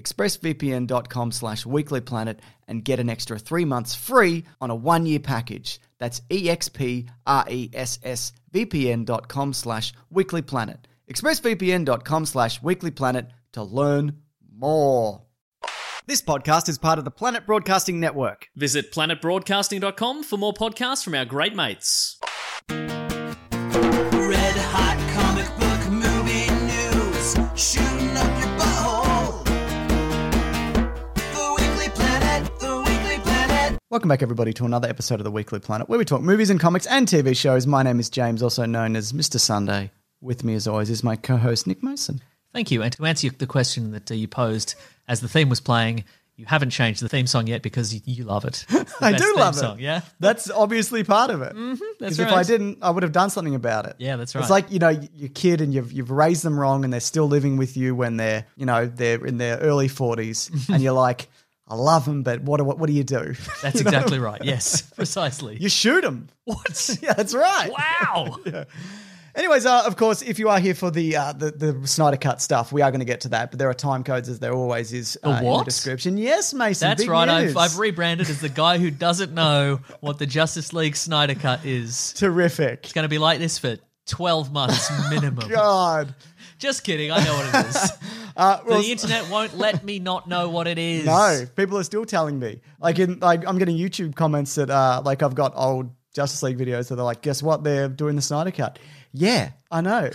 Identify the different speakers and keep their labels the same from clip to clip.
Speaker 1: expressvpn.com slash weeklyplanet, and get an extra three months free on a one-year package. That's E expressvpn.com slash weeklyplanet. expressvpn.com slash weeklyplanet to learn more. This podcast is part of the Planet Broadcasting Network.
Speaker 2: Visit planetbroadcasting.com for more podcasts from our great mates.
Speaker 3: Red hot comic book movie news, shooting up your butthole. The Weekly Planet, the Weekly Planet.
Speaker 1: Welcome back, everybody, to another episode of the Weekly Planet, where we talk movies and comics and TV shows. My name is James, also known as Mr. Sunday. With me, as always, is my co-host Nick Mason.
Speaker 4: Thank you. And to answer the question that uh, you posed as the theme was playing, you haven't changed the theme song yet because you, you love it. It's the
Speaker 1: I
Speaker 4: best
Speaker 1: do
Speaker 4: theme
Speaker 1: love
Speaker 4: song,
Speaker 1: it.
Speaker 4: Yeah.
Speaker 1: that's obviously part of it. Mm-hmm,
Speaker 4: that's
Speaker 1: If I
Speaker 4: right.
Speaker 1: didn't, I would have done something about it.
Speaker 4: Yeah, that's right.
Speaker 1: It's like you know your kid, and you've you've raised them wrong, and they're still living with you when they're you know they're in their early forties, and you're like, I love them, but what do- what, what do you do?
Speaker 4: That's
Speaker 1: You know?
Speaker 4: exactly right. Yes, precisely.
Speaker 1: You shoot them.
Speaker 4: what?
Speaker 1: Yeah, that's right.
Speaker 4: Wow.
Speaker 1: Anyways, uh, of course, if you are here for the, uh, the the Snyder Cut stuff, we are going to get to that. But there are time codes, as there always is, uh, in the
Speaker 4: what?
Speaker 1: description. Yes, Mason.
Speaker 4: That's
Speaker 1: big
Speaker 4: right.
Speaker 1: news.
Speaker 4: I've, I've rebranded as the guy who doesn't know what the Justice League Snyder Cut is.
Speaker 1: terrific.
Speaker 4: It's going to be like this for 12 months minimum.
Speaker 1: Oh, God,
Speaker 4: Just kidding. I know what it is.
Speaker 1: uh, well,
Speaker 4: the internet won't let me not know what it is.
Speaker 1: no, people are still telling me. Like, in like, I'm getting YouTube comments that uh, like I've got old Justice League videos that are like, guess what? They're doing the Snyder Cut. Yeah, I know.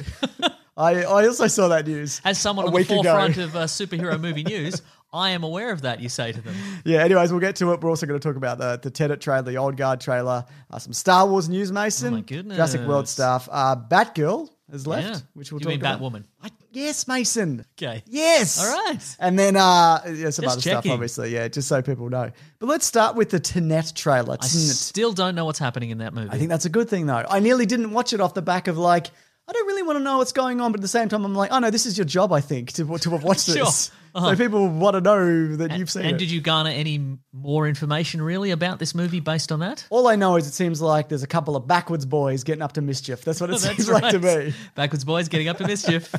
Speaker 1: I I also saw that news
Speaker 4: As someone
Speaker 1: a
Speaker 4: on the
Speaker 1: week ago.
Speaker 4: forefront of uh, superhero movie news, I am aware of that, you say to them.
Speaker 1: Yeah, anyways, we'll get to it. We're also going to talk about the, the Tenet trailer, the Old Guard trailer, uh, some Star Wars news, Mason.
Speaker 4: Oh my goodness.
Speaker 1: Jurassic World stuff. Uh, Batgirl has left,
Speaker 4: Yeah.
Speaker 1: which we'll
Speaker 4: You
Speaker 1: talk
Speaker 4: mean
Speaker 1: about.
Speaker 4: Batwoman?
Speaker 1: I, yes, Mason.
Speaker 4: Okay.
Speaker 1: Yes.
Speaker 4: All right.
Speaker 1: And then uh, yeah, some
Speaker 4: Just
Speaker 1: other stuff,
Speaker 4: checking.
Speaker 1: obviously. Yeah, just so people know. But let's start with the Tenet trailer.
Speaker 4: I
Speaker 1: Tenet.
Speaker 4: still don't know what's happening in that movie.
Speaker 1: I think that's a good thing, though. I nearly didn't watch it off the back of like, I don't really want to know what's going on, but at the same time, I'm like, oh no, this is your job, I think, to, to have watched
Speaker 4: Sure.
Speaker 1: this.
Speaker 4: Uh-huh.
Speaker 1: So people want to know that
Speaker 4: And-
Speaker 1: you've seen
Speaker 4: and
Speaker 1: it.
Speaker 4: did you garner any m- more information really about this movie based on that?
Speaker 1: All I know is it seems like there's a couple of backwards boys getting up to mischief. That's what it seems like to me.
Speaker 4: Backwards boys getting up to mischief.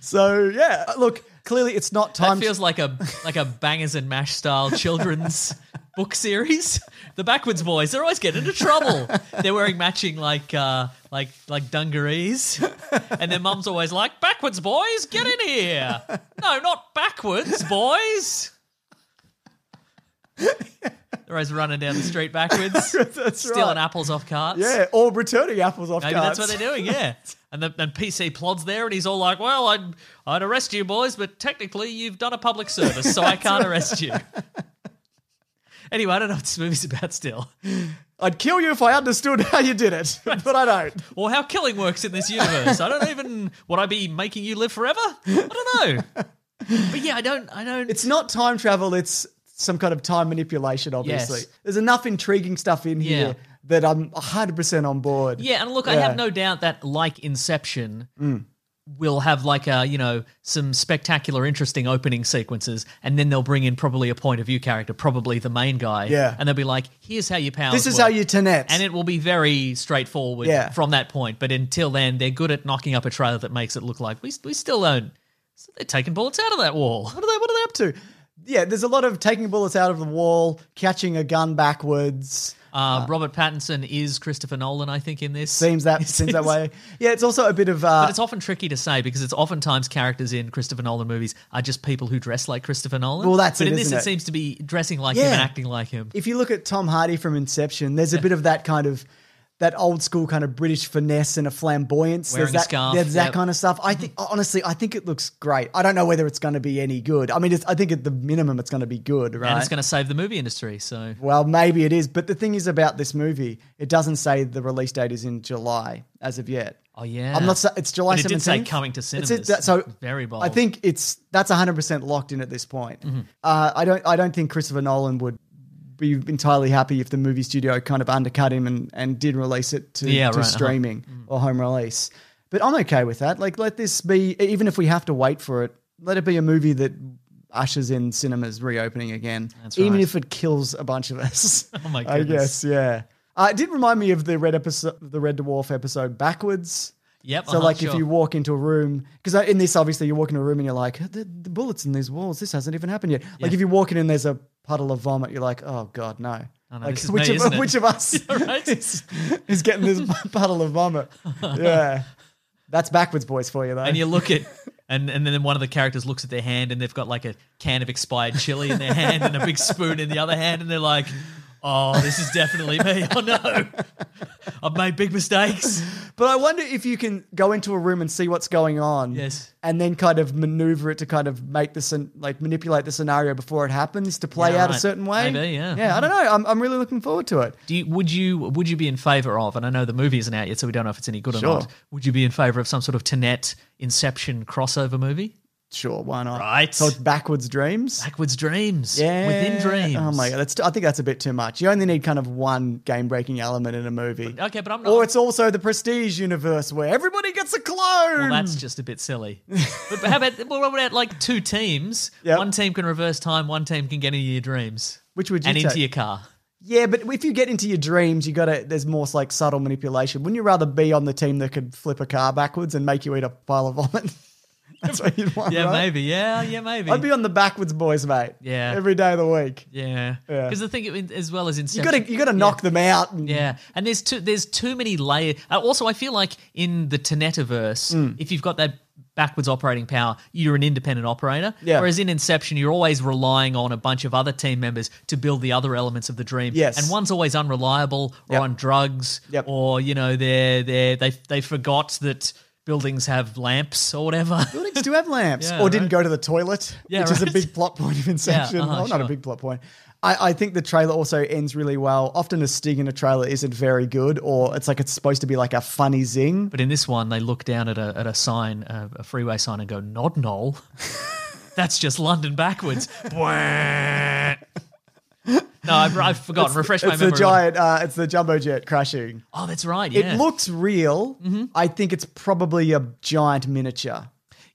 Speaker 1: So yeah, look, clearly it's not
Speaker 4: that
Speaker 1: time.
Speaker 4: feels like a like a bangers and mash style children's book series. The backwards boys, they're always getting into trouble. They're wearing matching like uh like like dungarees. And their mum's always like, Backwards boys, get in here. No, not backwards, boys. They're always running down the street backwards.
Speaker 1: that's
Speaker 4: Stealing
Speaker 1: right.
Speaker 4: apples off carts.
Speaker 1: Yeah, or returning apples off
Speaker 4: Maybe
Speaker 1: carts.
Speaker 4: that's what they're doing, yeah. And the, and PC Plod's there, and he's all like, "Well, I'd I'd arrest you boys, but technically you've done a public service, so I can't arrest you." Anyway, I don't know what this movie's about still,
Speaker 1: I'd kill you if I understood how you did it, but I don't.
Speaker 4: or how killing works in this universe. I don't even would I be making you live forever? I don't know. But yeah, I don't. I don't.
Speaker 1: It's not time travel, it's some kind of time manipulation, obviously.
Speaker 4: Yes.
Speaker 1: There's enough intriguing stuff in here
Speaker 4: Yeah.
Speaker 1: that I'm 100% on board.
Speaker 4: Yeah, and look, I have no doubt that, like Inception,
Speaker 1: Mm.
Speaker 4: will have like a you know some spectacular, interesting opening sequences, and then they'll bring in probably a point of view character, probably the main guy.
Speaker 1: Yeah.
Speaker 4: and they'll be like, "Here's how your powers.
Speaker 1: This is
Speaker 4: work."
Speaker 1: how you tenet.
Speaker 4: And it will be very straightforward
Speaker 1: Yeah.
Speaker 4: from that point. But until then, they're good at knocking up a trailer that makes it look like we we still own. So they're taking bullets out of that wall.
Speaker 1: What are they? What are they up to? Yeah, there's a lot of taking bullets out of the wall, catching a gun backwards.
Speaker 4: Uh, Robert Pattinson is Christopher Nolan, I think, in this.
Speaker 1: Seems that seems, that way. Yeah, it's also a bit of. Uh,
Speaker 4: But it's often tricky to say because it's oftentimes characters in Christopher Nolan movies are just people who dress like Christopher Nolan.
Speaker 1: Well, that's
Speaker 4: but
Speaker 1: it,
Speaker 4: in this,
Speaker 1: isn't
Speaker 4: it?
Speaker 1: it?
Speaker 4: seems to be dressing like him
Speaker 1: Yeah.
Speaker 4: and acting like him.
Speaker 1: if you look at Tom Hardy from Inception, there's a bit of that kind of that old school kind of British finesse and a flamboyance.
Speaker 4: Wearing
Speaker 1: there's
Speaker 4: a
Speaker 1: that,
Speaker 4: scarf,
Speaker 1: There's that
Speaker 4: yep.
Speaker 1: kind of stuff. I think honestly, I think it looks great. I don't know whether it's going to be any good. I mean, it's, I think at the minimum, it's going to be good, right?
Speaker 4: And it's going to save the movie industry. So
Speaker 1: Well, maybe it is. But the thing is about this movie, it doesn't say the release date is in July as of yet.
Speaker 4: Oh, yeah.
Speaker 1: I'm not. sa- It's July.
Speaker 4: But it
Speaker 1: 17th.
Speaker 4: did say coming to
Speaker 1: It's-
Speaker 4: cinemas.
Speaker 1: it's- that- so
Speaker 4: Very bold. Mm-hmm.
Speaker 1: I think it's that's 100 percent locked in at this point. Uh, I don't. I don't think Christopher Nolan would be entirely happy if the movie studio kind of undercut him and, and did release it to,
Speaker 4: Yeah,
Speaker 1: to
Speaker 4: right, uh-huh.
Speaker 1: streaming or home release. But I'm okay with that. Like, let this be, e, even if we have to wait for it, let it be a movie that ushers in cinemas reopening again.
Speaker 4: That's
Speaker 1: Even
Speaker 4: right.
Speaker 1: if it kills a bunch of us.
Speaker 4: Oh my
Speaker 1: I guess,
Speaker 4: goodness.
Speaker 1: yeah. Uh, it did remind me of the red episode, the Red Dwarf episode backwards.
Speaker 4: Yep,
Speaker 1: So,
Speaker 4: uh-huh,
Speaker 1: like, if
Speaker 4: sure.
Speaker 1: you walk into a room, because in this, obviously, you walk into a room and you're like, the, the bullets in these walls, this hasn't even happened yet. Like, if you walk in and there's a puddle of vomit, you're like, oh god, no.
Speaker 4: Oh, no,
Speaker 1: like,
Speaker 4: this is
Speaker 1: which of
Speaker 4: me, isn't it?
Speaker 1: which of us
Speaker 4: right.
Speaker 1: is, is getting this puddle of vomit? Yeah, that's backwards boys for you though.
Speaker 4: and you look at. And, and then one of the characters looks at their hand and they've got like a can of expired chili in their hand and a big spoon in the other hand and they're like, oh, this is definitely me. Oh no, I've made big mistakes.
Speaker 1: but I wonder if you can go into a room and see what's going on.
Speaker 4: Yes.
Speaker 1: And then kind of maneuver it to kind of make this and like manipulate the scenario before it happens to play
Speaker 4: Yeah,
Speaker 1: out a
Speaker 4: right.
Speaker 1: certain way.
Speaker 4: Maybe, yeah. Mm-hmm.
Speaker 1: Yeah, I don't know. I'm, I'm really looking forward to it.
Speaker 4: Do you, would you would you be in favor of? And I know the movie isn't out yet, so we don't know if it's any good
Speaker 1: Sure.
Speaker 4: or not. Would you be in favor of some sort of Tenet Inception crossover movie?
Speaker 1: Sure, why not?
Speaker 4: Right.
Speaker 1: So it's backwards dreams.
Speaker 4: Backwards dreams,
Speaker 1: Yeah.
Speaker 4: within dreams.
Speaker 1: Oh my god, that's I think that's a bit too much. You only need kind of one game breaking element in a movie.
Speaker 4: Okay, but I'm not.
Speaker 1: Or it's also the prestige universe where everybody gets a clone.
Speaker 4: well, that's just a bit silly. but how about well, what about like two teams?
Speaker 1: Yep.
Speaker 4: One team can reverse time. One team can get into your dreams
Speaker 1: Which would you
Speaker 4: and
Speaker 1: take?
Speaker 4: into your car.
Speaker 1: yeah, but if you get into your dreams, you gotta there's more like subtle manipulation. Wouldn't you rather be on the team that could flip a car backwards and make you eat a pile of vomit? that's what you'd want.
Speaker 4: Yeah,
Speaker 1: right?
Speaker 4: maybe. Yeah, yeah, maybe.
Speaker 1: I'd be on the backwards boys, mate.
Speaker 4: Yeah.
Speaker 1: Every day of the week.
Speaker 4: yeah,
Speaker 1: Yeah.
Speaker 4: because the thing as well as
Speaker 1: You
Speaker 4: Inception,
Speaker 1: gotta you gotta knock them out and
Speaker 4: Yeah, and there's too there's too many layers. Uh, also, I feel like in the Tenetaverse,
Speaker 1: Mm.
Speaker 4: if you've got that backwards operating power, you're an independent operator.
Speaker 1: Yeah.
Speaker 4: Whereas in Inception, you're always relying on a bunch of other team members to build the other elements of the dream.
Speaker 1: Yes.
Speaker 4: and one's always unreliable or
Speaker 1: Yep.
Speaker 4: on drugs,
Speaker 1: Yep.
Speaker 4: or you know they they they they forgot that buildings have lamps or whatever.
Speaker 1: Buildings do have lamps,
Speaker 4: Yeah,
Speaker 1: or didn't
Speaker 4: right.
Speaker 1: go to the toilet,
Speaker 4: Yeah,
Speaker 1: which is a
Speaker 4: right.
Speaker 1: big plot point of Inception.
Speaker 4: Yeah, uh-huh,
Speaker 1: well, not a
Speaker 4: sure.
Speaker 1: big plot point. I, I think the trailer also ends really well. Often a sting in a trailer isn't very good, or it's like it's supposed to be like a funny zing.
Speaker 4: But in this one, they look down at a, at a sign, a, a freeway sign, and go, Nod Knoll. That's just London backwards. Bwah. no, I've, I've forgotten. Refresh my
Speaker 1: it's the
Speaker 4: memory.
Speaker 1: giant, uh, it's the jumbo jet crashing.
Speaker 4: Oh, that's right. Yeah. Mm-hmm.
Speaker 1: It looks real. I think it's probably a giant miniature.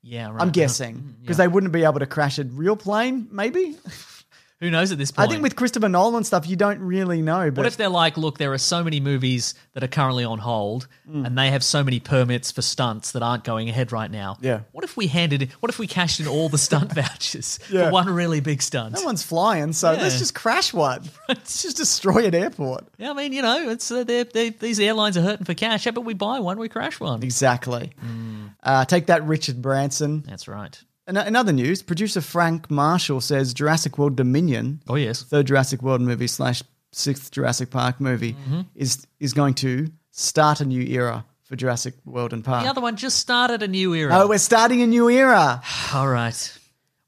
Speaker 4: Yeah, right.
Speaker 1: I'm guessing
Speaker 4: Mm-hmm,
Speaker 1: because they wouldn't be able to crash a real plane. Maybe
Speaker 4: Who knows at this
Speaker 1: I
Speaker 4: point?
Speaker 1: think with Christopher Nolan stuff, you don't really know. But
Speaker 4: What if they're like, look, there are so many movies that are currently on hold
Speaker 1: Mm.
Speaker 4: and they have so many permits for stunts that aren't going ahead right now?
Speaker 1: Yeah.
Speaker 4: What if we handed, what if we cashed in all the stunt vouchers
Speaker 1: Yeah.
Speaker 4: for one really big stunt?
Speaker 1: no one's flying, so let's
Speaker 4: Yeah.
Speaker 1: just crash one. let's just destroy an airport.
Speaker 4: yeah, I mean, you know, it's uh, they're, they these airlines are hurting for cash. How about we buy one, we crash one?
Speaker 1: Exactly. Uh, take that, Richard Branson.
Speaker 4: That's right.
Speaker 1: And in other news, producer Frank Marshall says Jurassic World Dominion,
Speaker 4: Oh yes.
Speaker 1: third Jurassic World movie slash sixth Jurassic Park movie,
Speaker 4: Mm-hmm.
Speaker 1: is is going to start a new era for Jurassic World and Park.
Speaker 4: The other one just started a new era.
Speaker 1: oh, we're starting a new era.
Speaker 4: All right.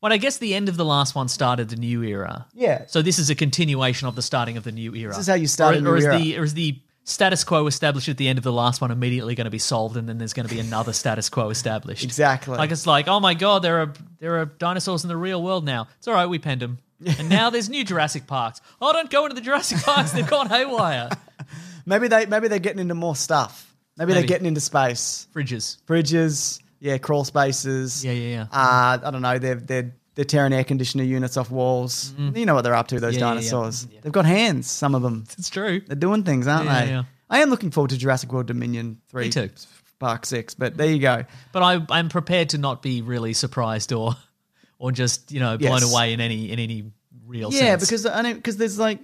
Speaker 4: Well, I guess the end of the last one started the new era.
Speaker 1: Yeah.
Speaker 4: So this is a continuation of the starting of the new era.
Speaker 1: This is how you start
Speaker 4: or,
Speaker 1: a new
Speaker 4: or is
Speaker 1: era.
Speaker 4: The, or is the status quo established at the end of the last one immediately going to be solved, and then there's going to be another status quo established.
Speaker 1: Exactly.
Speaker 4: Like it's like, oh my god, there are there are dinosaurs in the real world now. It's all right, we penned them. and now there's new Jurassic Parks. Oh, don't go into the Jurassic Parks; they've gone haywire.
Speaker 1: Maybe they maybe they're getting into more stuff. Maybe,
Speaker 4: Maybe.
Speaker 1: they're getting into space,
Speaker 4: Fridges.
Speaker 1: bridges, yeah, crawl spaces.
Speaker 4: Yeah, yeah, yeah.
Speaker 1: Uh, I don't know. They're they're they're tearing air conditioner units off walls. You know what they're up to? Those
Speaker 4: Mm-hmm. Yeah, yeah, yeah.
Speaker 1: dinosaurs. They've got hands. Some of them.
Speaker 4: It's true.
Speaker 1: They're doing things, aren't
Speaker 4: Yeah,
Speaker 1: they?
Speaker 4: yeah.
Speaker 1: I am looking forward to Jurassic World Dominion Three,
Speaker 4: Me too.
Speaker 1: Park Six. But there you go.
Speaker 4: But I, I'm prepared to not be really surprised or, or just you know blown
Speaker 1: Yes.
Speaker 4: away in any in any real
Speaker 1: Yeah,
Speaker 4: sense.
Speaker 1: because I don't because there's like,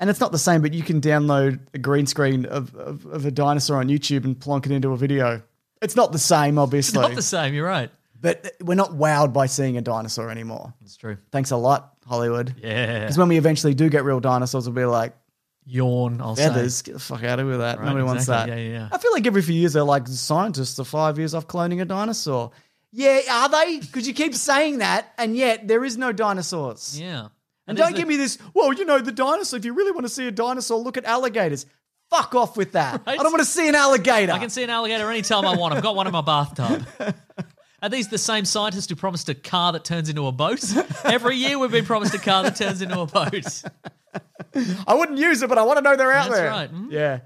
Speaker 1: and it's not the same, but you can download a green screen of, of, of a dinosaur on YouTube and plonk it into a video. It's not the same, obviously,
Speaker 4: not the same. You're right.
Speaker 1: but we're not wowed by seeing a dinosaur anymore.
Speaker 4: It's true.
Speaker 1: Thanks a lot, Hollywood.
Speaker 4: Yeah.
Speaker 1: Because when we eventually do get real dinosaurs, we'll be like,
Speaker 4: Yawn. I'll
Speaker 1: feathers, get the fuck out of here with that.
Speaker 4: Right,
Speaker 1: Nobody wants that.
Speaker 4: exactly. Yeah, yeah, yeah.
Speaker 1: I feel like every few years they're like, scientists are five years off cloning a dinosaur. Yeah, are they? Because you keep saying that, and yet there is no dinosaurs.
Speaker 4: say. Yeah.
Speaker 1: And
Speaker 4: there's
Speaker 1: don't
Speaker 4: the-
Speaker 1: give me this, well, you know, the dinosaur, if you really want to see a dinosaur, look at alligators. Fuck off with that.
Speaker 4: Right?
Speaker 1: I don't want to see an alligator.
Speaker 4: I can see an alligator anytime I want. I've got one in my bathtub. Are these the same scientists who promised a car that turns into a boat? Every year we've been promised a car that turns into a boat.
Speaker 1: I wouldn't use it, but I want to know they're out
Speaker 4: That's
Speaker 1: there.
Speaker 4: right. Mhm.
Speaker 1: Yeah.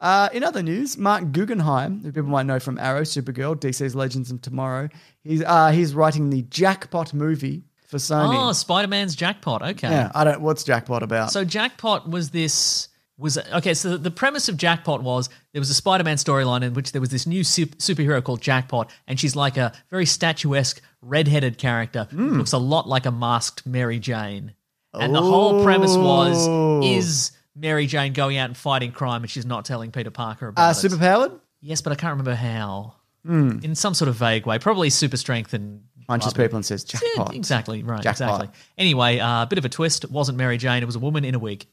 Speaker 1: Uh, in other news, Mark Guggenheim, who people might know from Arrow, Supergirl, DC's Legends of Tomorrow, he's uh, he's writing the Jackpot movie for Sony.
Speaker 4: Oh, Spider Man's jackpot. Okay.
Speaker 1: yeah, I don't. What's Jackpot about?
Speaker 4: So jackpot was this was okay. So the premise of jackpot was there was a Spider-Man storyline in which there was this new sup- superhero called Jackpot, and she's like a very statuesque red-headed character
Speaker 1: Hmm.
Speaker 4: who looks a lot like a masked Mary Jane. And the whole premise
Speaker 1: Oh.
Speaker 4: was is Mary Jane going out and fighting crime, and she's not telling Peter Parker about
Speaker 1: uh,
Speaker 4: it.
Speaker 1: superpowered
Speaker 4: yes, but I can't remember how. In some sort of vague way, probably super strength and
Speaker 1: Hmm. punches people and says
Speaker 4: yeah,
Speaker 1: Jackpot.
Speaker 4: Exactly right.
Speaker 1: Jackpot.
Speaker 4: Exactly. Anyway, a uh, bit of a twist. It wasn't Mary Jane. It was a woman in a wig.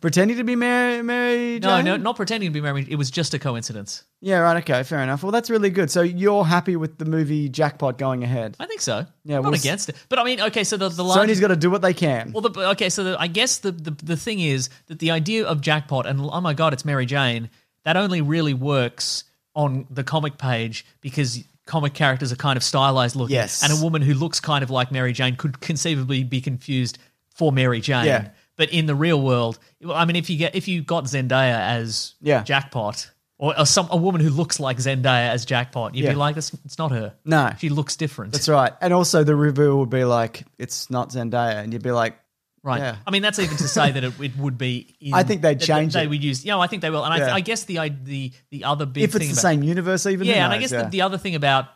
Speaker 1: Pretending to be Mary, Mary
Speaker 4: No,
Speaker 1: Jane?
Speaker 4: no, not pretending to be married. It was just a coincidence.
Speaker 1: Yeah, right. Okay, fair enough. Well, that's really good. So you're happy with the movie Jackpot going ahead?
Speaker 4: I think so.
Speaker 1: Yeah,
Speaker 4: not
Speaker 1: we'll s-
Speaker 4: against it. But I mean, okay, so the the large,
Speaker 1: Sony's got to do what they can.
Speaker 4: well, the, okay, so the, I guess the, the the thing is that the idea of jackpot and oh my god, it's Mary Jane. That only really works on the comic page because comic characters are kind of stylized looking.
Speaker 1: Yes.
Speaker 4: and a woman who looks kind of like Mary Jane could conceivably be confused for Mary Jane.
Speaker 1: Yeah.
Speaker 4: But in the real world, I mean, if you get if you got Zendaya as
Speaker 1: Yeah.
Speaker 4: jackpot, or, or some a woman who looks like Zendaya as jackpot, you'd
Speaker 1: Yeah.
Speaker 4: be like, "That's it's not her.
Speaker 1: No.
Speaker 4: she looks different.
Speaker 1: that's right. And also the review would be like, it's not Zendaya, and you'd be like,
Speaker 4: Right.
Speaker 1: Yeah.
Speaker 4: I mean, that's even to say that it, it would be. In,
Speaker 1: I think they'd
Speaker 4: that-
Speaker 1: change
Speaker 4: They
Speaker 1: it.
Speaker 4: would use. Yeah, I think they will. And
Speaker 1: Yeah.
Speaker 4: I, I guess the I- the the other big
Speaker 1: if it's
Speaker 4: thing
Speaker 1: the
Speaker 4: about,
Speaker 1: same universe, even
Speaker 4: Yeah,
Speaker 1: who
Speaker 4: and I
Speaker 1: knows?
Speaker 4: guess the, the other thing about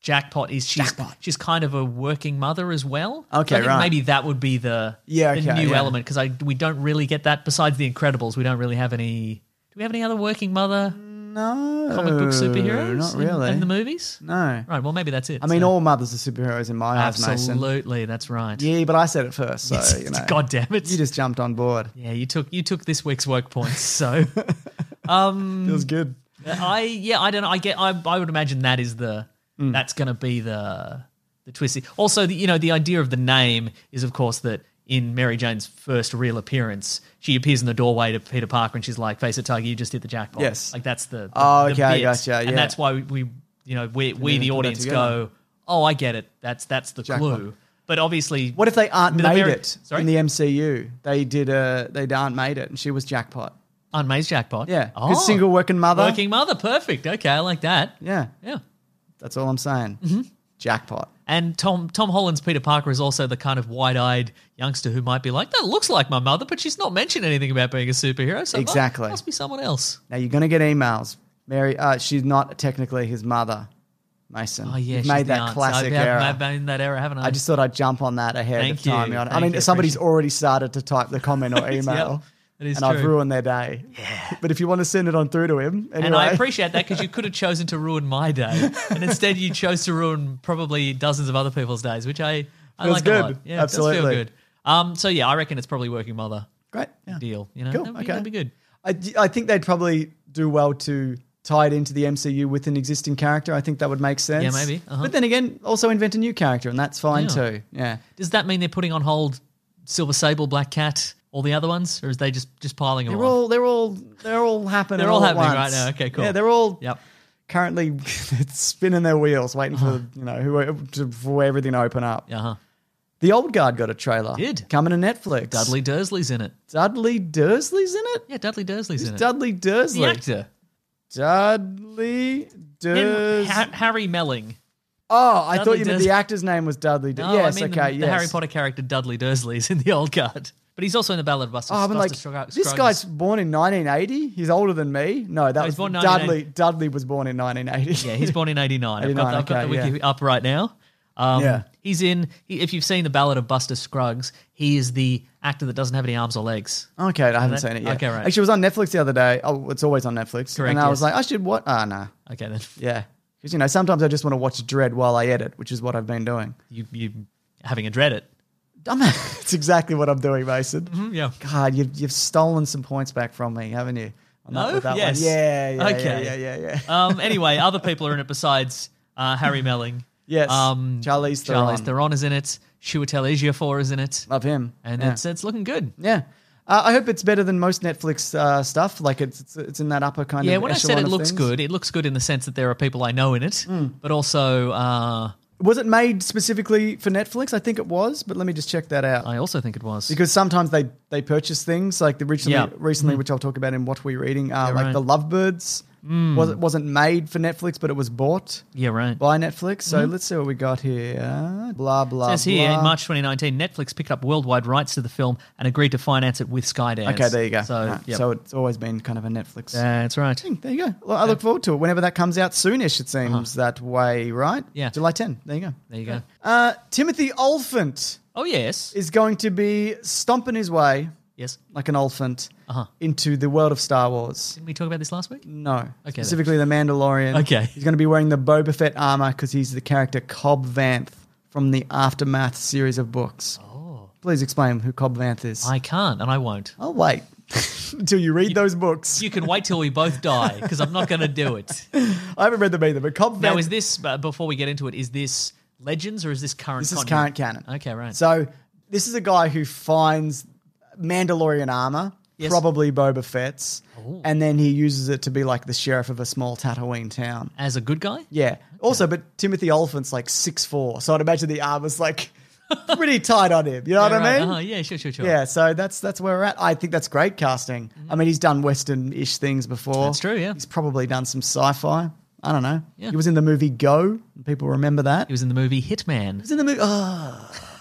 Speaker 4: jackpot is she's
Speaker 1: Jackpot.
Speaker 4: she's kind of a working mother as well.
Speaker 1: Okay,
Speaker 4: I think
Speaker 1: right.
Speaker 4: Maybe that would be the
Speaker 1: Yeah,
Speaker 4: the
Speaker 1: okay,
Speaker 4: new
Speaker 1: yeah.
Speaker 4: element because I we don't really get that besides the Incredibles. We don't really have any. Do we have any other working mother
Speaker 1: no
Speaker 4: comic book superheroes?
Speaker 1: Not
Speaker 4: in-
Speaker 1: really.
Speaker 4: In, the movies.
Speaker 1: no,
Speaker 4: Right. Well, maybe that's it.
Speaker 1: I mean
Speaker 4: So-
Speaker 1: all mothers are superheroes in my eyes, Mason.
Speaker 4: absolutely. That's right.
Speaker 1: Yeah, but I said it first, so you know,
Speaker 4: God damn it!
Speaker 1: you just jumped on board.
Speaker 4: Yeah, you took you took this week's work points. So Mm.
Speaker 1: Feels good.
Speaker 4: I yeah, I don't know. I get I I would imagine that is the
Speaker 1: Mm.
Speaker 4: that's going to be the the twisty. Also, the, you know, the idea of the name is of course that in Mary Jane's first real appearance, she appears in the doorway to Peter Parker and she's like, "Face it, Tiger, you just hit the jackpot."
Speaker 1: Yes.
Speaker 4: like that's the, the
Speaker 1: Oh,
Speaker 4: the
Speaker 1: okay, I
Speaker 4: bit.
Speaker 1: gotcha, yeah.
Speaker 4: And that's why we, we you know we we the
Speaker 1: put that
Speaker 4: audience
Speaker 1: together.
Speaker 4: go, "Oh, I get it. That's that's the
Speaker 1: Jackpot.
Speaker 4: clue." But obviously,
Speaker 1: What if they aren't
Speaker 4: The
Speaker 1: made
Speaker 4: Mary-
Speaker 1: it
Speaker 4: Sorry?
Speaker 1: in the MCU? They did a they aren't made it, and she was jackpot.
Speaker 4: Aunt May's jackpot? Oh.
Speaker 1: Yeah, good single working mother.
Speaker 4: working mother, perfect. Okay, I like that.
Speaker 1: Yeah,
Speaker 4: Yeah.
Speaker 1: that's all I'm saying.
Speaker 4: Mm-hmm.
Speaker 1: Jackpot.
Speaker 4: And Tom Tom Holland's Peter Parker is also the kind of wide-eyed youngster who might be like, "That looks like my mother," but she's not mentioned anything about being a superhero. So it mu-
Speaker 1: Exactly.
Speaker 4: must be someone else.
Speaker 1: Now you're gonna get emails. Mary, uh, she's not technically his mother, Mason.
Speaker 4: Oh yeah,
Speaker 1: You've
Speaker 4: she's
Speaker 1: made
Speaker 4: the
Speaker 1: that
Speaker 4: aunt.
Speaker 1: classic
Speaker 4: I've,
Speaker 1: error.
Speaker 4: I've been in that era, haven't I?
Speaker 1: I just thought I'd jump on that ahead
Speaker 4: Thank
Speaker 1: of time.
Speaker 4: you.
Speaker 1: You know, I
Speaker 4: Thank
Speaker 1: mean,
Speaker 4: you.
Speaker 1: somebody's
Speaker 4: Appreciate it.
Speaker 1: already started to type the comment or email,
Speaker 4: That is
Speaker 1: and I've
Speaker 4: true.
Speaker 1: ruined their day. But if you want to send it on through to him, anyway,
Speaker 4: and I appreciate that because you could have chosen to ruin my day, and instead you chose to ruin probably dozens of other people's days, which I I
Speaker 1: Feels
Speaker 4: like a
Speaker 1: good.
Speaker 4: lot. Yeah, it does feel
Speaker 1: Absolutely.
Speaker 4: good. Um, so yeah, I reckon it's probably working mother
Speaker 1: great yeah.
Speaker 4: deal. You know,
Speaker 1: Cool,
Speaker 4: that'd, be,
Speaker 1: okay.
Speaker 4: that'd be good.
Speaker 1: I, I think they'd probably do well to tie it into the MCU with an existing character. I think that would make sense.
Speaker 4: Yeah, maybe. Uh-huh.
Speaker 1: But then again, also invent a new character, and that's fine
Speaker 4: Yeah.
Speaker 1: too. Yeah.
Speaker 4: Does that mean they're putting on hold Silver Sable, Black Cat, all the other ones, or is they just just piling them
Speaker 1: They're
Speaker 4: all?
Speaker 1: all they're all they're all happening.
Speaker 4: They're all
Speaker 1: at
Speaker 4: happening
Speaker 1: once.
Speaker 4: right now. Okay, cool.
Speaker 1: Yeah, they're all
Speaker 4: Yep.
Speaker 1: currently spinning their wheels, waiting
Speaker 4: Uh-huh.
Speaker 1: for you know who to, for everything to open up.
Speaker 4: Uh huh.
Speaker 1: The old guard got a trailer.
Speaker 4: Did.
Speaker 1: coming to Netflix.
Speaker 4: Dudley Dursley's in it.
Speaker 1: Dudley Dursley's in it.
Speaker 4: Yeah, Dudley Dursley's in it.
Speaker 1: Dudley Dursley.
Speaker 4: the actor.
Speaker 1: Dudley
Speaker 4: Him,
Speaker 1: Dursley.
Speaker 4: ha- Harry Melling.
Speaker 1: oh, I
Speaker 4: Dudley
Speaker 1: thought you meant
Speaker 4: Durs-
Speaker 1: the actor's name was Dudley. Dur-
Speaker 4: No,
Speaker 1: yes,
Speaker 4: I mean the-
Speaker 1: okay,
Speaker 4: the,
Speaker 1: yes.
Speaker 4: Harry Potter character Dudley Dursley's in the old guard, but he's also in the Ballad of Buster.
Speaker 1: Oh, but
Speaker 4: Buster
Speaker 1: like
Speaker 4: Scrog-
Speaker 1: this
Speaker 4: Scroggs.
Speaker 1: guy's born in 1980. He's older than me. No, that
Speaker 4: he's
Speaker 1: was
Speaker 4: born
Speaker 1: Dudley. Dudley was born in 1980.
Speaker 4: Yeah, he's born in '89. I've got, the- I've got the
Speaker 1: 89, okay,
Speaker 4: wiki up right now. Um,
Speaker 1: Yeah.
Speaker 4: he's in. He, if you've seen the Ballad of Buster Scruggs, he is the actor that doesn't have any arms or legs.
Speaker 1: Okay, I haven't
Speaker 4: that-
Speaker 1: seen it yet.
Speaker 4: okay, right.
Speaker 1: Actually, it was on Netflix the other day. Oh, it's always on Netflix.
Speaker 4: Correct,
Speaker 1: And I
Speaker 4: yes.
Speaker 1: was like, I should what? Ah, no.
Speaker 4: Okay, then
Speaker 1: Yeah. Because, you know, sometimes I just want to watch Dread while I edit, which is what I've been doing.
Speaker 4: you you having a dread it.
Speaker 1: I'm, it's exactly what I'm doing, Mason.
Speaker 4: Yeah.
Speaker 1: God, you've, you've stolen some points back from me, haven't you? I'm
Speaker 4: No?
Speaker 1: with that
Speaker 4: Yes.
Speaker 1: One. Yeah, yeah,
Speaker 4: Okay.
Speaker 1: yeah, yeah, yeah, yeah.
Speaker 4: Um. Anyway, other people are in it besides uh, Harry Melling.
Speaker 1: Yes.
Speaker 4: Um.
Speaker 1: Charlize Theron.
Speaker 4: Charlize Theron is in it. Chiwetel Ejiofor is in it,
Speaker 1: Love him.
Speaker 4: and
Speaker 1: yeah.
Speaker 4: it's it's looking good.
Speaker 1: Yeah. Uh, I hope it's better than most Netflix uh, stuff. Like it's it's, it's in that upper kind
Speaker 4: Yeah,
Speaker 1: of.
Speaker 4: when I said
Speaker 1: echelon
Speaker 4: it
Speaker 1: of
Speaker 4: looks
Speaker 1: things. Hmm.
Speaker 4: good, it looks good in the sense that there are people I know in it, but also uh,
Speaker 1: Was it made specifically for Netflix? I think it was, but let me just check that out.
Speaker 4: I also think it was
Speaker 1: because sometimes they they purchase things like the recently
Speaker 4: Yeah. Mm-hmm.
Speaker 1: recently which I'll talk about in what we're reading uh, like
Speaker 4: right. Mm.
Speaker 1: the Lovebirds was it wasn't made for Netflix but it was bought
Speaker 4: yeah right.
Speaker 1: by Netflix so let's see what we got here blah blah
Speaker 4: It Mm-hmm. says here
Speaker 1: blah.
Speaker 4: in March 2019, Netflix picked up worldwide rights to the film and agreed to finance it with Skydance.
Speaker 1: okay there you go
Speaker 4: So,
Speaker 1: Right.
Speaker 4: yep.
Speaker 1: so it's always been kind of a Netflix
Speaker 4: that's right.
Speaker 1: thing there you go well, I look forward to it whenever that comes out soonish it seems that way right
Speaker 4: Uh-huh. Yeah.
Speaker 1: July 10 there you go
Speaker 4: There you go.
Speaker 1: uh, Timothy Oliphant
Speaker 4: Oh yes,
Speaker 1: is going to be stomping his way
Speaker 4: yes.
Speaker 1: like an elephant
Speaker 4: Uh-huh.
Speaker 1: into the world of Star Wars
Speaker 4: Didn't we talk about this last week?
Speaker 1: No.
Speaker 4: then.
Speaker 1: Specifically, the Mandalorian.
Speaker 4: Okay.
Speaker 1: He's going to be wearing the Boba Fett armor because he's the character Cobb Vanth from the Aftermath series of books. Oh. Please explain who Cobb Vanth is.
Speaker 4: I can't and I won't.
Speaker 1: I'll wait until you read those books.
Speaker 4: You can wait till we both die because I'm not going to do it.
Speaker 1: I haven't read them either, but Cobb
Speaker 4: Now,
Speaker 1: Vanth.
Speaker 4: is this uh, before we get into it? Is this legends or is this current?
Speaker 1: this is current
Speaker 4: content?
Speaker 1: canon.
Speaker 4: Okay, right.
Speaker 1: So this is a guy who finds Mandalorian armor,
Speaker 4: Yes.
Speaker 1: probably Boba Fett's, and then he uses it to be like the sheriff of a small Tatooine town.
Speaker 4: as a good guy,
Speaker 1: Yeah. Also, but Timothy Oliphant's like six four, so I'd imagine the armor's like pretty tight on him. You know
Speaker 4: Yeah,
Speaker 1: what I
Speaker 4: right.
Speaker 1: mean?
Speaker 4: Uh-huh, yeah, sure, sure, sure.
Speaker 1: Yeah. So that's that's where we're at. I think that's great casting. I mean, he's done western-ish things before.
Speaker 4: Mm-hmm. That's true, yeah.
Speaker 1: He's probably done some sci-fi. I don't know.
Speaker 4: Yeah.
Speaker 1: He was in the movie Go. People remember that.
Speaker 4: He was in the movie Hitman.
Speaker 1: was in the movie. Oh,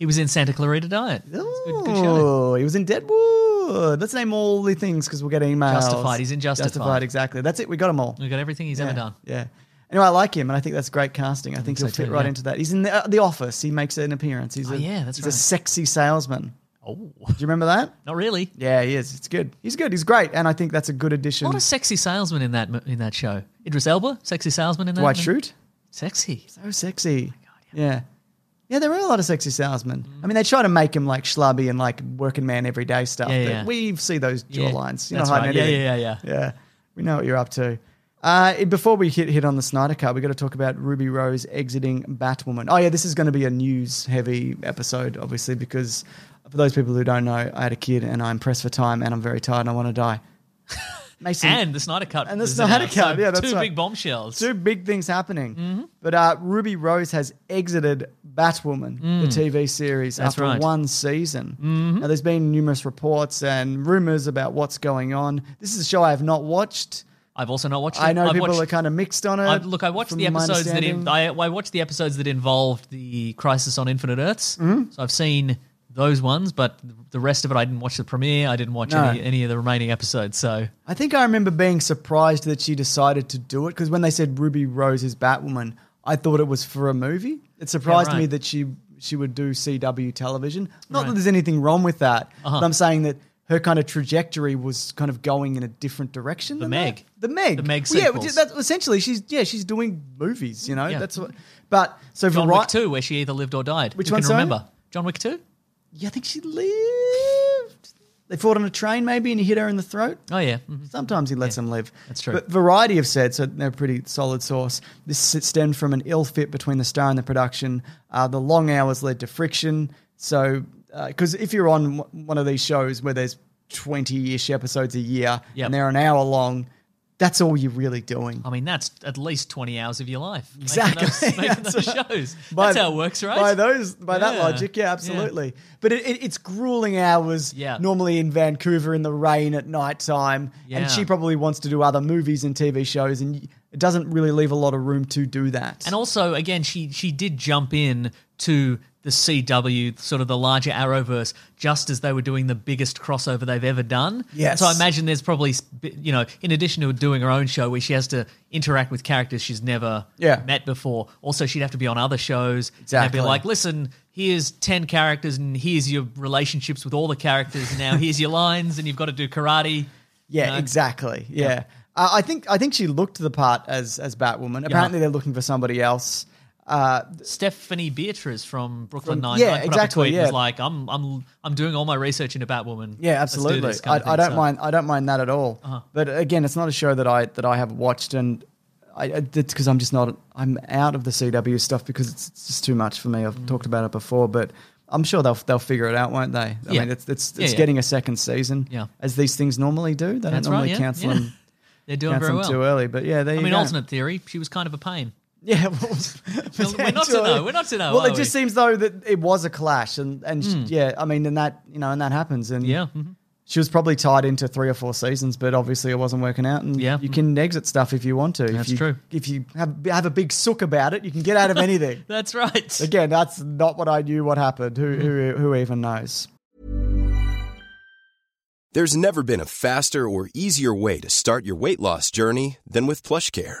Speaker 4: He was in Santa Clarita Diet. It's good, good show.
Speaker 1: Oh, he was in Deadwood. Let's name all the things because we'll get emails.
Speaker 4: Justified. He's in Justified.
Speaker 1: Exactly. That's it. We got them all.
Speaker 4: We got everything he's ever done.
Speaker 1: Yeah. Anyway, I like him, and I think that's great casting. I think he'll
Speaker 4: so
Speaker 1: fit
Speaker 4: too,
Speaker 1: right
Speaker 4: yeah.
Speaker 1: into that. He's in the, uh, the office. He makes an appearance. He's a,
Speaker 4: Oh, yeah, that's
Speaker 1: he's a
Speaker 4: right.
Speaker 1: sexy salesman.
Speaker 4: Oh,
Speaker 1: Do you remember that?
Speaker 4: not really.
Speaker 1: Yeah, he is. It's good. He's good. He's great, and I think that's a good
Speaker 4: A
Speaker 1: addition.
Speaker 4: lot of sexy salesmen in that mo- in that show. Idris Elba, sexy salesman in that.
Speaker 1: Dwight Schrute.
Speaker 4: Sexy.
Speaker 1: So
Speaker 4: Oh
Speaker 1: sexy. yeah. yeah. there are a lot of sexy salesmen.
Speaker 4: Mm.
Speaker 1: I mean, they try to make him like schlubby and like working man everyday stuff.
Speaker 4: Yeah,
Speaker 1: but
Speaker 4: yeah.
Speaker 1: we see those
Speaker 4: Yeah,
Speaker 1: jawlines. You're
Speaker 4: that's
Speaker 1: not hiding
Speaker 4: right. Yeah,
Speaker 1: anything.
Speaker 4: yeah, yeah, yeah.
Speaker 1: Yeah, we know what you're up to. Uh, it- before we hit hit on the Snyder Cut, we got to talk about Ruby Rose exiting Batwoman. Oh yeah, this is going to be a news heavy episode, obviously, because for those people who don't know, I had a kid and I'm pressed for time and I'm very tired and I want to die. Mason,
Speaker 4: And the Snyder Cut.
Speaker 1: And the
Speaker 4: was
Speaker 1: Snyder
Speaker 4: announced, so
Speaker 1: Cut, yeah, that's
Speaker 4: two
Speaker 1: right.
Speaker 4: big bombshells.
Speaker 1: two big things happening.
Speaker 4: Mm-hmm.
Speaker 1: But uh, Ruby Rose has exited Batwoman, the TV series,
Speaker 4: Mm. That's
Speaker 1: after
Speaker 4: right. Mm-hmm.
Speaker 1: one season. Now, there's been numerous reports and rumors about what's going on. This is a show I have not watched.
Speaker 4: I've also not watched. It.
Speaker 1: I know
Speaker 4: I've
Speaker 1: people
Speaker 4: watched,
Speaker 1: are kind of mixed on it.
Speaker 4: I, look, I watched
Speaker 1: from
Speaker 4: the
Speaker 1: my
Speaker 4: episodes that in,
Speaker 1: understanding.
Speaker 4: I, I watched the episodes that involved the Crisis on Infinite Earths. Mm-hmm. So I've seen those ones, but the rest of it, I didn't watch the premiere. I didn't watch
Speaker 1: No.
Speaker 4: any, any of the remaining episodes. So
Speaker 1: I think I remember being surprised that she decided to do it because when they said Ruby Rose is Batwoman, I thought it was for a movie. It surprised
Speaker 4: Yeah, right.
Speaker 1: me that she she would do CW television. Not that
Speaker 4: Right. Uh-huh.
Speaker 1: there's anything wrong with that, but I'm saying that her kind of trajectory was kind of going in a different direction. The than
Speaker 4: Meg.
Speaker 1: that. the Meg,
Speaker 4: The Meg
Speaker 1: yeah,
Speaker 4: sequels.
Speaker 1: which is- that's essentially she's yeah she's doing movies, you know.
Speaker 4: Yeah.
Speaker 1: That's what. But so
Speaker 4: John
Speaker 1: Vari-
Speaker 4: Wick Two, where she either lived or died.
Speaker 1: Which
Speaker 4: Who
Speaker 1: one,
Speaker 4: Can
Speaker 1: sorry?
Speaker 4: remember John Wick Two.
Speaker 1: yeah, I think she lived. They fought on a train maybe, and he hit her in the throat.
Speaker 4: Oh yeah. Mhm.
Speaker 5: Mm-hmm.
Speaker 1: Sometimes he lets them live.
Speaker 4: that's true.
Speaker 1: But Variety have said, so they're a pretty solid source. This stemmed from an ill fit between the star and the production. Uh, the long hours led to friction. So
Speaker 5: because if you're on w- one of these shows where there's 20 ish episodes a year
Speaker 4: Yep.
Speaker 5: and they're an hour long, that's all you're really doing.
Speaker 4: I mean, that's at least 20 hours of your life. making
Speaker 5: Exactly.
Speaker 4: those- Making those, shows.
Speaker 5: By-
Speaker 4: that's how it works, right?
Speaker 5: By those, by that
Speaker 4: Yeah.
Speaker 5: logic, yeah,
Speaker 4: Yeah.
Speaker 5: absolutely. But it, it, it's grueling hours.
Speaker 4: Yeah.
Speaker 5: Normally in Vancouver in the rain at night time,
Speaker 4: Yeah.
Speaker 5: and she probably wants to do other movies and TV shows, and y- it doesn't really leave a lot of room to do that.
Speaker 4: And also, again, she she did jump in to the CW, sort of the larger Arrowverse, just as they were doing the biggest crossover they've ever done.
Speaker 5: Yes.
Speaker 4: So I imagine there's probably, s- bi- you know, in addition to doing her own show where she has to interact with characters she's never
Speaker 5: Yeah.
Speaker 4: met before, also she'd have to be on other shows
Speaker 5: Exactly.
Speaker 4: and be like, listen, here's 10 characters and here's your relationships with all the characters. Now here's your lines and you've got to do karate.
Speaker 5: yeah,
Speaker 4: you know?
Speaker 5: exactly. Yeah. Uh, I think I think she looked the part as as Batwoman. Apparently, they're looking for somebody else.
Speaker 4: Stephanie Beatriz from Brooklyn Nine.
Speaker 5: yeah,
Speaker 4: Nine put
Speaker 5: exactly,
Speaker 4: Up a tweet and
Speaker 5: yeah.
Speaker 4: was like, I'm, I'm, I'm doing all my research into Batwoman.
Speaker 5: Yeah,
Speaker 4: Let's do
Speaker 5: absolutely.
Speaker 4: this kind
Speaker 5: I,
Speaker 4: of thing,
Speaker 5: I don't
Speaker 4: so- Uh-huh.
Speaker 5: mind. I don't mind that at all. But again, it's not a show that I that I have watched, and I it's because I'm just not. I'm out of the CW stuff because it's, it's just too much for me.
Speaker 4: Mm.
Speaker 5: I've talked about it before, but I'm sure they'll they'll figure it out, won't they? I
Speaker 4: Yeah.
Speaker 5: mean, it's it's, it's
Speaker 4: Yeah, yeah.
Speaker 5: getting a second season,
Speaker 4: Yeah.
Speaker 5: as these things normally do. They
Speaker 4: That's
Speaker 5: don't normally
Speaker 4: right, yeah,
Speaker 5: cancel
Speaker 4: yeah.
Speaker 5: them.
Speaker 4: They're doing
Speaker 5: Cancel
Speaker 4: very
Speaker 5: them
Speaker 4: well.
Speaker 5: too early, but yeah, there
Speaker 4: I
Speaker 5: you
Speaker 4: mean,
Speaker 5: go.
Speaker 4: alternate theory, she was kind of a pain.
Speaker 5: Yeah, well,
Speaker 4: we're not to
Speaker 5: potentially.
Speaker 4: know, we're not to know,
Speaker 5: Well, it
Speaker 4: are
Speaker 5: just
Speaker 4: we? Hmm.
Speaker 5: seems though that it was a clash, and and sh yeah, I mean, and that you know, and that happens, and
Speaker 4: Yeah. mhm.
Speaker 5: she was probably tied into three or four seasons, but obviously it wasn't working out. And
Speaker 4: Yeah.
Speaker 5: you can exit stuff if you want to. if
Speaker 4: That's
Speaker 5: you,
Speaker 4: true.
Speaker 5: If you have have a big sook about it, you can get out of anything.
Speaker 4: That's right.
Speaker 5: Again, that's not what I knew. What happened? Who
Speaker 4: Mm-hmm.
Speaker 5: who who even knows?
Speaker 6: There's never been a faster or easier way to start your weight loss journey than with PlushCare.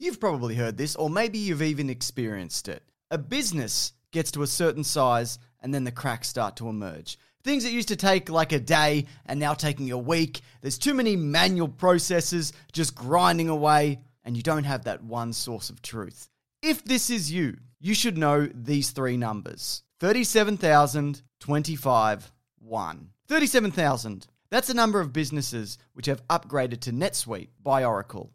Speaker 1: You've probably heard this, or maybe you've even experienced it. A business gets to a certain size, and then the cracks start to emerge. Things that used to take like a day and now taking a week. There's too many manual processes just grinding away, and you don't have that one source of truth. If this is you, you should know these three numbers 37,025 one. 37,000. That's the number of businesses which have upgraded to NetSuite by Oracle.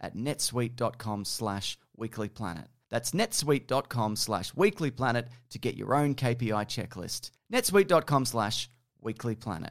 Speaker 1: at netsuite.com slash weeklyplanet. That's netsuite.com slash weeklyplanet to get your own KPI checklist. netsuite.com slash weeklyplanet.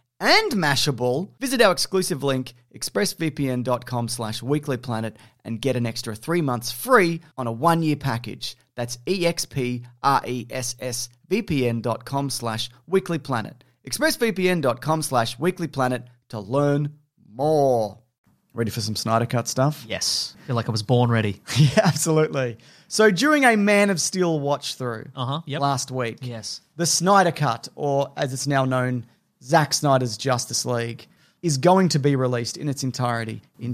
Speaker 1: and Mashable, visit our exclusive link, expressvpn.com slash weeklyplanet, and get an extra three months free on a one-year package. That's E expressvpn.com slash weeklyplanet. expressvpn.com slash weeklyplanet to learn more.
Speaker 7: Ready for some Snyder Cut stuff?
Speaker 4: Yes. I feel like I was born ready.
Speaker 7: Yeah, absolutely. So during a Man of Steel watch through
Speaker 4: Uh-huh, yep.
Speaker 7: last week,
Speaker 4: Yes.
Speaker 7: the Snyder Cut, or as it's now known, Zack Snyder's Justice League, is going to be released in its entirety in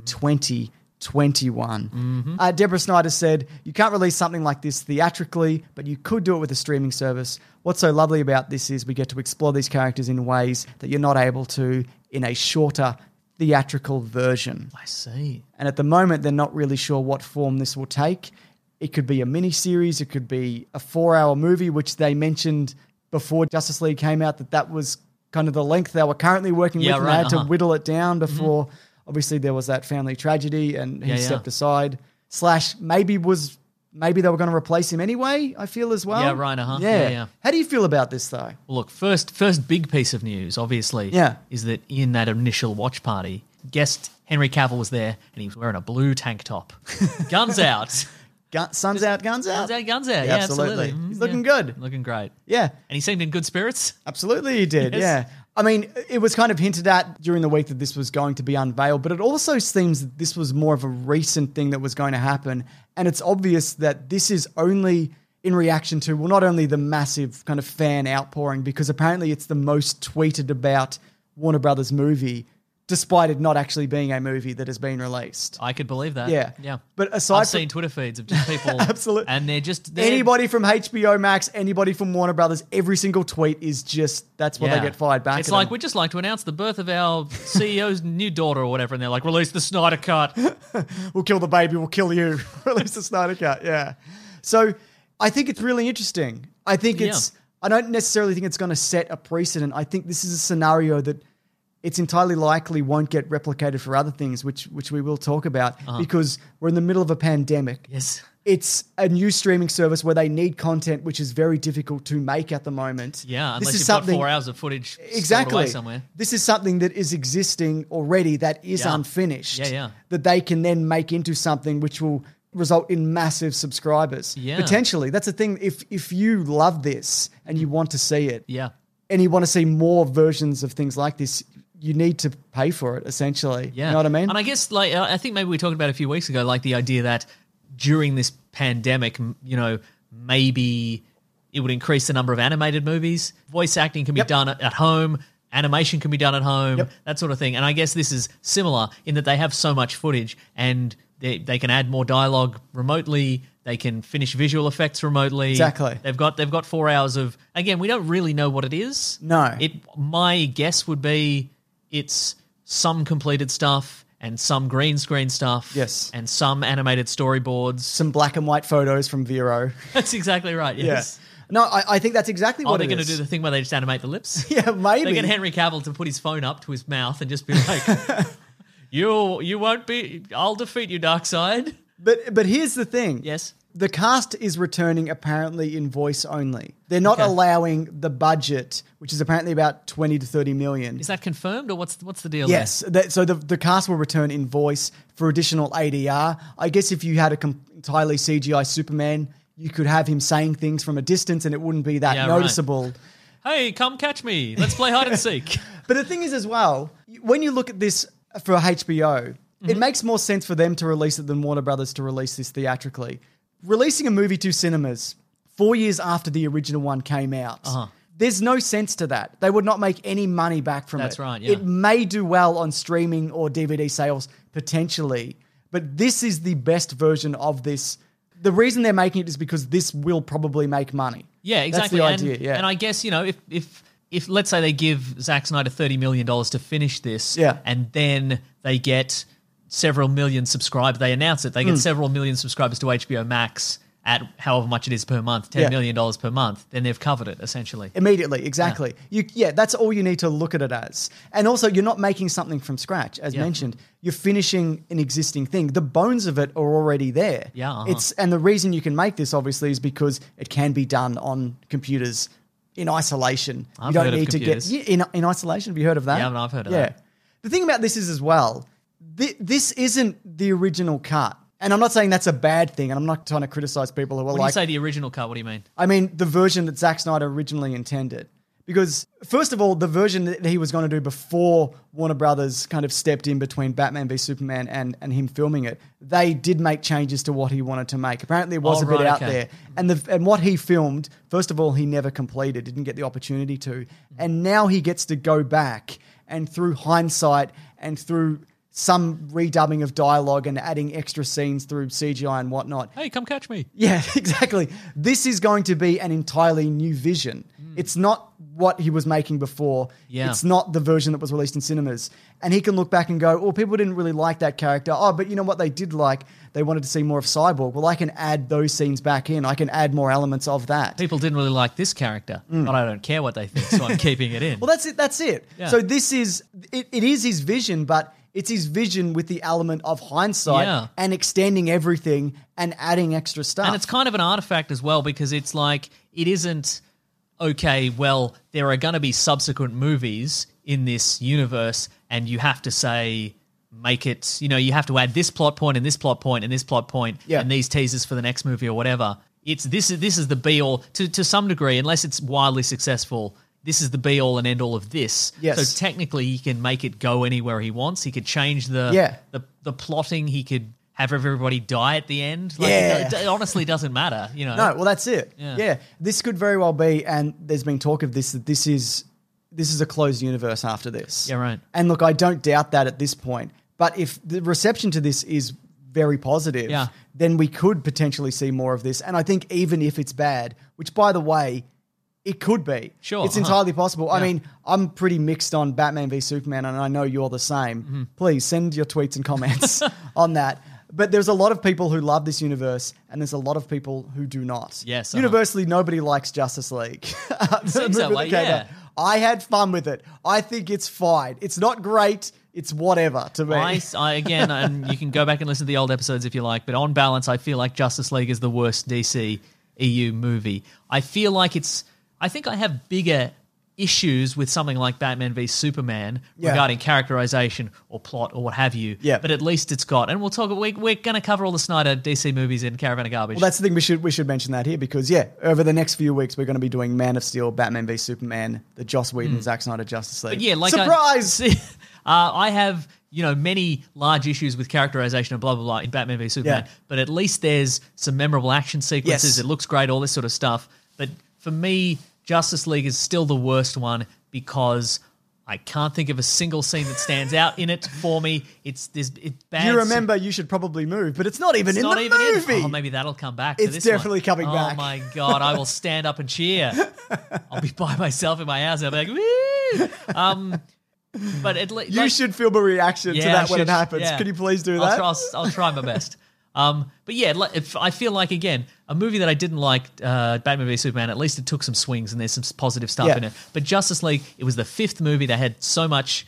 Speaker 7: 2021.
Speaker 4: Mm-hmm.
Speaker 7: Uh, Deborah Snyder said, You can't release something like this theatrically, but you could do it with a streaming service. What's so lovely about this is we get to explore these characters in ways that you're not able to in a shorter theatrical version.
Speaker 4: I see.
Speaker 7: And at the moment, they're not really sure what form this will take. It could be a mini series, it could be a four hour movie, which they mentioned before Justice League came out that that was kind of the length they were currently working
Speaker 4: Yeah,
Speaker 7: with. and
Speaker 4: right,
Speaker 7: they had
Speaker 4: uh-huh.
Speaker 7: to whittle it down before, obviously, there was that family tragedy and he
Speaker 4: Yeah, yeah.
Speaker 7: stepped aside. Slash, maybe was. Maybe they were going to replace him anyway. I feel as well.
Speaker 4: Yeah, right, uh-huh.
Speaker 7: Yeah.
Speaker 4: Yeah, yeah.
Speaker 7: How do you feel about this though?
Speaker 4: Well, look, first first big piece of news, obviously,
Speaker 7: Yeah.
Speaker 4: is that in that initial watch party, guest Henry Cavill was there and he was wearing a blue tank top. Guns out.
Speaker 7: Gun, sun's out, guns out.
Speaker 4: Guns out, guns out. Yeah, absolutely. Mhm,
Speaker 7: He's
Speaker 4: yeah.
Speaker 7: looking good.
Speaker 4: Looking great.
Speaker 7: Yeah.
Speaker 4: And he seemed in good spirits.
Speaker 7: Absolutely, he did.
Speaker 4: Yes.
Speaker 7: Yeah. I mean, it was kind of hinted at during the week that this was going to be unveiled, but it also seems that this was more of a recent thing that was going to happen. And it's obvious that this is only in reaction to, well, not only the massive kind of fan outpouring, because apparently it's the most tweeted about Warner Brothers movie, despite it not actually being a movie that has been released.
Speaker 4: I could believe that.
Speaker 7: Yeah.
Speaker 4: Yeah.
Speaker 7: But aside
Speaker 4: I've
Speaker 7: from-
Speaker 4: seen Twitter feeds of just people
Speaker 7: Absolute-
Speaker 4: and they're just they're,
Speaker 7: Anybody from HBO Max, anybody from Warner Brothers, every single tweet is just that's what
Speaker 4: Yeah.
Speaker 7: they get fired back.
Speaker 4: It's
Speaker 7: at
Speaker 4: like
Speaker 7: them.
Speaker 4: we'd just like to announce the birth of our CEO's new daughter or whatever, and they're like, release the Snyder Cut.
Speaker 7: we'll kill the baby, we'll kill you. Release the Snyder Cut, yeah. So I think it's really interesting. I think it's, I don't necessarily think it's going to set a precedent. I think this is a scenario that it's entirely likely won't get replicated for other things, which which we will talk about because we're in the middle of a pandemic.
Speaker 4: Uh-huh. Yes.
Speaker 7: It's a new streaming service where they need content, which is very difficult to make at the moment.
Speaker 4: Yeah, unless
Speaker 7: this is
Speaker 4: you've
Speaker 7: something
Speaker 4: got four hours of footage stored away
Speaker 7: exactly
Speaker 4: somewhere.
Speaker 7: This is something that is existing already that is
Speaker 4: Yeah.
Speaker 7: unfinished.
Speaker 4: Yeah, yeah.
Speaker 7: That they can then make into something which will result in massive subscribers.
Speaker 4: Yeah.
Speaker 7: Potentially. That's the thing. If if you love this and you want to see it,
Speaker 4: Yeah.
Speaker 7: and you want to see more versions of things like this,
Speaker 1: you need to pay for it essentially.
Speaker 4: Yeah.
Speaker 1: You know what I mean?
Speaker 4: And I guess like uh, I think maybe we talked about it a few weeks ago, like the idea that during this pandemic, m- you know, maybe it would increase the number of animated movies. Voice acting can be
Speaker 1: Yep.
Speaker 4: done at at home. Animation can be done at home,
Speaker 1: Yep.
Speaker 4: that sort of thing. And I guess this is similar in that they have so much footage and they, they can add more dialogue remotely. They can finish visual effects remotely.
Speaker 1: Exactly.
Speaker 4: They've got they've got four hours of again. We don't really know what it is.
Speaker 1: No.
Speaker 4: It my guess would be it's some completed stuff and some green screen stuff.
Speaker 1: Yes.
Speaker 4: And some animated storyboards.
Speaker 1: Some black and white photos from Vero.
Speaker 4: That's exactly right. Yes.
Speaker 1: No, I, I think that's exactly
Speaker 4: Are
Speaker 1: what
Speaker 4: they
Speaker 1: it
Speaker 4: going to
Speaker 1: is.
Speaker 4: do the thing where they just animate the lips?
Speaker 1: Yeah,
Speaker 4: They
Speaker 1: maybe.
Speaker 4: get Henry Cavill to put his phone up to his mouth and just be like, "You, you won't be. I'll defeat you, Darkseid."
Speaker 1: But but here's the thing.
Speaker 4: Yes.
Speaker 1: The cast is returning apparently in voice only. They're not
Speaker 4: Okay.
Speaker 1: allowing the budget, which is apparently about 20 to 30 million.
Speaker 4: Is that confirmed, or what's what's the deal?
Speaker 1: yes. That, so the, the cast will return in voice for additional ADR. I guess if you had a com- entirely CGI Superman, you could have him saying things from a distance and it wouldn't be that
Speaker 4: Yeah, right.
Speaker 1: noticeable.
Speaker 4: There? Hey, come catch me. Let's play hide and seek.
Speaker 1: But the thing is, as well, when you look at this for HBO,
Speaker 4: Mm-hmm.
Speaker 1: it makes more sense for them to release it than Warner Brothers to release this theatrically. Releasing a movie to cinemas four years after the original one came out.
Speaker 4: Uh-huh.
Speaker 1: There's no sense to that. They would not make any money back from
Speaker 4: That's
Speaker 1: it.
Speaker 4: right, yeah.
Speaker 1: It may do well on streaming or DVD sales potentially, but this is the best version of this. The reason they're making it is because this will probably make money.
Speaker 4: Yeah, exactly.
Speaker 1: That's the
Speaker 4: and,
Speaker 1: idea. Yeah.
Speaker 4: and I guess you know if if if let's say they give Zack Snyder thirty million dollars to finish this,
Speaker 1: Yeah.
Speaker 4: and then they get several million subscribers, they announce it, they
Speaker 1: Hmm.
Speaker 4: get several million subscribers to HBO Max at however much it is per month, ten
Speaker 1: Yeah.
Speaker 4: million dollars per month, then they've covered it essentially.
Speaker 1: Immediately, exactly. You yeah, that's all you need to look at it as. And also you're not making something from scratch, as
Speaker 4: Yeah.
Speaker 1: mentioned. You're finishing an existing thing. The bones of it are already there.
Speaker 4: Yeah, uh-huh.
Speaker 1: It's and the reason you can make this obviously is because it can be done on computers in isolation.
Speaker 4: I've
Speaker 1: you don't
Speaker 4: heard of
Speaker 1: need to get
Speaker 4: computers.
Speaker 1: yeah, in in isolation. Have you heard of that?
Speaker 4: Yeah, I've heard of that.
Speaker 1: The thing about this is as well, thi- this isn't the original cut. And I'm not saying that's a bad thing, and I'm not trying to criticize people who are
Speaker 4: When
Speaker 1: like
Speaker 4: you say the original cut, what do you mean?
Speaker 1: I mean, the version that Zack Snyder originally intended. Because, first of all, the version that he was going to do before Warner Brothers kind of stepped in between Batman v Superman and, and him filming it, they did make changes to what he wanted to make. Apparently, it was
Speaker 4: Oh,
Speaker 1: a bit
Speaker 4: right,
Speaker 1: out
Speaker 4: okay.
Speaker 1: there. And, the, and what he filmed, first of all, he never completed, didn't get the opportunity to. And now he gets to go back and through hindsight and through some redubbing of dialogue and adding extra scenes through CGI and whatnot,
Speaker 4: Hey, come catch me.
Speaker 1: yeah, exactly. This is going to be an entirely new vision. It's not what he was making before.
Speaker 4: Hmm. Yeah.
Speaker 1: It's not the version that was released in cinemas. And he can look back and go, oh, people didn't really like that character. Oh, but you know what they did like? They wanted to see more of Cyborg. Well, I can add those scenes back in. I can add more elements of that.
Speaker 4: People didn't really like this character, but I don't care what they think, so I'm keeping it in.
Speaker 1: Hmm. Well, that's it. That's it.
Speaker 4: Yeah.
Speaker 1: So this is it, it is his vision, but it's his vision with the element of hindsight
Speaker 4: Yeah.
Speaker 1: and extending everything and adding extra stuff.
Speaker 4: And it's kind of an artifact as well because it's like it isn't okay. Well, there are going to be subsequent movies in this universe, and you have to say make it. You know, you have to add this plot point and this plot point and this plot point
Speaker 1: Yeah.
Speaker 4: and these teasers for the next movie or whatever. It's this is this is the be all to to some degree, unless it's wildly successful. This is the be all and end all of this.
Speaker 1: Yes.
Speaker 4: So technically, he can make it go anywhere he wants. He could change the
Speaker 1: Yeah.
Speaker 4: the the plotting. He could have everybody die at the end. Like,
Speaker 1: Yeah.
Speaker 4: it, do- it honestly doesn't matter. You know.
Speaker 1: No, well, that's it. Yeah. this could very well be, and there's been talk of this that this is this is a closed universe after this.
Speaker 4: Yeah, right.
Speaker 1: And look, I don't doubt that at this point. But if the reception to this is very positive,
Speaker 4: Yeah.
Speaker 1: then we could potentially see more of this. And I think even if it's bad, which by the way, it could be.
Speaker 4: Sure,
Speaker 1: It's
Speaker 4: uh-huh.
Speaker 1: entirely possible. I mean, I'm pretty mixed on Batman v Superman, and I know you're the same.
Speaker 4: Mm-hmm.
Speaker 1: Please send your tweets and comments on that. But there's a lot of people who love this universe, and there's a lot of people who do not.
Speaker 4: Yes, uh-huh.
Speaker 1: Universally, nobody likes Justice League.
Speaker 4: seems that way,
Speaker 1: Okay,
Speaker 4: yeah.
Speaker 1: no. I had fun with it. I think it's fine. It's not great. It's whatever to me.
Speaker 4: I, I again, and you can go back and listen to the old episodes if you like. But on balance, I feel like Justice League is the E worst DC EU movie. I feel like it's. I think I have bigger issues with something like Batman v Superman
Speaker 1: Yeah.
Speaker 4: regarding characterization or plot or what have you.
Speaker 1: Yeah.
Speaker 4: But at least it's got, and we'll talk. We, we're going to cover all the Snyder DC movies in Caravan of Garbage.
Speaker 1: Well, that's the thing we should we should mention that here because yeah, over the next few weeks we're going to be doing Man of Steel, Batman v Superman, the Joss Whedon, Zack Snyder Justice League.
Speaker 4: Hmm. But yeah, like
Speaker 1: surprise.
Speaker 4: I, uh, I have you know many large issues with characterization and blah blah blah in Batman v Superman.
Speaker 1: Yeah.
Speaker 4: But at least there's some memorable action
Speaker 1: Yes.
Speaker 4: sequences. It looks great, all this sort of stuff. But for me, Justice League is still the worst one because. I can't think of a single scene that stands out in it for me. It's this it's bad.
Speaker 1: you remember you should probably move, but it's not even
Speaker 4: It's
Speaker 1: in
Speaker 4: not
Speaker 1: the
Speaker 4: even
Speaker 1: movie.
Speaker 4: in. Oh, maybe that'll come back. to
Speaker 1: It's
Speaker 4: this one.
Speaker 1: definitely coming
Speaker 4: Oh
Speaker 1: back.
Speaker 4: my god! I will stand up and cheer. I'll be by myself in my house. And I'll be like, woo! Um, but at least
Speaker 1: you should film a reaction to that when it happens.
Speaker 4: yeah.
Speaker 1: Can you please do
Speaker 4: I'll
Speaker 1: that?
Speaker 4: try, I'll, s- I'll try my best. Um, but yeah, li- if, I feel like again a movie that I didn't like, uh, Batman v Superman. At least it took some swings and there's some s- positive stuff
Speaker 1: Yeah.
Speaker 4: in it. But Justice League, it was the fifth movie that had so much.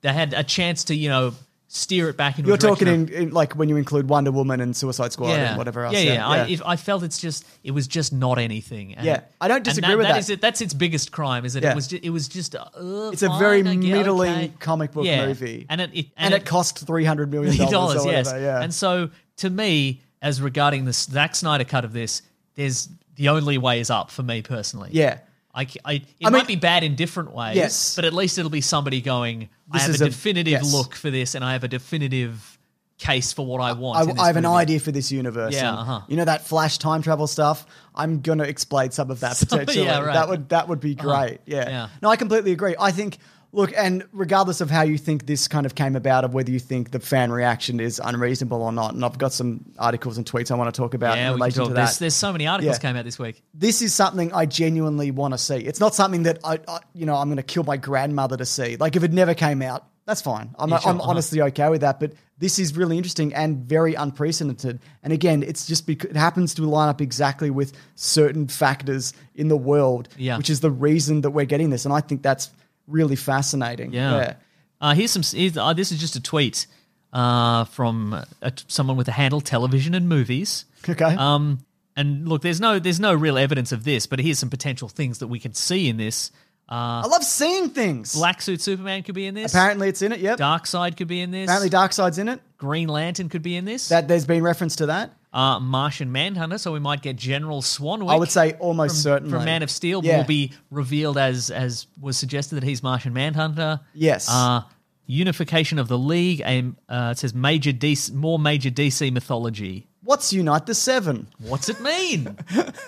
Speaker 4: They had a chance to you know steer it back into. a
Speaker 1: You're
Speaker 4: direction
Speaker 1: talking
Speaker 4: of-
Speaker 1: in, in like when you include Wonder Woman and Suicide Squad and whatever else.
Speaker 4: Yeah, yeah. I, if, I felt it's just it was just not anything. And,
Speaker 1: Yeah. I don't
Speaker 4: and
Speaker 1: disagree with that.
Speaker 4: is it, that's its biggest crime. Is that
Speaker 1: Yeah.
Speaker 4: it was just, it was just uh,
Speaker 1: It's a
Speaker 4: fine,
Speaker 1: very
Speaker 4: I get-
Speaker 1: middling
Speaker 4: okay.
Speaker 1: comic book
Speaker 4: Yeah.
Speaker 1: movie.
Speaker 4: and it, it
Speaker 1: and, it, cost three hundred million dollars.
Speaker 4: dollars.
Speaker 1: or
Speaker 4: Yes,
Speaker 1: whatever, yeah.
Speaker 4: and so to me, as regarding the Zack Snyder cut of this, there's the only way is up for me personally.
Speaker 1: Yeah.
Speaker 4: I, c- I- it
Speaker 1: I
Speaker 4: might
Speaker 1: mean-
Speaker 4: be bad in different ways,
Speaker 1: Yes.
Speaker 4: but at least it'll be somebody going, I
Speaker 1: This
Speaker 4: have
Speaker 1: is
Speaker 4: a
Speaker 1: a-
Speaker 4: definitive
Speaker 1: yes.
Speaker 4: look for this and I have a definitive case for what I want. in
Speaker 1: I,
Speaker 4: this
Speaker 1: I have an
Speaker 4: movie."
Speaker 1: idea for this universe.
Speaker 4: Yeah,
Speaker 1: and
Speaker 4: uh-huh.
Speaker 1: you know that flash time travel stuff. I'm gonna explain some of that
Speaker 4: So,
Speaker 1: potentially.
Speaker 4: yeah, right. Uh-huh.
Speaker 1: That would that would be great. Yeah.
Speaker 4: Yeah.
Speaker 1: No, I completely agree. I think. Look, and regardless of how you think this kind of came about, of whether you think the fan reaction is unreasonable or not, and I've got some articles and tweets I want to talk about in
Speaker 4: Yeah, we can
Speaker 1: relation
Speaker 4: talk.
Speaker 1: to that.
Speaker 4: There's, there's so many articles
Speaker 1: Yeah.
Speaker 4: came out this week.
Speaker 1: this is something I genuinely want to see. It's not something that I, I you know, I'm going to kill my grandmother to see. Like if it never came out, that's fine. I'm,
Speaker 4: sure,
Speaker 1: I'm
Speaker 4: uh-huh.
Speaker 1: honestly okay with that. But this is really interesting and very unprecedented. And again, it's just because it happens to line up exactly with certain factors in the world,
Speaker 4: Yeah.
Speaker 1: which is the reason that we're getting this. And I think that's really fascinating.
Speaker 4: Yeah. Uh, here's some. Here's, uh, this is just a tweet uh, from uh, someone with a handle television and movies.
Speaker 1: Okay.
Speaker 4: Um, and look, there's no there's no real evidence of this, but here's some potential things that we can see in this.
Speaker 1: I love seeing things.
Speaker 4: Uh, Black suit Superman could be in this.
Speaker 1: Apparently, it's in it. Yep.
Speaker 4: Dark Side could be in this.
Speaker 1: Apparently, Dark Side's in it.
Speaker 4: Green Lantern could be in this.
Speaker 1: That there's been reference to that.
Speaker 4: uh, Martian Manhunter, so we might get General Swanwick.
Speaker 1: I would say almost
Speaker 4: from,
Speaker 1: certainly
Speaker 4: from Man of Steel
Speaker 1: Yeah.
Speaker 4: will be revealed as as was suggested that he's Martian Manhunter.
Speaker 1: Yes.
Speaker 4: Uh, unification of the league. A, uh, it says major DC, more major DC mythology.
Speaker 1: What's unite the seven?
Speaker 4: What's it mean?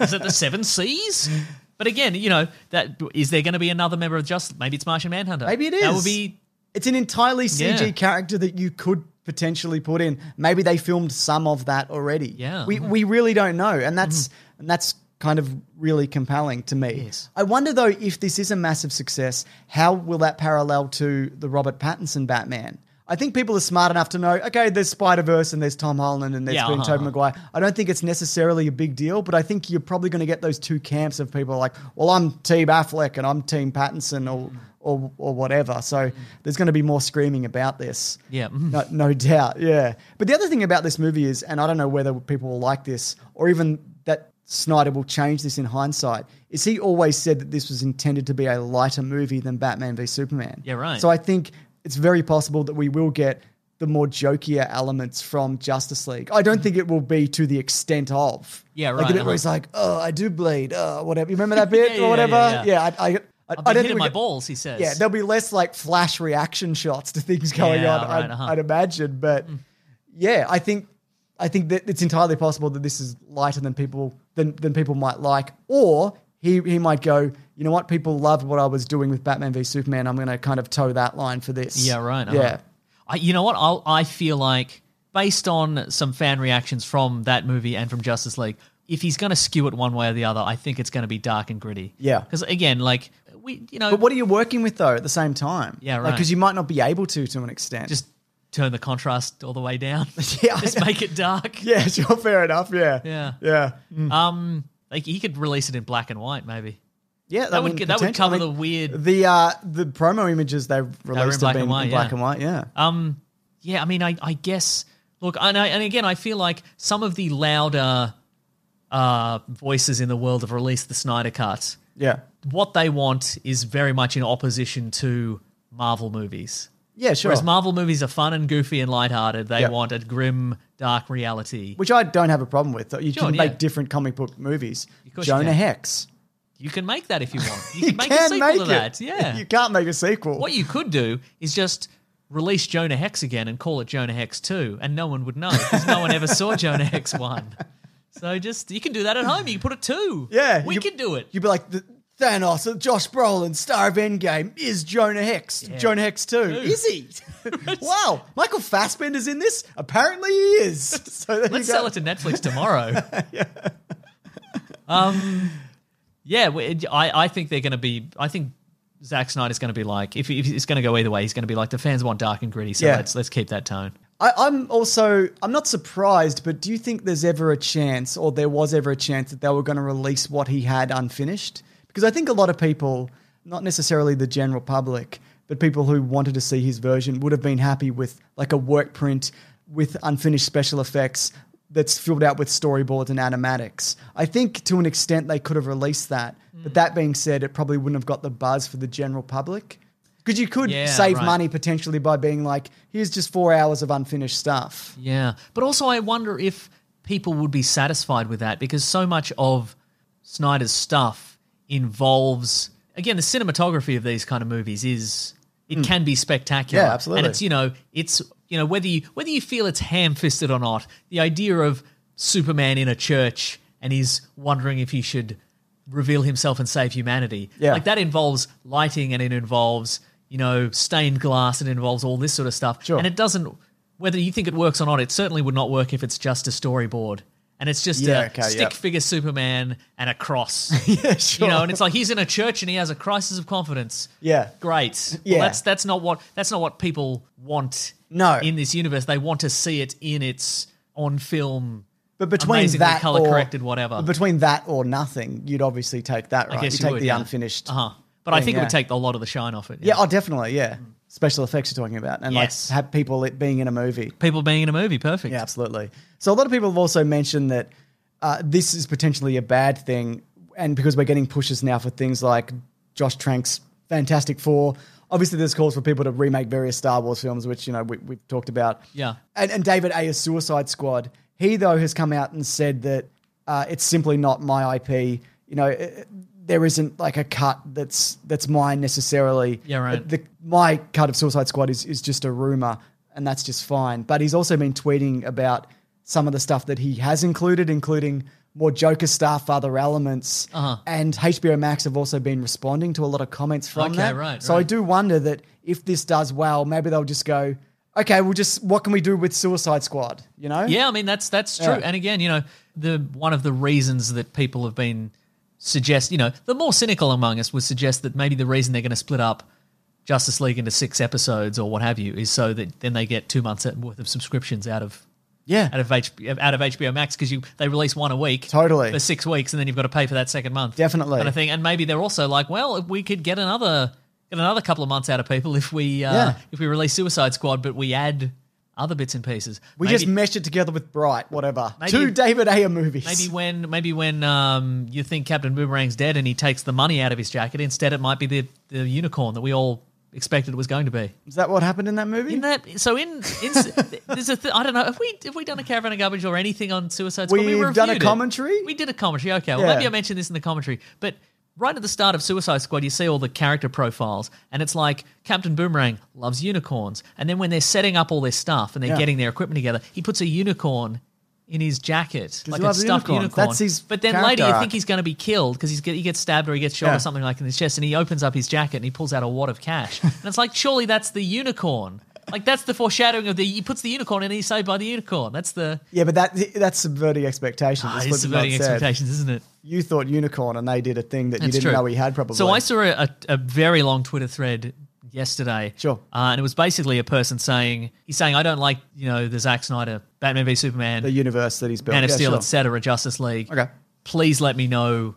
Speaker 4: is it the Seven Seas? But again, you know that is there going to be another member of Just? Maybe it's Martian Manhunter.
Speaker 1: Maybe it
Speaker 4: That
Speaker 1: is.
Speaker 4: would be
Speaker 1: It's an entirely CG
Speaker 4: Yeah.
Speaker 1: character that you could potentially put in. Maybe they filmed some of that already.
Speaker 4: Yeah. Mm-hmm.
Speaker 1: we we really don't know, and that's and that's kind of really compelling to me. I wonder though if this is a massive success, how will that parallel to the Robert Pattinson Batman? I think people are smart enough to know, okay, there's Spider Verse and there's Tom Holland and there's
Speaker 4: Yeah,
Speaker 1: been
Speaker 4: uh-huh.
Speaker 1: Tobey Maguire. I don't think it's necessarily a big deal, but I think you're probably going to get those two camps of people like, well, I'm Team Affleck and I'm Team Pattinson or or, or whatever. So there's going to be more screaming about this.
Speaker 4: Yeah. Mhm.
Speaker 1: No, no doubt. Yeah. But the other thing about this movie is, and I don't know whether people will like this or even that Snyder will change this in hindsight, is he always said that this was intended to be a lighter movie than Batman v Superman.
Speaker 4: Yeah, right.
Speaker 1: So I think it's very possible that we will get the more jokier elements from Justice League. I don't think it will be to the extent of.
Speaker 4: Mm-hmm. Yeah,
Speaker 1: Like
Speaker 4: right,
Speaker 1: it was
Speaker 4: uh-huh.
Speaker 1: like, oh, I do bleed, oh, whatever. You remember that bit
Speaker 4: Yeah, yeah,
Speaker 1: or whatever?
Speaker 4: yeah, yeah.
Speaker 1: I, I, I,
Speaker 4: I've
Speaker 1: I
Speaker 4: been
Speaker 1: don't
Speaker 4: hitting
Speaker 1: think
Speaker 4: my
Speaker 1: we-
Speaker 4: balls. He says.
Speaker 1: yeah, there'll be less like flash reaction shots to things going
Speaker 4: Yeah,
Speaker 1: on.
Speaker 4: right,
Speaker 1: I'd,
Speaker 4: uh-huh. Mm.
Speaker 1: I'd imagine, but yeah, I think I think that it's entirely possible that this is lighter than people than than people might like, or he he might go, you know what, people loved what I was doing with Batman v Superman. I'm going to kind of toe that line for this.
Speaker 4: Yeah, right. uh-huh.
Speaker 1: Yeah,
Speaker 4: I, you know what? I'll, I feel like, based on some fan reactions from that movie and from Justice League, if he's going to skew it one way or the other, I think it's going to be dark and gritty.
Speaker 1: Yeah.
Speaker 4: Because, again, like, we, you know,
Speaker 1: but what are you working with though at the same time?
Speaker 4: Yeah, right.
Speaker 1: Because you might not be able to to an extent.
Speaker 4: just turn the contrast all the way down.
Speaker 1: Yeah, I
Speaker 4: just
Speaker 1: know.
Speaker 4: make it dark.
Speaker 1: yeah, sure, fair enough. Yeah,
Speaker 4: Yeah.
Speaker 1: yeah,
Speaker 4: Um, like, he could release it in black and white, maybe.
Speaker 1: yeah. I
Speaker 4: That would
Speaker 1: mean,
Speaker 4: get- that would
Speaker 1: potential-
Speaker 4: cover
Speaker 1: I mean,
Speaker 4: the weird.
Speaker 1: The uh, the promo images they've released have
Speaker 4: black
Speaker 1: been
Speaker 4: and
Speaker 1: in
Speaker 4: white,
Speaker 1: black
Speaker 4: yeah.
Speaker 1: and white. Yeah,
Speaker 4: Um, yeah, I mean, I, I guess. Look, and, I, and again, I feel like some of the louder uh, voices in the world have released the Snyder Cut.
Speaker 1: yeah.
Speaker 4: what they want is very much in opposition to Marvel movies.
Speaker 1: Yeah, sure.
Speaker 4: Whereas Marvel movies are fun and goofy and lighthearted, they
Speaker 1: Yeah.
Speaker 4: want a grim, dark reality.
Speaker 1: Which I don't have a problem with. You
Speaker 4: Sure,
Speaker 1: can
Speaker 4: yeah.
Speaker 1: make different comic book movies.
Speaker 4: course you
Speaker 1: Jonah
Speaker 4: can.
Speaker 1: Hex.
Speaker 4: You can make that if you want. You, can make a
Speaker 1: Can
Speaker 4: sequel
Speaker 1: make
Speaker 4: to
Speaker 1: it.
Speaker 4: that. Yeah.
Speaker 1: You can't make a sequel.
Speaker 4: what you could do is just release Jonah Hex again and call it Jonah Hex 2, and no one would know because no one ever saw Jonah Hex 1. So just, you can do that at home. You can put it 2.
Speaker 1: Yeah,
Speaker 4: We
Speaker 1: you-
Speaker 4: can do it.
Speaker 1: You'd be like the Thanos, Josh Brolin, star of Endgame is Jonah Hex. Jonah Hex too. Is he? wow, Michael Fassbender's in this. Apparently he is. So there
Speaker 4: Let's
Speaker 1: you go.
Speaker 4: sell it to Netflix tomorrow. Um, yeah, we- I, I think they're going to be. I think Zack Snyder's going to be like, if, if it's going to go either way, he's going to be like, the fans want dark and gritty, so
Speaker 1: Yeah.
Speaker 4: let's let's keep that tone.
Speaker 1: I, I'm also I'm not surprised, but do you think there's ever a chance, or there was ever a chance that they were going to release what he had unfinished? Because I think a lot of people, not necessarily the general public, but people who wanted to see his version would have been happy with like a work print with unfinished special effects that's filled out with storyboards and animatics. I think to an extent they could have released that,
Speaker 4: Mm.
Speaker 1: but that being said, it probably wouldn't have got the buzz for the general public. Because you could
Speaker 4: Yeah,
Speaker 1: save
Speaker 4: right.
Speaker 1: money potentially by being like, here's just four hours of unfinished stuff.
Speaker 4: Yeah, but also I wonder if people would be satisfied with that because so much of Snyder's stuff involves again the cinematography of these kind of movies is it can be spectacular.
Speaker 1: Hmm. Yeah, absolutely.
Speaker 4: And it's you know it's you know whether you whether you feel it's ham fisted or not, the idea of Superman in a church and he's wondering if he should reveal himself and save humanity.
Speaker 1: Yeah.
Speaker 4: Like that involves lighting and it involves, you know, stained glass and it involves all this sort of stuff.
Speaker 1: Sure.
Speaker 4: And it doesn't whether you think it works or not, it certainly would not work if it's just a storyboard. And it's just
Speaker 1: Yeah,
Speaker 4: a
Speaker 1: okay,
Speaker 4: stick
Speaker 1: yep.
Speaker 4: figure Superman and a cross.
Speaker 1: sure.
Speaker 4: You know, and it's like he's in a church and he has a crisis of confidence.
Speaker 1: Yeah.
Speaker 4: Great.
Speaker 1: Yeah.
Speaker 4: Well, that's that's not what that's not what people want
Speaker 1: No.
Speaker 4: in this universe. They want to see it in its on film
Speaker 1: But between
Speaker 4: amazingly
Speaker 1: that
Speaker 4: color
Speaker 1: or
Speaker 4: corrected whatever.
Speaker 1: but Between that or nothing, you'd obviously take that, right?
Speaker 4: guess
Speaker 1: you
Speaker 4: you
Speaker 1: take
Speaker 4: would,
Speaker 1: the
Speaker 4: yeah.
Speaker 1: unfinished.
Speaker 4: Uh-huh. But I
Speaker 1: thing,
Speaker 4: think it
Speaker 1: yeah.
Speaker 4: would take a lot of the shine off it.
Speaker 1: Yeah, oh, definitely, yeah. Special effects you're talking about, and
Speaker 4: Yes.
Speaker 1: like have people it being in a movie.
Speaker 4: people being in a movie, perfect.
Speaker 1: Yeah, absolutely. So a lot of people have also mentioned that uh, this is potentially a bad thing, and because we're getting pushes now for things like Josh Trank's Fantastic Four. Obviously, there's calls for people to remake various Star Wars films, which you know we, we've talked about.
Speaker 4: Yeah.
Speaker 1: and, and David Ayer's Suicide Squad. He though has come out and said that uh, it's simply not my IP. You know, eh, there isn't like a cut that's that's mine necessarily.
Speaker 4: Yeah, right.
Speaker 1: The, my cut of Suicide Squad is, is just a rumor, and that's just fine. But he's also been tweeting about some of the stuff that he has included, including more Joker stuff, other elements,
Speaker 4: Uh-huh.
Speaker 1: and HBO Max have also been responding to a lot of comments from
Speaker 4: Okay,
Speaker 1: that.
Speaker 4: right,
Speaker 1: So I
Speaker 4: right.
Speaker 1: do wonder that if this does well, maybe they'll just go, okay, we'll just what can we do with Suicide Squad? You know?
Speaker 4: Yeah, I mean that's that's true.
Speaker 1: Yeah.
Speaker 4: And again, you know, the one of the reasons that people have been suggest, you know, the more cynical among us would suggest that maybe the reason they're going to split up Justice League into six episodes or what have you is so that then they get two months worth of subscriptions out of
Speaker 1: yeah,
Speaker 4: out of HBO, out of HBO Max because you they release one a week
Speaker 1: Totally.
Speaker 4: for six weeks and then you've got to pay for that second month
Speaker 1: Definitely.
Speaker 4: kind of thing and maybe they're also like well if we could get another get another couple of months out of people if we uh,
Speaker 1: Yeah.
Speaker 4: if we release Suicide Squad but we add other bits and pieces
Speaker 1: we
Speaker 4: Maybe-
Speaker 1: just meshed it together with Bright, whatever.
Speaker 4: Maybe-
Speaker 1: Two David Ayer movies.
Speaker 4: Maybe when maybe when um, you think Captain Boomerang's dead and he takes the money out of his jacket, instead it might be the, the unicorn that we all expected it was going to be.
Speaker 1: is that what happened in that movie?
Speaker 4: In that, so in, in there's a th- I don't know have we have we done a caravan of garbage or anything on Suicide Squad? We
Speaker 1: We've done a
Speaker 4: reviewed it.
Speaker 1: commentary?
Speaker 4: We did a commentary. Okay, well
Speaker 1: Yeah.
Speaker 4: maybe I mentioned this in the commentary, but right at the start of Suicide Squad, you see all the character profiles, and it's like Captain Boomerang loves unicorns, and then when they're setting up all their stuff and they're
Speaker 1: Yeah.
Speaker 4: getting their equipment together, he puts a unicorn. In his jacket, like
Speaker 1: he
Speaker 4: a
Speaker 1: loves
Speaker 4: stuffed
Speaker 1: unicorns.
Speaker 4: unicorn.
Speaker 1: That's his
Speaker 4: but then later, you
Speaker 1: character
Speaker 4: think
Speaker 1: arc.
Speaker 4: he's going to be killed because he's get, he gets stabbed or he gets shot
Speaker 1: Yeah.
Speaker 4: or something like in his chest, and he opens up his jacket and he pulls out a wad of cash, and it's like surely that's the unicorn. Like that's the foreshadowing of the he puts the unicorn in and he's saved by the unicorn. That's the
Speaker 1: yeah, but that that's subverting expectations.
Speaker 4: ah,
Speaker 1: That's
Speaker 4: it's
Speaker 1: what
Speaker 4: subverting
Speaker 1: Bright said.
Speaker 4: expectations, isn't it?
Speaker 1: You thought unicorn, and they did a thing that you
Speaker 4: That's
Speaker 1: didn't
Speaker 4: true.
Speaker 1: know he had. Probably.
Speaker 4: So I saw a, a, a very long Twitter thread yesterday.
Speaker 1: Sure.
Speaker 4: Uh, and it was basically a person saying he's saying I don't like you know the Zack Snyder Batman v Superman
Speaker 1: the universe that he's built.
Speaker 4: Man of
Speaker 1: Yeah,
Speaker 4: Steel,
Speaker 1: sure.
Speaker 4: etc., Justice League.
Speaker 1: Okay.
Speaker 4: Please let me know.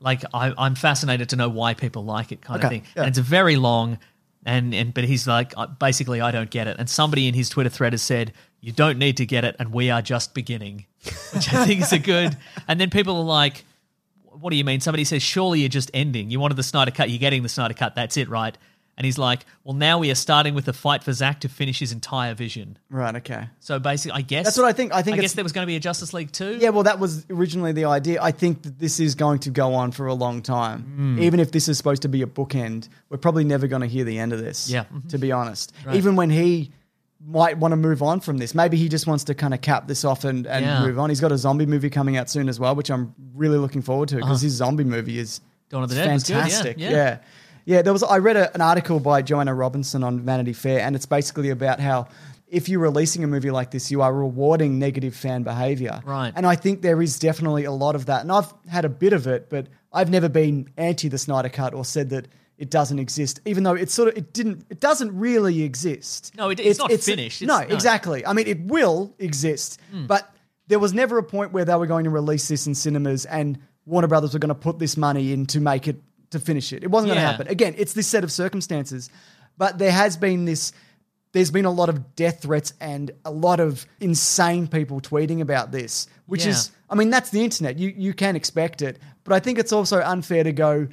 Speaker 4: Like I, I'm fascinated to know why people like it, kind of
Speaker 1: Okay,
Speaker 4: thing.
Speaker 1: yeah.
Speaker 4: And it's very long, and and but he's like, uh, basically, I don't get it. And somebody in his Twitter thread has said, "You don't need to get it, and we are just beginning," which I think is a good. And then people are like, what do you mean? Somebody says, surely you're just ending. You wanted the Snyder Cut, you're getting the Snyder Cut, that's it, right? And he's like, well, now we are starting with a fight for Zack to finish his entire vision.
Speaker 1: Right. Okay.
Speaker 4: So basically, I guess
Speaker 1: That's what I think. I think
Speaker 4: I
Speaker 1: it's-
Speaker 4: guess there was going to be a Justice League too.
Speaker 1: Yeah, well, that was originally the idea. I think that this is going to go on for a long
Speaker 4: Hmm.
Speaker 1: time. Even if this is supposed to be a bookend, we're probably never going to hear the end of this.
Speaker 4: Yeah. Mhm.
Speaker 1: To be honest, even when he might want to move on from this, maybe he just wants to kind of cap this off and, and
Speaker 4: Yeah.
Speaker 1: move on. He's got a zombie movie coming out soon as well, which I'm really looking forward to because his zombie movie is
Speaker 4: Uh-huh. Dawn of the
Speaker 1: it's
Speaker 4: Dead was good, yeah,
Speaker 1: fantastic.
Speaker 4: yeah.
Speaker 1: yeah. Yeah, there was. I read a, an article by Joanna Robinson on Vanity Fair, and it's basically about how if you're releasing a movie like this, you are rewarding negative fan behavior.
Speaker 4: Right.
Speaker 1: And I think there is definitely a lot of that. And I've had a bit of it, but I've never been anti the Snyder Cut or said that it doesn't exist, even though it sort of it didn't. It doesn't really exist.
Speaker 4: No, it- it's not finished. It's-
Speaker 1: no,
Speaker 4: no.
Speaker 1: exactly. I mean, it will exist,
Speaker 4: Hmm.
Speaker 1: but there was never a point where they were going to release this in cinemas and Warner Brothers were going to put this money in to make it to finish it. It wasn't going
Speaker 4: Yeah.
Speaker 1: to happen. Again, it's this set of circumstances, but there has been this. There's been a lot of death threats and a lot of insane people tweeting about this, which
Speaker 4: Yeah.
Speaker 1: is, I mean, that's the internet. You you can expect it, but I think it's also unfair to go.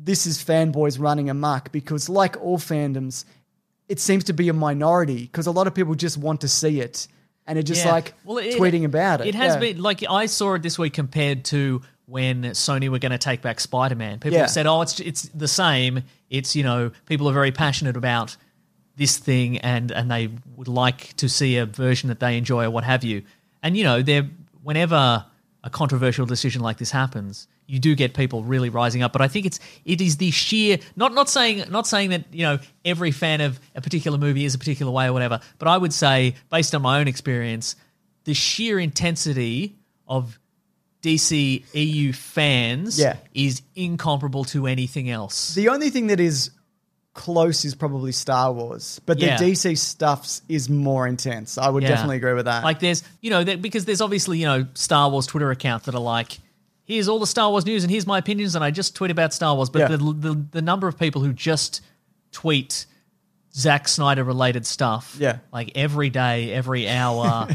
Speaker 1: This is fanboys running amok because, like all fandoms, it seems to be a minority because a lot of people just want to see it and are just
Speaker 4: Yeah.
Speaker 1: like
Speaker 4: Well, it-
Speaker 1: tweeting about it.
Speaker 4: It has
Speaker 1: Yeah.
Speaker 4: been like I saw it this week compared to when Sony were going to take back Spider Man. People
Speaker 1: Yeah.
Speaker 4: said, "Oh, it's it's the same. It's you know people are very passionate about this thing and and they would like to see a version that they enjoy or what have you." And you know, they're whenever a controversial decision like this happens, you do get people really rising up. But I think it's it is the sheer not not saying not saying that you know every fan of a particular movie is a particular way or whatever. But I would say, based on my own experience, the sheer intensity of DC EU E fans
Speaker 1: Yeah.
Speaker 4: is incomparable to anything else.
Speaker 1: The only thing that is close is probably Star Wars, but
Speaker 4: Yeah.
Speaker 1: the DC stuffs is more intense. I would
Speaker 4: Yeah.
Speaker 1: definitely agree with that.
Speaker 4: Like there's, you know, that because there's obviously, you know, Star Wars Twitter accounts that are like, here's all the Star Wars news and here's my opinions and I just tweet about Star Wars. But
Speaker 1: Yeah.
Speaker 4: the, the the number of people who just tweet Zack Snyder related stuff,
Speaker 1: Yeah.
Speaker 4: like every day, every hour,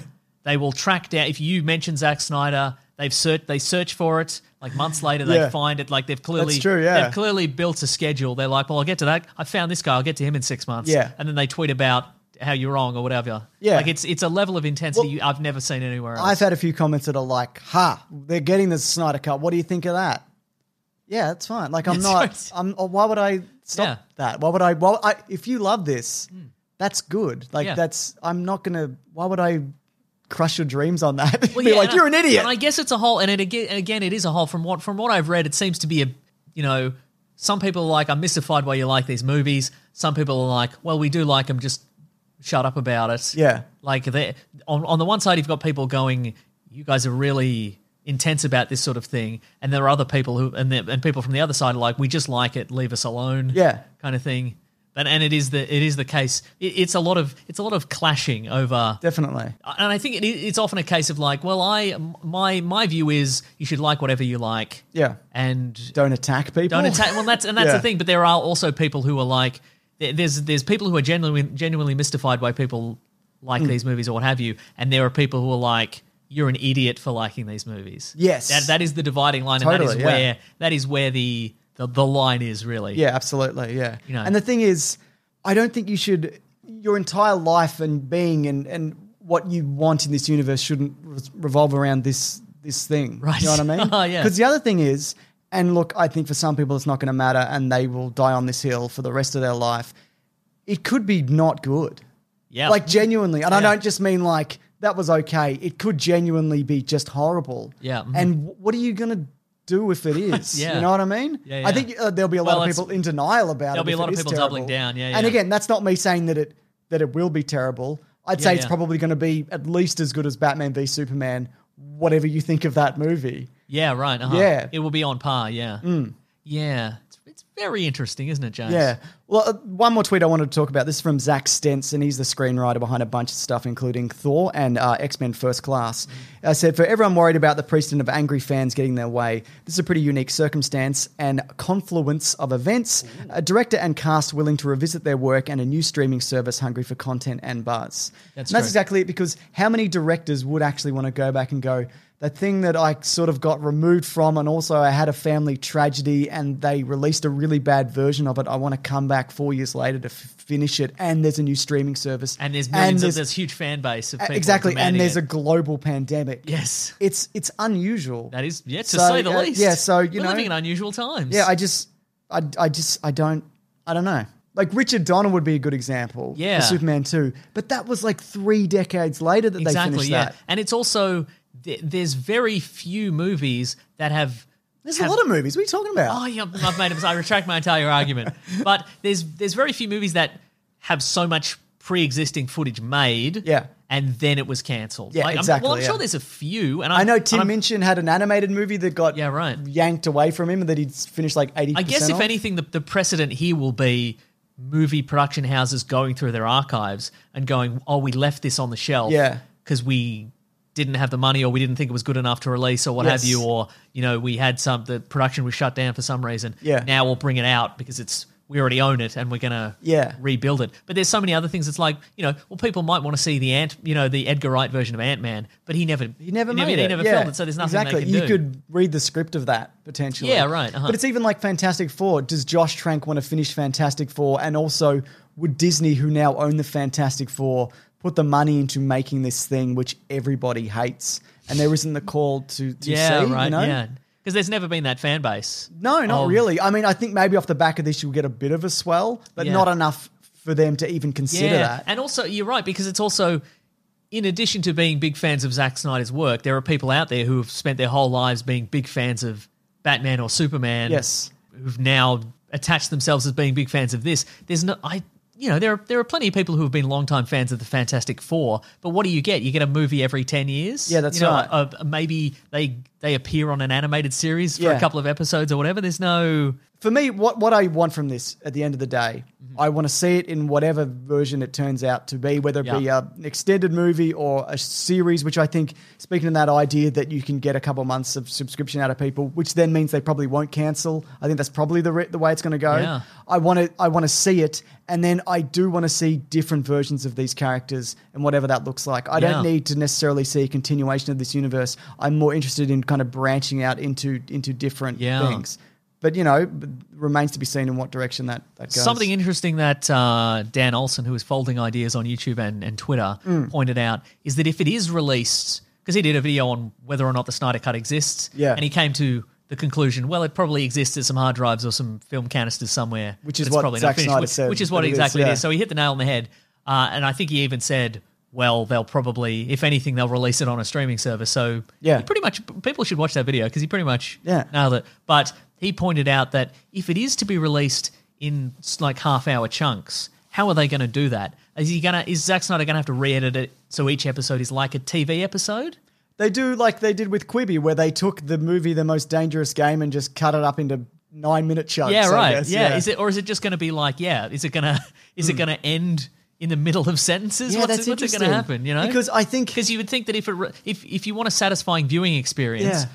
Speaker 4: they will track down. If you mention Zack Snyder, they've search they search for it. Like months later, they
Speaker 1: Yeah.
Speaker 4: find it. Like they've clearly,
Speaker 1: That's true, yeah.
Speaker 4: they've clearly built a schedule. They're like, well, I'll get to that. I found this guy. I'll get to him in six months.
Speaker 1: Yeah.
Speaker 4: and then they tweet about how you're wrong or whatever.
Speaker 1: Yeah.
Speaker 4: like it's it's it's a level of intensity you, I've never seen anywhere else.
Speaker 1: I've had a few comments that are like, "Ha, they're getting the Snyder cut. What do you think of that?" Yeah, that's fine. Like I'm
Speaker 4: That's
Speaker 1: not.
Speaker 4: right.
Speaker 1: I'm. oh, Why would I stop
Speaker 4: Yeah. Hmm.
Speaker 1: that? Why would I? Well, I, if you love this, that's good. Like
Speaker 4: Yeah.
Speaker 1: that's. I'm not gonna. Why would I crush your dreams on that?
Speaker 4: Well,
Speaker 1: Be
Speaker 4: yeah,
Speaker 1: like
Speaker 4: and
Speaker 1: you're
Speaker 4: I-
Speaker 1: an idiot.
Speaker 4: And I guess it's a whole, and it aga- and again, it is a whole. From what from what I've read, it seems to be a you know some people are like I'm mystified why you like these movies. Some people are like, well, we do like them, just shut up about it.
Speaker 1: Yeah.
Speaker 4: like they on on the one side you've got people going, you guys are really intense about this sort of thing, and there are other people who and the, and people from the other side are like, we just like it, leave us alone.
Speaker 1: Yeah.
Speaker 4: kind of thing. And, and it is the it is the case. It, it's a lot of it's a lot of clashing over
Speaker 1: Definitely.
Speaker 4: and I think it, it's often a case of like, well, I my my view is you should like whatever you like,
Speaker 1: Yeah.
Speaker 4: and
Speaker 1: Don't attack people.
Speaker 4: don't attack. Well, that's and that's
Speaker 1: Yeah.
Speaker 4: the thing. But there are also people who are like, there- there's there's people who are genuinely genuinely mystified by people like
Speaker 1: Mm.
Speaker 4: these movies or what have you, and there are people who are like, you're an idiot for liking these movies.
Speaker 1: Yes.
Speaker 4: that that is the dividing line, and that
Speaker 1: Totally,
Speaker 4: is
Speaker 1: yeah.
Speaker 4: where that is where the, the the line is really.
Speaker 1: Yeah, absolutely. Yeah.
Speaker 4: You know.
Speaker 1: And the thing is, I don't think you should, your entire life and being and, and what you want in this universe shouldn't re- revolve around this this thing.
Speaker 4: Right.
Speaker 1: You know what I mean?
Speaker 4: Oh, yeah.
Speaker 1: Because the other thing is, and look, I think for some people it's not going to matter and they will die on this hill for the rest of their life. It could be not good.
Speaker 4: yeah,
Speaker 1: Like genuinely. And I
Speaker 4: Yeah.
Speaker 1: don't just mean like that was okay. It could genuinely be just horrible.
Speaker 4: Yeah, mhm.
Speaker 1: And w- what are you going to do if it is?
Speaker 4: Yeah.
Speaker 1: You know what I mean?
Speaker 4: Yeah,
Speaker 1: I
Speaker 4: yeah.
Speaker 1: think uh, there'll be a
Speaker 4: Well,
Speaker 1: lot of
Speaker 4: it's-
Speaker 1: people in denial about
Speaker 4: There'll
Speaker 1: it.
Speaker 4: be a
Speaker 1: if
Speaker 4: lot
Speaker 1: it is
Speaker 4: of people doubling
Speaker 1: terrible.
Speaker 4: down, yeah,
Speaker 1: And
Speaker 4: yeah.
Speaker 1: again, that's not me saying that it that it will be terrible. I'd
Speaker 4: Yeah,
Speaker 1: say it's
Speaker 4: yeah.
Speaker 1: probably going to be at least as good as Batman v Superman, whatever you think of that movie.
Speaker 4: Yeah, right. Uh-huh.
Speaker 1: Yeah. Mm.
Speaker 4: it will be on par. Yeah, yeah. It's, it's very interesting, isn't it, James?
Speaker 1: Yeah. Well, uh, one more tweet I wanted to talk about. This is from Zach Stentz, and he's the screenwriter behind a bunch of stuff, including Thor and uh, X Men First Class. I said, for everyone worried about the precedent of angry fans getting their way, this is a pretty unique circumstance and confluence of events. A director and cast willing to revisit their work, and a new streaming service hungry for content and buzz.
Speaker 4: That's
Speaker 1: and that's
Speaker 4: true.
Speaker 1: exactly it, because how many directors would actually want to go back and go, that thing that I sort of got removed from, and also I had a family tragedy, and they released a really bad version of it. I want to come back four years later to f- finish it, and there's a new streaming service,
Speaker 4: And there's millions
Speaker 1: and
Speaker 4: of there's huge fan base of people
Speaker 1: exactly, and
Speaker 4: demanding
Speaker 1: there's
Speaker 4: it.
Speaker 1: a global pandemic.
Speaker 4: Yes.
Speaker 1: it's it's unusual.
Speaker 4: that is yeah to
Speaker 1: So,
Speaker 4: say the
Speaker 1: uh,
Speaker 4: least.
Speaker 1: Yeah, so you
Speaker 4: We're
Speaker 1: know,
Speaker 4: living in unusual times.
Speaker 1: yeah, I just, I, I just, I don't, I don't know. Like Richard Donner would be a good example.
Speaker 4: Yeah.
Speaker 1: for Superman two, but that was like three decades later that they
Speaker 4: exactly
Speaker 1: finished
Speaker 4: yeah,
Speaker 1: that.
Speaker 4: and it's also th- there's very few movies that have.
Speaker 1: There's
Speaker 4: have-
Speaker 1: a lot of movies. What are you talking about?
Speaker 4: Oh, yeah, I've made a mistake. I retract my entire argument. But there's there's very few movies that have so much pre-existing footage made.
Speaker 1: Yeah.
Speaker 4: And then it was cancelled.
Speaker 1: Yeah,
Speaker 4: I'm-
Speaker 1: exactly,
Speaker 4: well, I'm
Speaker 1: yeah.
Speaker 4: sure there's a few. And I'm,
Speaker 1: I know
Speaker 4: and
Speaker 1: Tim
Speaker 4: I'm-
Speaker 1: Minchin had an animated movie that got
Speaker 4: Yeah, right.
Speaker 1: yanked away from him and that he'd finished like 80
Speaker 4: I guess if anything, the, the precedent here will be movie production houses going through their archives and going, "Oh, we left this on the shelf,
Speaker 1: Yeah.
Speaker 4: because we didn't have the money, or we didn't think it was good enough to release, or what have
Speaker 1: Yes.
Speaker 4: you, or you know, we had some the production was shut down for some reason.
Speaker 1: Yeah.
Speaker 4: now we'll bring it out because it's." We already own it, and we're gonna
Speaker 1: Yeah.
Speaker 4: rebuild it. But there's so many other things. It's like you know, well, people might want to see the ant, you know, the Edgar Wright version of Ant Man, but he never,
Speaker 1: He never made
Speaker 4: never,
Speaker 1: it.
Speaker 4: He never
Speaker 1: yeah.
Speaker 4: filmed it, so there's nothing
Speaker 1: Exactly.
Speaker 4: they can
Speaker 1: you
Speaker 4: do.
Speaker 1: could read the script of that potentially.
Speaker 4: Yeah, right, uh-huh.
Speaker 1: But it's even like Fantastic Four. Does Josh Trank want to finish Fantastic Four? And also, would Disney, who now own the Fantastic Four, put the money into making this thing which everybody hates? And there isn't the call to, to
Speaker 4: yeah,
Speaker 1: see,
Speaker 4: right,
Speaker 1: you know?
Speaker 4: yeah. Um, Because there's never been that fan base.
Speaker 1: No, not
Speaker 4: of-
Speaker 1: really. I mean, I think maybe off the back of this, you'll get a bit of a swell, but
Speaker 4: Yeah.
Speaker 1: not enough for them to even consider that.
Speaker 4: And also, you're right, because it's also, in addition to being big fans of Zack Snyder's work, there are people out there who have spent their whole lives being big fans of Batman or Superman.
Speaker 1: Yes.
Speaker 4: Who've now attached themselves as being big fans of this. There's no, I, you know, there are, there are plenty of people who have been longtime fans of the Fantastic Four, but what do you get? You get a movie every 10 years?
Speaker 1: Yeah, that's
Speaker 4: you know,
Speaker 1: right.
Speaker 4: a- a- maybe they, they appear on an animated series for
Speaker 1: Yeah.
Speaker 4: a couple of episodes or whatever. There's no,
Speaker 1: for me, what, what I want from this at the end of the day,
Speaker 4: Mm-hmm.
Speaker 1: I want to see it in whatever version it turns out to be, whether it be
Speaker 4: Yeah.
Speaker 1: a, an extended movie or a series, which I think, speaking of that idea that you can get a couple months of subscription out of people, which then means they probably won't cancel. I think that's probably the, re- the way it's going to go.
Speaker 4: Yeah.
Speaker 1: I want to I want to see it, and then I do want to see different versions of these characters and whatever that looks like. I don't
Speaker 4: Yeah.
Speaker 1: need to necessarily see a continuation of this universe. I'm more interested in kind of branching out into into different
Speaker 4: Yeah.
Speaker 1: things. But you know, b- remains to be seen in what direction that, that goes.
Speaker 4: Something interesting that uh, Dan Olson, who is folding ideas on YouTube and, and Twitter,
Speaker 1: Mm.
Speaker 4: pointed out is that if it is released, because he did a video on whether or not the Snyder Cut exists,
Speaker 1: Yeah.
Speaker 4: and he came to the conclusion, well, it probably exists at some hard drives or some film canisters somewhere,
Speaker 1: Which is
Speaker 4: but it's
Speaker 1: what
Speaker 4: probably
Speaker 1: Zack
Speaker 4: not finished,
Speaker 1: Snyder
Speaker 4: which,
Speaker 1: said
Speaker 4: which is what
Speaker 1: that it is,
Speaker 4: exactly
Speaker 1: yeah.
Speaker 4: it is. So he hit the nail on the head, uh, and I think he even said. Well, they'll probably, if anything, they'll release it on a streaming service. So,
Speaker 1: Yeah.
Speaker 4: he pretty much people should watch that video because he pretty much
Speaker 1: Yeah.
Speaker 4: nailed it. But he pointed out that if it is to be released in s- like half hour chunks, how are they going to do that? Is he gonna? Is Zack Snyder going to have to re-edit it so each episode is like a TV episode?
Speaker 1: They do like they did with Quibi, where they took the movie The Most Dangerous Game and just cut it up into nine minute chunks.
Speaker 4: yeah,
Speaker 1: I
Speaker 4: right.
Speaker 1: guess, Hmm.
Speaker 4: yeah. is it or is it just going to be like yeah? Is it gonna? Is it gonna end? In the middle of sentences,
Speaker 1: Yeah,
Speaker 4: what's,
Speaker 1: that's
Speaker 4: what's it going to
Speaker 1: interesting.
Speaker 4: happen? You know,
Speaker 1: Because I think-
Speaker 4: because you would think that if it re- if if you want a satisfying viewing experience,
Speaker 1: Yeah.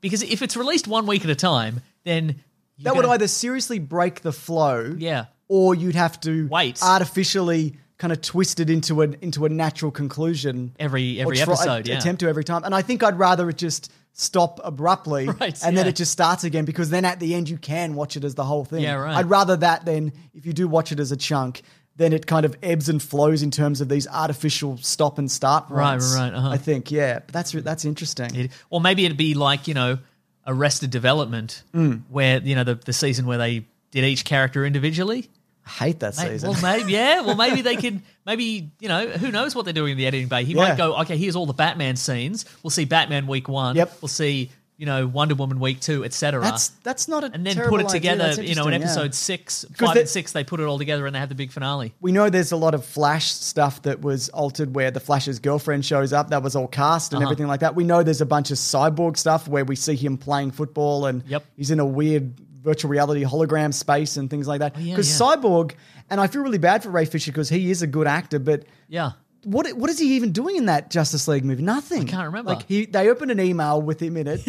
Speaker 4: because if it's released one week at a time, then you're
Speaker 1: That would
Speaker 4: gonna-
Speaker 1: either seriously break the flow,
Speaker 4: Yeah.
Speaker 1: or you'd have to
Speaker 4: Wait.
Speaker 1: artificially kind of twist it into an into a natural conclusion
Speaker 4: Every-
Speaker 1: or
Speaker 4: every
Speaker 1: try-
Speaker 4: episode, yeah.
Speaker 1: attempt to every time. And I think I'd rather it just stop abruptly,
Speaker 4: Right,
Speaker 1: and then
Speaker 4: yeah.
Speaker 1: it just starts again because then at the end you can watch it as the whole thing.
Speaker 4: Yeah, right.
Speaker 1: I'd rather that than if you do watch it as a chunk. Then it kind of ebbs and flows in terms of these artificial stop and start
Speaker 4: Right,
Speaker 1: points,
Speaker 4: right, uh-huh.
Speaker 1: I think, yeah, but that's re- that's interesting.
Speaker 4: It- or maybe it'd be like you know arrested development
Speaker 1: Hmm.
Speaker 4: where you know the, the season where they did each character individually
Speaker 1: I hate that
Speaker 4: May-
Speaker 1: season.
Speaker 4: well maybe yeah well maybe they could maybe you know who knows what they're doing in the editing bay he
Speaker 1: Yeah.
Speaker 4: might go okay here's all the batman scenes we'll see batman week one
Speaker 1: Yep.
Speaker 4: we'll see you know wonder woman week two etc
Speaker 1: that's that's not a
Speaker 4: and then
Speaker 1: terrible
Speaker 4: put it
Speaker 1: idea.
Speaker 4: together
Speaker 1: That's
Speaker 4: you know in
Speaker 1: interesting, yeah.
Speaker 4: episode six five
Speaker 1: they-
Speaker 4: and six they put it all together and they have the big finale
Speaker 1: we know there's a lot of Flash stuff that was altered where the Flash's girlfriend shows up. That was all cast
Speaker 4: Uh-huh.
Speaker 1: and everything like that. We know there's a bunch of cyborg stuff where we see him playing football and
Speaker 4: Yep.
Speaker 1: he's in a weird virtual reality hologram space and things like that.
Speaker 4: Oh, yeah,
Speaker 1: Because
Speaker 4: yeah.
Speaker 1: Cyborg, and I feel really bad for Ray Fisher because he is a good actor, but
Speaker 4: Yeah.
Speaker 1: what what is he even doing in that Justice League movie? Nothing. I
Speaker 4: can't remember.
Speaker 1: Like he, they opened an email with him in it.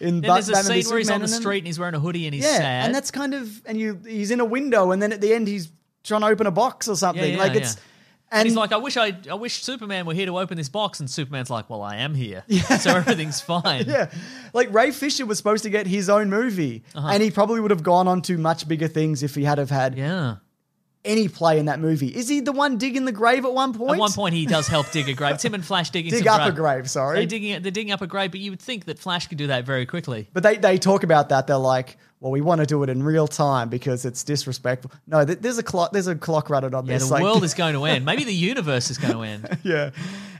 Speaker 4: In
Speaker 1: Bat-
Speaker 4: there's a
Speaker 1: Batman v
Speaker 4: scene where
Speaker 1: Superman
Speaker 4: he's on the
Speaker 1: and then-
Speaker 4: street and he's wearing a hoodie and he's
Speaker 1: yeah,
Speaker 4: sad.
Speaker 1: and that's kind of and you he's in a window, and then at the end he's trying to open a box or something.
Speaker 4: yeah,
Speaker 1: like it's
Speaker 4: yeah.
Speaker 1: and
Speaker 4: he's like, I wish I, I wish Superman were here to open this box, and Superman's like, Well, I am here, so everything's fine.
Speaker 1: yeah, like Ray Fisher was supposed to get his own movie, and he probably would have gone on to much bigger things if he had have had
Speaker 4: Uh-huh. yeah.
Speaker 1: any play in that movie. Is he the one digging the grave at one point?
Speaker 4: At one point, he does help dig a grave. It's him and Flash digging
Speaker 1: dig
Speaker 4: some
Speaker 1: up a grave. Sorry,
Speaker 4: They're digging, they're digging up a grave, but you would think that Flash could do that very quickly.
Speaker 1: But they, they talk about that. They're like, well, we want to do it in real time because it's disrespectful. No, th- there's a clock. There's a clock running on
Speaker 4: Yeah,
Speaker 1: this.
Speaker 4: the
Speaker 1: like-
Speaker 4: world is going to end. Maybe the universe is going to end.
Speaker 1: yeah.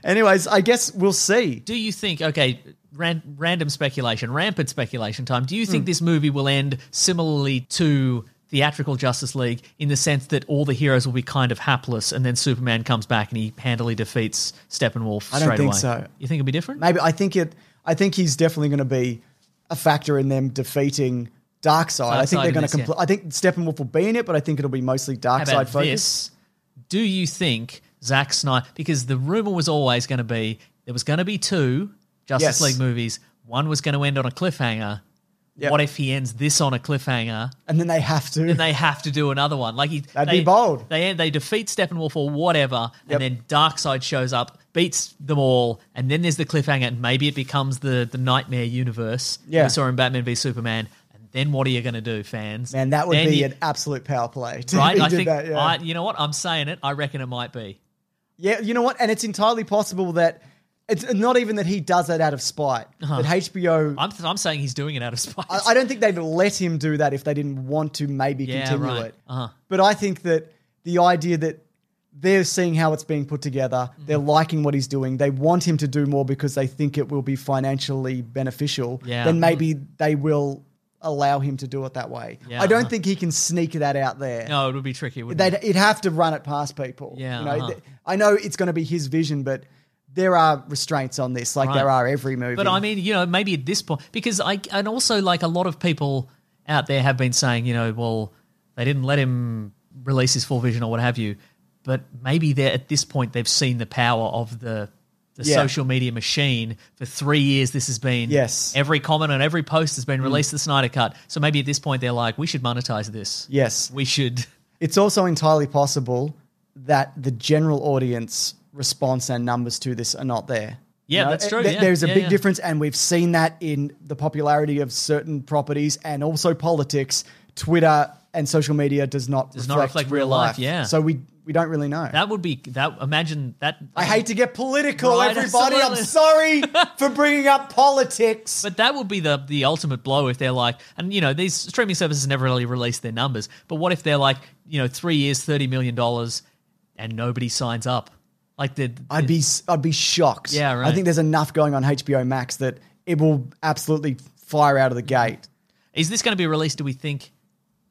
Speaker 1: Anyways, I guess we'll see.
Speaker 4: Do you think? Okay, ran, random speculation, rampant speculation time. Do you
Speaker 1: Hmm.
Speaker 4: think this movie will end similarly to theatrical Justice League in the sense that all the heroes will be kind of hapless, and then Superman comes back and he handily defeats Steppenwolf
Speaker 1: I don't
Speaker 4: straight
Speaker 1: think
Speaker 4: away?
Speaker 1: so.
Speaker 4: You think it'll be different?
Speaker 1: Maybe I think it. I think he's definitely going to be a factor in them defeating Darkseid. I think
Speaker 4: Darkseid
Speaker 1: they're
Speaker 4: in
Speaker 1: going
Speaker 4: this,
Speaker 1: to. Compl-
Speaker 4: yeah.
Speaker 1: I think Steppenwolf will be in it, but I think it'll be mostly
Speaker 4: How
Speaker 1: Darkseid
Speaker 4: about
Speaker 1: focused.
Speaker 4: this? Do you think Zack Snyder? Because the rumor was always going to be there was going to be two
Speaker 1: Yes.
Speaker 4: Justice League movies. One was going to end on a cliffhanger.
Speaker 1: Yep.
Speaker 4: What if he ends this on a cliffhanger?
Speaker 1: And then they have to.
Speaker 4: Then they have to do another one. Like he,
Speaker 1: That'd
Speaker 4: they,
Speaker 1: be bold.
Speaker 4: They they defeat Steppenwolf or whatever,
Speaker 1: Yep.
Speaker 4: and then Darkseid shows up, beats them all, and then there's the cliffhanger, and maybe it becomes the the nightmare universe
Speaker 1: Yeah.
Speaker 4: we saw in Batman v Superman. And then what are you going to do, fans?
Speaker 1: Man, that would
Speaker 4: Then
Speaker 1: be
Speaker 4: you-
Speaker 1: an absolute power play. to
Speaker 4: right?
Speaker 1: be
Speaker 4: I
Speaker 1: did
Speaker 4: think
Speaker 1: that, yeah.
Speaker 4: I, you know what I'm saying. It. I reckon it might be.
Speaker 1: Yeah, you know what? And it's entirely possible that it's not even that he does that out of spite.
Speaker 4: Uh-huh.
Speaker 1: That HBO, I,
Speaker 4: I'm I'm saying he's doing it out of spite.
Speaker 1: I don't think they'd let him do that if they didn't want to maybe
Speaker 4: Yeah,
Speaker 1: continue
Speaker 4: right.
Speaker 1: it.
Speaker 4: Uh-huh.
Speaker 1: But I think that the idea that they're seeing how it's being put together,
Speaker 4: Mm.
Speaker 1: they're liking what he's doing, they want him to do more because they think it will be financially beneficial,
Speaker 4: Yeah. Mm.
Speaker 1: then maybe they will allow him to do it that way.
Speaker 4: Yeah,
Speaker 1: I don't
Speaker 4: uh-huh.
Speaker 1: think he can sneak that out there.
Speaker 4: no, it would be tricky. Wouldn't
Speaker 1: They'd
Speaker 4: it?
Speaker 1: it'd have to run it past people.
Speaker 4: Yeah,
Speaker 1: you know,
Speaker 4: uh-huh.
Speaker 1: th- I know it's going to be his vision, but there are restraints on this, like
Speaker 4: Right.
Speaker 1: there are every movie.
Speaker 4: But I mean, you know, maybe at this point, because I and also like a lot of people out there have been saying, you know, well, they didn't let him release his full vision or what have you. But maybe they're at this point they've seen the power of the the
Speaker 1: Yeah.
Speaker 4: social media machine. For three years, this has been
Speaker 1: Yes. Mm.
Speaker 4: Every comment on every post has been released the Snyder Cut. So maybe at this point they're like, we should monetize this.
Speaker 1: yes,
Speaker 4: we should.
Speaker 1: it's also entirely possible that the general audience response and numbers to this are not there.
Speaker 4: Yeah,
Speaker 1: You know, eh,
Speaker 4: that's true,
Speaker 1: th-
Speaker 4: yeah,
Speaker 1: There's a
Speaker 4: yeah,
Speaker 1: big
Speaker 4: yeah.
Speaker 1: difference, and we've seen that in the popularity of certain properties and also politics. Twitter and social media does not
Speaker 4: Does not
Speaker 1: reflect
Speaker 4: reflect real life, yeah.
Speaker 1: so we we don't really know.
Speaker 4: That would be that. Imagine that.
Speaker 1: I hate to get political,
Speaker 4: Right,
Speaker 1: everybody. I'm
Speaker 4: absolutely.
Speaker 1: sorry for bringing up politics.
Speaker 4: But that would be the the ultimate blow if they're like, and you know, these streaming services never really release their numbers. But what if they're like, you know, three years, thirty million dollars, and nobody signs up? Like the
Speaker 1: I'd be s- I'd be shocked.
Speaker 4: Yeah, right.
Speaker 1: I think there's enough going on HBO Max that it will absolutely fire out of the gate.
Speaker 4: is this going to be released? Do we think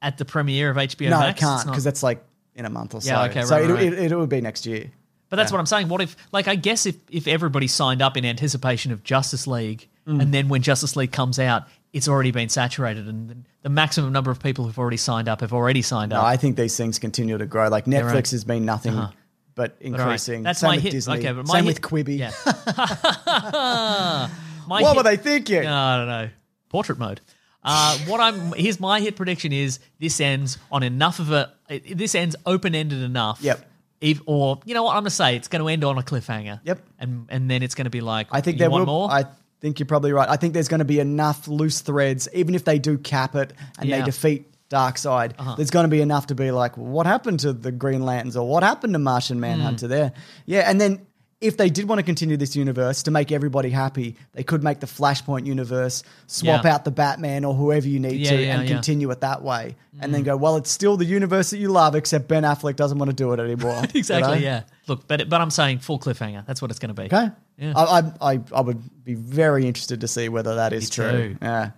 Speaker 4: at the premiere of HBO?
Speaker 1: no,
Speaker 4: Max?
Speaker 1: it can't
Speaker 4: It's not.
Speaker 1: because that's like in a month or so.
Speaker 4: Yeah, okay,
Speaker 1: so
Speaker 4: right,
Speaker 1: it,
Speaker 4: right,
Speaker 1: It, it, would be next year.
Speaker 4: But that's what I'm saying. What if, like, I guess if if everybody signed up in anticipation of Justice League,
Speaker 1: Mm.
Speaker 4: and then when Justice League comes out, it's already been saturated, and the, the maximum number of people who've already signed up have already signed
Speaker 1: No,
Speaker 4: up.
Speaker 1: I think these things continue to grow. Like Netflix
Speaker 4: right. Uh-huh.
Speaker 1: has been nothing but
Speaker 4: All right.
Speaker 1: increasing.
Speaker 4: That's
Speaker 1: Same
Speaker 4: my
Speaker 1: with
Speaker 4: hit.
Speaker 1: Disney.
Speaker 4: Okay, but my
Speaker 1: Same with
Speaker 4: hit-
Speaker 1: Quibi.
Speaker 4: Yeah. My
Speaker 1: What
Speaker 4: hit-
Speaker 1: were they thinking?
Speaker 4: No, I don't know. Portrait mode. Uh, what I'm here's my hit prediction is this ends on enough of a this ends open ended enough.
Speaker 1: Yep.
Speaker 4: If, or you know what I'm gonna say, it's gonna end on a cliffhanger.
Speaker 1: Yep.
Speaker 4: And and then it's gonna be like
Speaker 1: I think
Speaker 4: you
Speaker 1: there
Speaker 4: want
Speaker 1: will.
Speaker 4: more.
Speaker 1: I think you're probably right. I think there's going to be enough loose threads, even if they do cap it and they
Speaker 4: Yeah. Uh-huh.
Speaker 1: defeat Darkseid. There's going to be enough to be like, well, what happened to the Green Lanterns or what happened to Martian
Speaker 4: Hmm.
Speaker 1: Manhunter there? Yeah, and then if they did want to continue this universe to make everybody happy, they could make the Flashpoint universe swap
Speaker 4: Yeah.
Speaker 1: out the Batman or whoever you need
Speaker 4: Yeah,
Speaker 1: to
Speaker 4: yeah, Hmm.
Speaker 1: and
Speaker 4: yeah.
Speaker 1: continue it that way, and then go, well, it's still the universe that you love, except Ben Affleck doesn't want to do it anymore. you
Speaker 4: exactly.
Speaker 1: know?
Speaker 4: Yeah. Look, but but I'm saying full cliffhanger. That's what it's gonna be.
Speaker 1: Okay.
Speaker 4: Yeah.
Speaker 1: I, I, I, I would be very interested to see whether that is true.
Speaker 4: too.
Speaker 1: Yeah.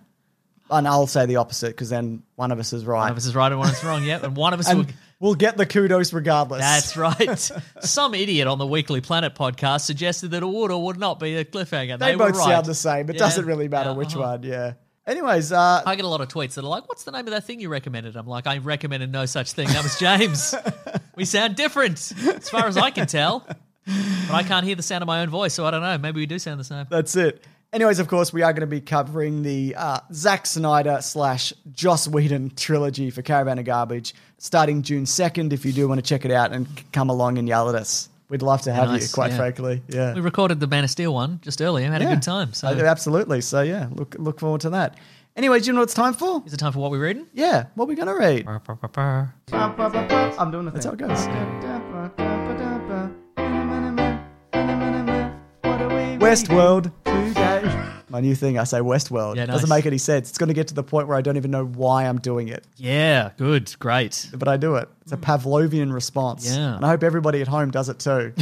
Speaker 1: And I'll say the opposite because then one of us is right.
Speaker 4: One of us is right and one of us is wrong. Yep. And one of us will.
Speaker 1: and we'll get the kudos regardless.
Speaker 4: That's right. Some idiot on the Weekly Planet podcast suggested that it would or would not be a cliffhanger.
Speaker 1: They, both
Speaker 4: were right.
Speaker 1: sound the same. It
Speaker 4: Yeah.
Speaker 1: doesn't really matter
Speaker 4: Yeah,
Speaker 1: which
Speaker 4: uh-huh.
Speaker 1: one. Yeah. Anyways, uh,
Speaker 4: I get a lot of tweets that are like, "What's the name of that thing you recommended?" I'm like, "I recommended no such thing." That was James. we sound different, as far as I can tell. But I can't hear the sound of my own voice, so I don't know. Maybe we do sound the same.
Speaker 1: That's it. Anyways, of course, we are going to be covering the uh, Zack Snyder slash Joss Whedon trilogy for Caravan of Garbage starting June 2nd if you do want to check it out and c- come along and yell at us. We'd love to have you,
Speaker 4: Nice,
Speaker 1: quite
Speaker 4: yeah.
Speaker 1: frankly. Yeah.
Speaker 4: We recorded the Man of Steel one just earlier. Had
Speaker 1: Yeah.
Speaker 4: a good time. So,
Speaker 1: Uh, Absolutely. So, yeah, look look forward to that. Anyways, you know what it's time for?
Speaker 4: is it time for what we're reading?
Speaker 1: Yeah, what are we going to read?
Speaker 8: I'm doing the
Speaker 1: That's how
Speaker 8: thing.
Speaker 1: it goes. Westworld. My new thing, I say Westworld.
Speaker 4: Yeah,
Speaker 1: Doesn't
Speaker 4: nice.
Speaker 1: make any sense. It's going to get to the point where I don't even know why I'm doing it.
Speaker 4: Yeah, good, great.
Speaker 1: but I do it. It's a Pavlovian response.
Speaker 4: Hmm. Yeah.
Speaker 1: And I hope everybody at home does it too.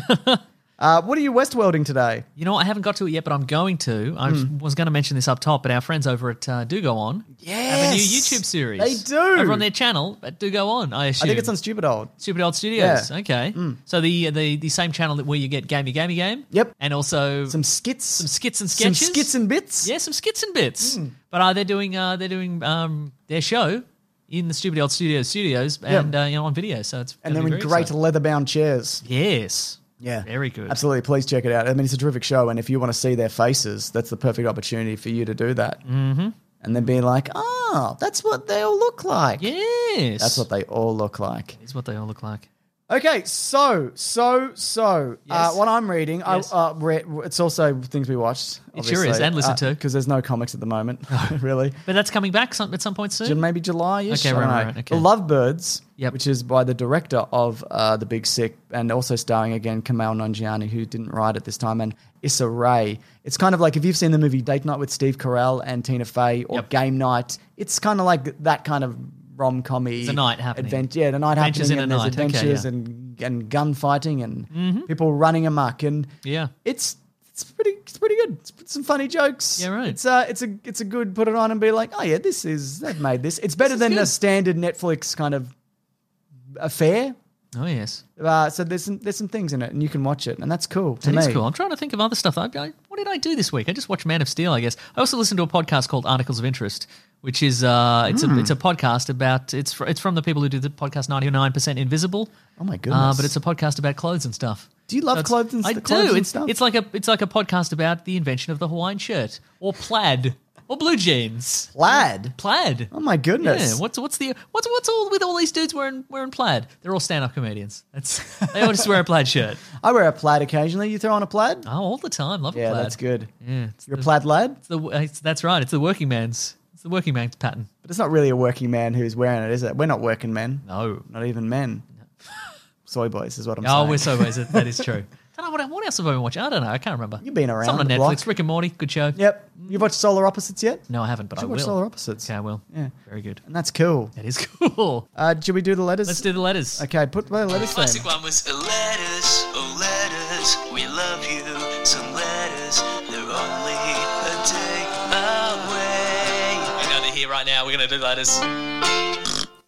Speaker 1: uh, what are you Westworlding today?
Speaker 4: You know, I haven't got to it yet, but I'm going to. I
Speaker 1: Hmm.
Speaker 4: was going to mention this up top, but our friends over at uh, Do Go On have a new
Speaker 1: Yes.
Speaker 4: YouTube series.
Speaker 1: They do.
Speaker 4: over on their channel at Do Go On. I
Speaker 1: I
Speaker 4: assume
Speaker 1: think it's on Stupid Old.
Speaker 4: Stupid Old Studios.
Speaker 1: Yeah. Mm.
Speaker 4: Okay, so the the the same channel that where you get Gamey Gamey Game.
Speaker 1: Yep.
Speaker 4: and also
Speaker 1: Some skits. Some
Speaker 4: skits and sketches.
Speaker 1: Some skits and bits. Mm.
Speaker 4: yeah, some skits and bits. But uh, they're doing uh, they're doing um, their show in the Stupid Old Studios studios and uh, you know on video. So it's
Speaker 1: And
Speaker 4: gonna
Speaker 1: they're
Speaker 4: be
Speaker 1: in
Speaker 4: very
Speaker 1: great
Speaker 4: exciting.
Speaker 1: leather-bound chairs.
Speaker 4: Yes.
Speaker 1: Yeah.
Speaker 4: Very good.
Speaker 1: Absolutely. Please check it out. I mean, it's a terrific show. And if you want to see their faces, that's the perfect opportunity for you to do that. Mm-hmm. And then be like, oh, that's what they all look like.
Speaker 4: Yes.
Speaker 1: That's what they all look like.
Speaker 4: is what they all look like.
Speaker 1: Okay, so so so
Speaker 4: Yes.
Speaker 1: uh, what I'm reading,
Speaker 4: Yes.
Speaker 1: I, uh, re- it's also things we watched.
Speaker 4: It sure is, and listened to.
Speaker 1: because there's no comics at the moment, really.
Speaker 4: But that's coming back some, at some point soon.
Speaker 1: Ju- Maybe July.
Speaker 4: Okay, right, right, okay.
Speaker 1: The Lovebirds,
Speaker 4: Yep.
Speaker 1: which is by the director of uh, The Big Sick, and also starring again Kamal Nanjiani, who didn't write it this time, and Issa Rae. It's kind of like if you've seen the movie Date Night with Steve Carell and Tina Fey, or
Speaker 4: Yep.
Speaker 1: Game Night. It's kind of like that kind of rom commy.
Speaker 4: It's a night happening.
Speaker 1: yeah, the night
Speaker 4: Adventures
Speaker 1: happening,
Speaker 4: in
Speaker 1: and
Speaker 4: a
Speaker 1: there's
Speaker 4: night, okay,
Speaker 1: adventures
Speaker 4: yeah. Mm-hmm.
Speaker 1: and and gunfighting and people running amok and
Speaker 4: Yeah.
Speaker 1: it's it's pretty it's pretty good. It's put some funny jokes.
Speaker 4: Yeah, right.
Speaker 1: It's uh it's a it's a good put it on and be like, oh yeah, this is they've made this. It's better
Speaker 4: is
Speaker 1: than a
Speaker 4: good.
Speaker 1: standard Netflix kind of affair.
Speaker 4: Oh yes,
Speaker 1: Uh, so there's some there's some things in it, and you can watch it, and that's cool. To
Speaker 4: that is
Speaker 1: me.
Speaker 4: cool. I'm trying to think of other stuff. I, I, what did I do this week? I just watched Man of Steel. I guess I also listened to a podcast called Articles of Interest, which is uh, it's
Speaker 1: Hmm.
Speaker 4: a it's a podcast about it's fr- it's from the people who do the podcast 99% Invisible.
Speaker 1: Oh my goodness!
Speaker 4: Uh, but it's a podcast about clothes and stuff.
Speaker 1: Do you love
Speaker 4: it's-
Speaker 1: clothes and-
Speaker 4: I
Speaker 1: the
Speaker 4: do.
Speaker 1: clothes and
Speaker 4: it's,
Speaker 1: stuff?
Speaker 4: It's like a it's like a podcast about the invention of the Hawaiian shirt or plaid or blue jeans.
Speaker 1: plaid.
Speaker 4: Plaid.
Speaker 1: Oh my goodness!
Speaker 4: Yeah, what's what's the what's what's all with all these dudes wearing wearing plaid? They're all stand up comedians. That's they all just wear a plaid shirt.
Speaker 1: I wear a plaid occasionally. You throw on a plaid?
Speaker 4: Oh, all the time. Love
Speaker 1: yeah,
Speaker 4: a plaid.
Speaker 1: that's good.
Speaker 4: Yeah, it's
Speaker 1: You're a
Speaker 4: the,
Speaker 1: plaid lad,
Speaker 4: it's the- it's- that's right. It's the working man's. It's the working man's pattern.
Speaker 1: but it's not really a working man who's wearing it, is it? We're not working men.
Speaker 4: No.
Speaker 1: Not even men. Soy boys is what I'm
Speaker 4: Oh,
Speaker 1: saying.
Speaker 4: we're so busy. That is true. I don't know what, what else have I been watching. I don't know. I can't remember.
Speaker 1: You've been around
Speaker 4: Something
Speaker 1: the
Speaker 4: on Netflix.
Speaker 1: block.
Speaker 4: Rick and Morty. Good show.
Speaker 1: Yep. You've watched Solar Opposites yet?
Speaker 4: No, I haven't, but I
Speaker 1: should
Speaker 4: will.
Speaker 1: watch Solar Opposites.
Speaker 4: Okay, I will.
Speaker 1: Yeah.
Speaker 4: Very good.
Speaker 1: And that's cool.
Speaker 4: That is cool.
Speaker 1: Uh, should we do the letters?
Speaker 4: Let's do the letters.
Speaker 1: Okay, put the letters then.
Speaker 3: Classic one was uh, letters, oh letters, we love you. Some letters, they're only a day away.
Speaker 4: I know they're here right now. We're going to do letters.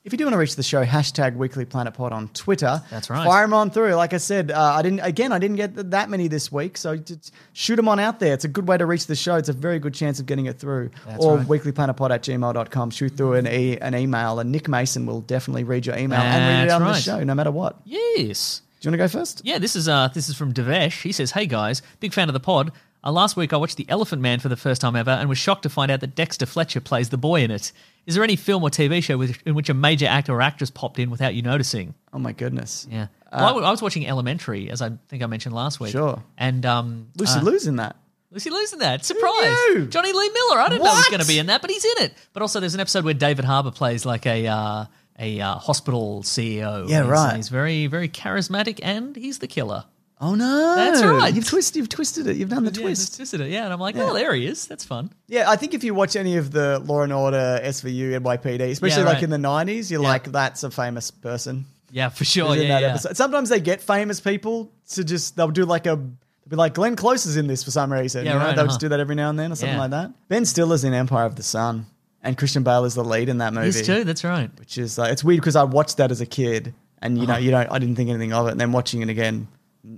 Speaker 1: If you do want to reach the show, hashtag Weekly Planet Pod on Twitter.
Speaker 4: That's right.
Speaker 1: Fire them on through. Like I said, uh, I didn't. Again, I didn't get th- that many this week, so just shoot them on out there. It's a good way to reach the show. It's a very good chance of getting it through.
Speaker 4: That's
Speaker 1: or
Speaker 4: right.
Speaker 1: weeklyplanetpod at gmail.com. Shoot through an, e- an email, and Nick Mason will definitely read your email and read it
Speaker 4: That's
Speaker 1: on the
Speaker 4: right.
Speaker 1: show, no matter what.
Speaker 4: Yes.
Speaker 1: Do you want to go first?
Speaker 4: Yeah, this is uh, this is from Devesh. He says, "Hey guys, big fan of the pod. Uh, last week I watched The Elephant Man for the first time ever, and was shocked to find out that Dexter Fletcher plays the boy in it. Is there any film or TV show with, in which a major actor or actress popped in without you noticing?
Speaker 1: Oh my goodness.
Speaker 4: Yeah, well, I w- I was watching Elementary, as I think I mentioned last week.
Speaker 1: Sure.
Speaker 4: And um,
Speaker 1: Lucy
Speaker 4: uh,
Speaker 1: Lou's in that.
Speaker 4: Lucy Liu's in that. Surprise!
Speaker 1: knew?
Speaker 4: Johnny Lee Miller. I didn't know he was
Speaker 1: What?
Speaker 4: going to be in that, but he's in it. But also, there's an episode where David Harbour plays like a uh, a uh, hospital CEO.
Speaker 1: Yeah,
Speaker 4: He's-
Speaker 1: right.
Speaker 4: He's very very charismatic, and he's the killer.
Speaker 1: Oh no,
Speaker 4: That's right.
Speaker 1: You've twisted. You've twisted it. You've done the
Speaker 4: Yeah,
Speaker 1: twist.
Speaker 4: they twisted it. Yeah, and I'm like, oh, there he is. That's fun.
Speaker 1: Yeah, I think if you watch any of the Law and Order, SVU, NYPD, especially
Speaker 4: Yeah, right.
Speaker 1: like in the '90s, you're like, that's a famous person.
Speaker 4: Yeah, for sure.
Speaker 1: who's in
Speaker 4: yeah,
Speaker 1: that
Speaker 4: yeah.
Speaker 1: episode. Sometimes they get famous people to just they'll do like a they'll be like Glenn Close is in this for some reason.
Speaker 4: Yeah,
Speaker 1: you know?
Speaker 4: right,
Speaker 1: They'll
Speaker 4: uh-huh.
Speaker 1: just do that every now and then or something
Speaker 4: Yeah.
Speaker 1: like that. Ben Stiller's in Empire of the Sun, and Christian Bale is the lead in that movie.
Speaker 4: He's too. That's right.
Speaker 1: Which is like it's weird because I watched that as a kid, and you
Speaker 4: Uh-huh.
Speaker 1: know you don't I didn't think anything of it, and then watching it again.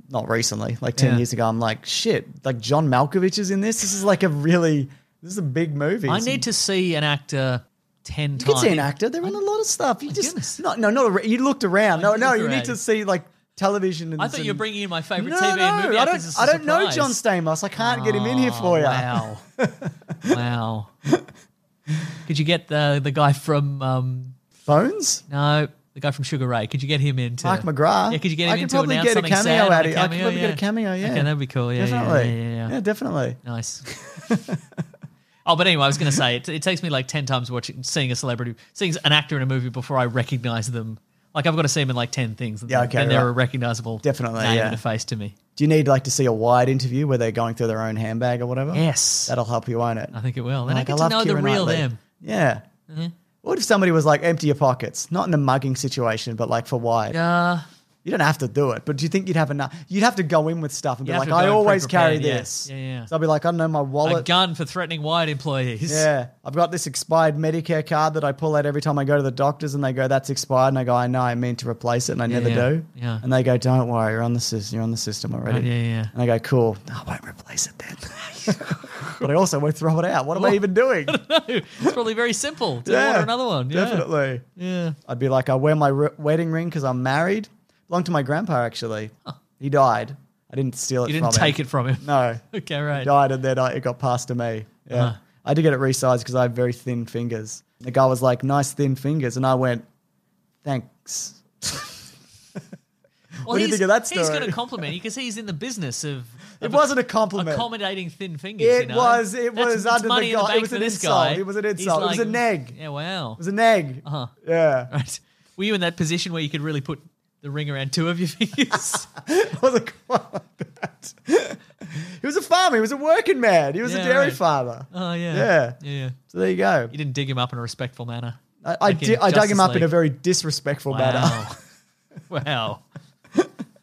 Speaker 1: Not recently, like ten
Speaker 4: Yeah.
Speaker 1: years ago, I'm like, shit, like John Malkovich is in this. This is like a really This is a big movie.
Speaker 4: I
Speaker 1: It's-
Speaker 4: need to see an actor ten
Speaker 1: You
Speaker 4: times.
Speaker 1: can see an actor. They're in a lot of stuff. You
Speaker 4: goodness.
Speaker 1: just not, no, not a, you looked around. No,
Speaker 4: did
Speaker 1: no,
Speaker 4: look
Speaker 1: you
Speaker 4: around.
Speaker 1: need to see like television. And
Speaker 4: I thought you were
Speaker 1: some-
Speaker 4: bringing in my favorite
Speaker 1: no,
Speaker 4: TV
Speaker 1: no,
Speaker 4: and movie
Speaker 1: I
Speaker 4: actors. as
Speaker 1: don't.
Speaker 4: a
Speaker 1: I don't know
Speaker 4: surprise.
Speaker 1: John Stamos. I can't get him in here
Speaker 4: Oh,
Speaker 1: for you.
Speaker 4: Wow, wow. Could you get the the guy from um,
Speaker 1: Bones.
Speaker 4: no the guy from Sugar Ray? Could you get him into
Speaker 1: Mark McGrath.
Speaker 4: Yeah, could you get him
Speaker 1: I
Speaker 4: in
Speaker 1: could
Speaker 4: to
Speaker 1: probably
Speaker 4: announce
Speaker 1: get a
Speaker 4: something
Speaker 1: cameo out
Speaker 4: sad? A
Speaker 1: of it. I could
Speaker 4: cameo,
Speaker 1: probably
Speaker 4: yeah.
Speaker 1: get a cameo. Yeah,
Speaker 4: Okay, that'd be cool. Yeah, yeah,
Speaker 1: definitely.
Speaker 4: yeah, yeah, yeah.
Speaker 1: definitely.
Speaker 4: Nice. oh, but anyway, I was going to say it, it takes me like ten times watching seeing a celebrity, seeing an actor in a movie before I recognize them. Like I've got to see them in like ten things. and
Speaker 1: Yeah,
Speaker 4: then-
Speaker 1: okay,
Speaker 4: Then they're
Speaker 1: right.
Speaker 4: a recognizable,
Speaker 1: Definitely,
Speaker 4: name
Speaker 1: yeah.
Speaker 4: and a face to me.
Speaker 1: Do you need like to see a wide interview where they're going through their own handbag or whatever?
Speaker 4: Yes,
Speaker 1: that'll help you, won't it?
Speaker 4: I think it will. Then I
Speaker 1: Oh, Like,
Speaker 4: get to
Speaker 1: love
Speaker 4: know the
Speaker 1: Keira
Speaker 4: real
Speaker 1: Knightley.
Speaker 4: them. Uh-huh.
Speaker 1: Yeah. What if somebody was like, empty your pockets? Not in a mugging situation, but like for wide.
Speaker 4: Yeah.
Speaker 1: You don't have to do it, but do you think you'd have enough? You'd have to go in with stuff and
Speaker 4: You'd
Speaker 1: be
Speaker 4: have
Speaker 1: like,
Speaker 4: to go
Speaker 1: I
Speaker 4: in
Speaker 1: always carry
Speaker 4: pre-prepared, yeah.
Speaker 1: this.
Speaker 4: Yeah, yeah.
Speaker 1: So I'll be like, I don't know, my
Speaker 4: a
Speaker 1: wallet.
Speaker 4: gun for threatening white employees.
Speaker 1: Yeah, I've got this expired Medicare card that I pull out every time I go to the doctors, and they go, "That's expired," and I go, "I know, I meant to replace it, and I never
Speaker 4: yeah,
Speaker 1: do."
Speaker 4: yeah.
Speaker 1: And they go, "Don't worry, you're on the system. You're on the system already."
Speaker 4: Right, yeah, yeah.
Speaker 1: And I go, "Cool, I won't replace it then." but I also won't throw it out. What am I even doing?
Speaker 4: it's probably very simple to order another one. Yeah.
Speaker 1: definitely.
Speaker 4: Yeah.
Speaker 1: I'd be like, I wear my re- wedding ring because I'm married. Belonged to my grandpa actually. He died. I didn't steal it.
Speaker 4: You didn't
Speaker 1: from
Speaker 4: take
Speaker 1: him.
Speaker 4: it from him.
Speaker 1: No.
Speaker 4: Okay, right.
Speaker 1: died and then I, it got passed to me. Yeah.
Speaker 4: Uh-huh.
Speaker 1: I had to get it resized because I have very thin fingers. The guy was like, nice thin fingers. And I went, thanks.
Speaker 4: Well,
Speaker 1: What do you
Speaker 4: he's-
Speaker 1: think of that
Speaker 4: He's
Speaker 1: story?
Speaker 4: going to compliment you because he's in the business of.
Speaker 1: It
Speaker 4: of
Speaker 1: wasn't a compliment.
Speaker 4: accommodating thin fingers.
Speaker 1: It
Speaker 4: you know?
Speaker 1: was- it
Speaker 4: That's-
Speaker 1: was
Speaker 4: that's
Speaker 1: under the
Speaker 4: money in
Speaker 1: guy- it
Speaker 4: bank
Speaker 1: was
Speaker 4: for
Speaker 1: an
Speaker 4: this
Speaker 1: insult.
Speaker 4: guy.
Speaker 1: It was an
Speaker 4: He's
Speaker 1: insult. It was
Speaker 4: like,
Speaker 1: a neg.
Speaker 4: Yeah, wow.
Speaker 1: It was an egg.
Speaker 4: Uh-huh.
Speaker 1: Yeah.
Speaker 4: right. Were you in that position where you could really put the ring around two of your fingers?
Speaker 1: It wasn't quite like that. he was a farmer. He was a working man. He was a
Speaker 4: Yeah,
Speaker 1: dairy
Speaker 4: right.
Speaker 1: farmer.
Speaker 4: oh
Speaker 1: Yeah.
Speaker 4: yeah. Yeah. yeah.
Speaker 1: So there you go.
Speaker 4: You didn't dig him up in a respectful manner.
Speaker 1: I, I,
Speaker 4: Like in
Speaker 1: di- I dug him
Speaker 4: Justice
Speaker 1: up in a
Speaker 4: League.
Speaker 1: very disrespectful manner.
Speaker 4: Wow. wow.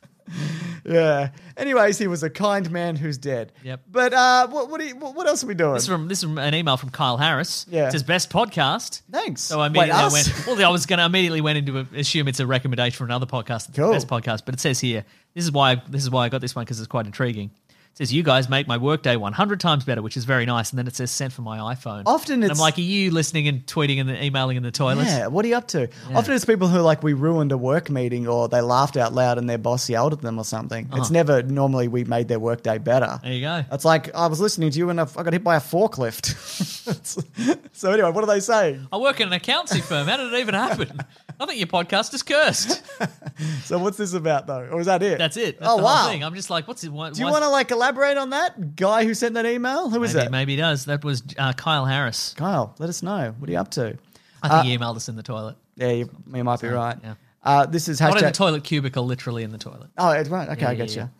Speaker 1: yeah. Anyways, he was a kind man who's dead.
Speaker 4: Yep.
Speaker 1: But uh, what what, do you, what what else are we doing?
Speaker 4: This is from this is from an email from Kyle Harris.
Speaker 1: Yeah.
Speaker 4: It says best podcast.
Speaker 1: Thanks.
Speaker 4: So I
Speaker 1: Wait,
Speaker 4: immediately I
Speaker 1: us?
Speaker 4: went. Well, I was going to immediately went into a, assume it's a recommendation for another podcast, the
Speaker 1: Cool.
Speaker 4: best podcast. But it says here, this is why this is why I got this one because it's quite intriguing. It says you guys make my workday 100 times better, which is very nice. And then it says sent from my iPhone.
Speaker 1: Often
Speaker 4: and
Speaker 1: it's-
Speaker 4: I'm like, are you listening and tweeting and emailing in the toilet?
Speaker 1: Yeah, what are you up to? Often it's people who like we ruined a work meeting or they laughed out loud and their boss yelled at them or something. It's never normally we made their work day better.
Speaker 4: Uh-huh. There you go.
Speaker 1: It's like I was listening to you and I I got hit by a forklift. so anyway, what are they saying?
Speaker 4: I work in an accountancy firm. How did it even happen? I think your podcast is cursed.
Speaker 1: So what's this about though? Or is that it?
Speaker 4: That's it. That's
Speaker 1: oh
Speaker 4: the
Speaker 1: wow.
Speaker 4: whole thing. I'm just like, what's it? Why,
Speaker 1: Do you
Speaker 4: why-
Speaker 1: want to like elaborate on that guy who sent that email? Who is
Speaker 4: Maybe,
Speaker 1: it?
Speaker 4: maybe he does. That was uh, Kyle Harris.
Speaker 1: Kyle, let us know. What are you up to?
Speaker 4: I
Speaker 1: Uh,
Speaker 4: think he emailed us in the toilet.
Speaker 1: Yeah, you, you might be right.
Speaker 4: yeah.
Speaker 1: Uh, this is
Speaker 4: Not in the
Speaker 1: hashtag.
Speaker 4: toilet cubicle, literally in the toilet.
Speaker 1: oh, it's right. Okay, I get you.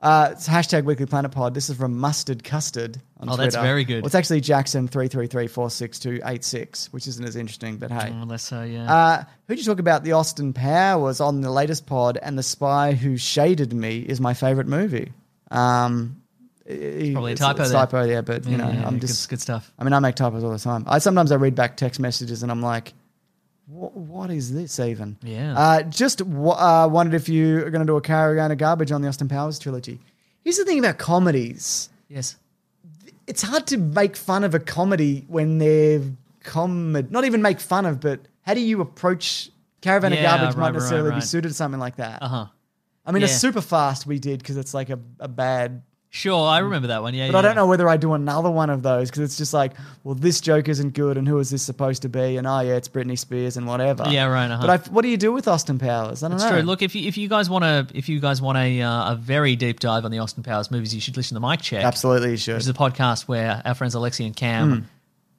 Speaker 1: Uh, it's hashtag Weekly Planet Pod. This is from Mustard Custard. On
Speaker 4: Oh,
Speaker 1: Twitter.
Speaker 4: that's very good.
Speaker 1: Well, it's actually Jackson three three three four six two eight six, which isn't as interesting, but hey.
Speaker 4: Unless so, yeah.
Speaker 1: Uh, who'd you talk about? The Austin Powers on the latest pod, and The Spy Who Shaded Me is my favorite movie. Um, it's
Speaker 4: probably a
Speaker 1: it's,
Speaker 4: typo
Speaker 1: It's
Speaker 4: there.
Speaker 1: typo there, but you know,
Speaker 4: Yeah,
Speaker 1: I'm
Speaker 4: good-
Speaker 1: just
Speaker 4: good, stuff.
Speaker 1: I mean, I make typos all the time. I sometimes I read back text messages and I'm like, what, what is this even?
Speaker 4: Yeah.
Speaker 1: Uh, just w- uh, wondered if you are going to do a Carriana garbage on the Austin Powers trilogy. Here's the thing about comedies:
Speaker 4: Yes.
Speaker 1: it's hard to make fun of a comedy when they're comedy. Not even make fun of, but how do you approach Caravan of
Speaker 4: Yeah,
Speaker 1: Garbage?
Speaker 4: right,
Speaker 1: might
Speaker 4: right,
Speaker 1: necessarily
Speaker 4: right.
Speaker 1: be suited to something like that.
Speaker 4: Uh huh.
Speaker 1: I mean, a
Speaker 4: yeah.
Speaker 1: super fast we did because it's like a, a bad
Speaker 4: Sure, I remember that one. Yeah,
Speaker 1: but I don't know whether I do another one of those because it's just like, well, this joke isn't good, and who is this supposed to be? And oh yeah, it's Britney Spears and whatever.
Speaker 4: Yeah, right, uh-huh.
Speaker 1: But I, what do you do with Austin Powers? I don't
Speaker 4: It's
Speaker 1: know.
Speaker 4: true. Look, if you if you guys want to if you guys want a uh, a very deep dive on the Austin Powers movies, you should listen to Mike Check,
Speaker 1: absolutely, Hmm. you
Speaker 4: which
Speaker 1: should.
Speaker 4: is a podcast where our friends Alexi and Cam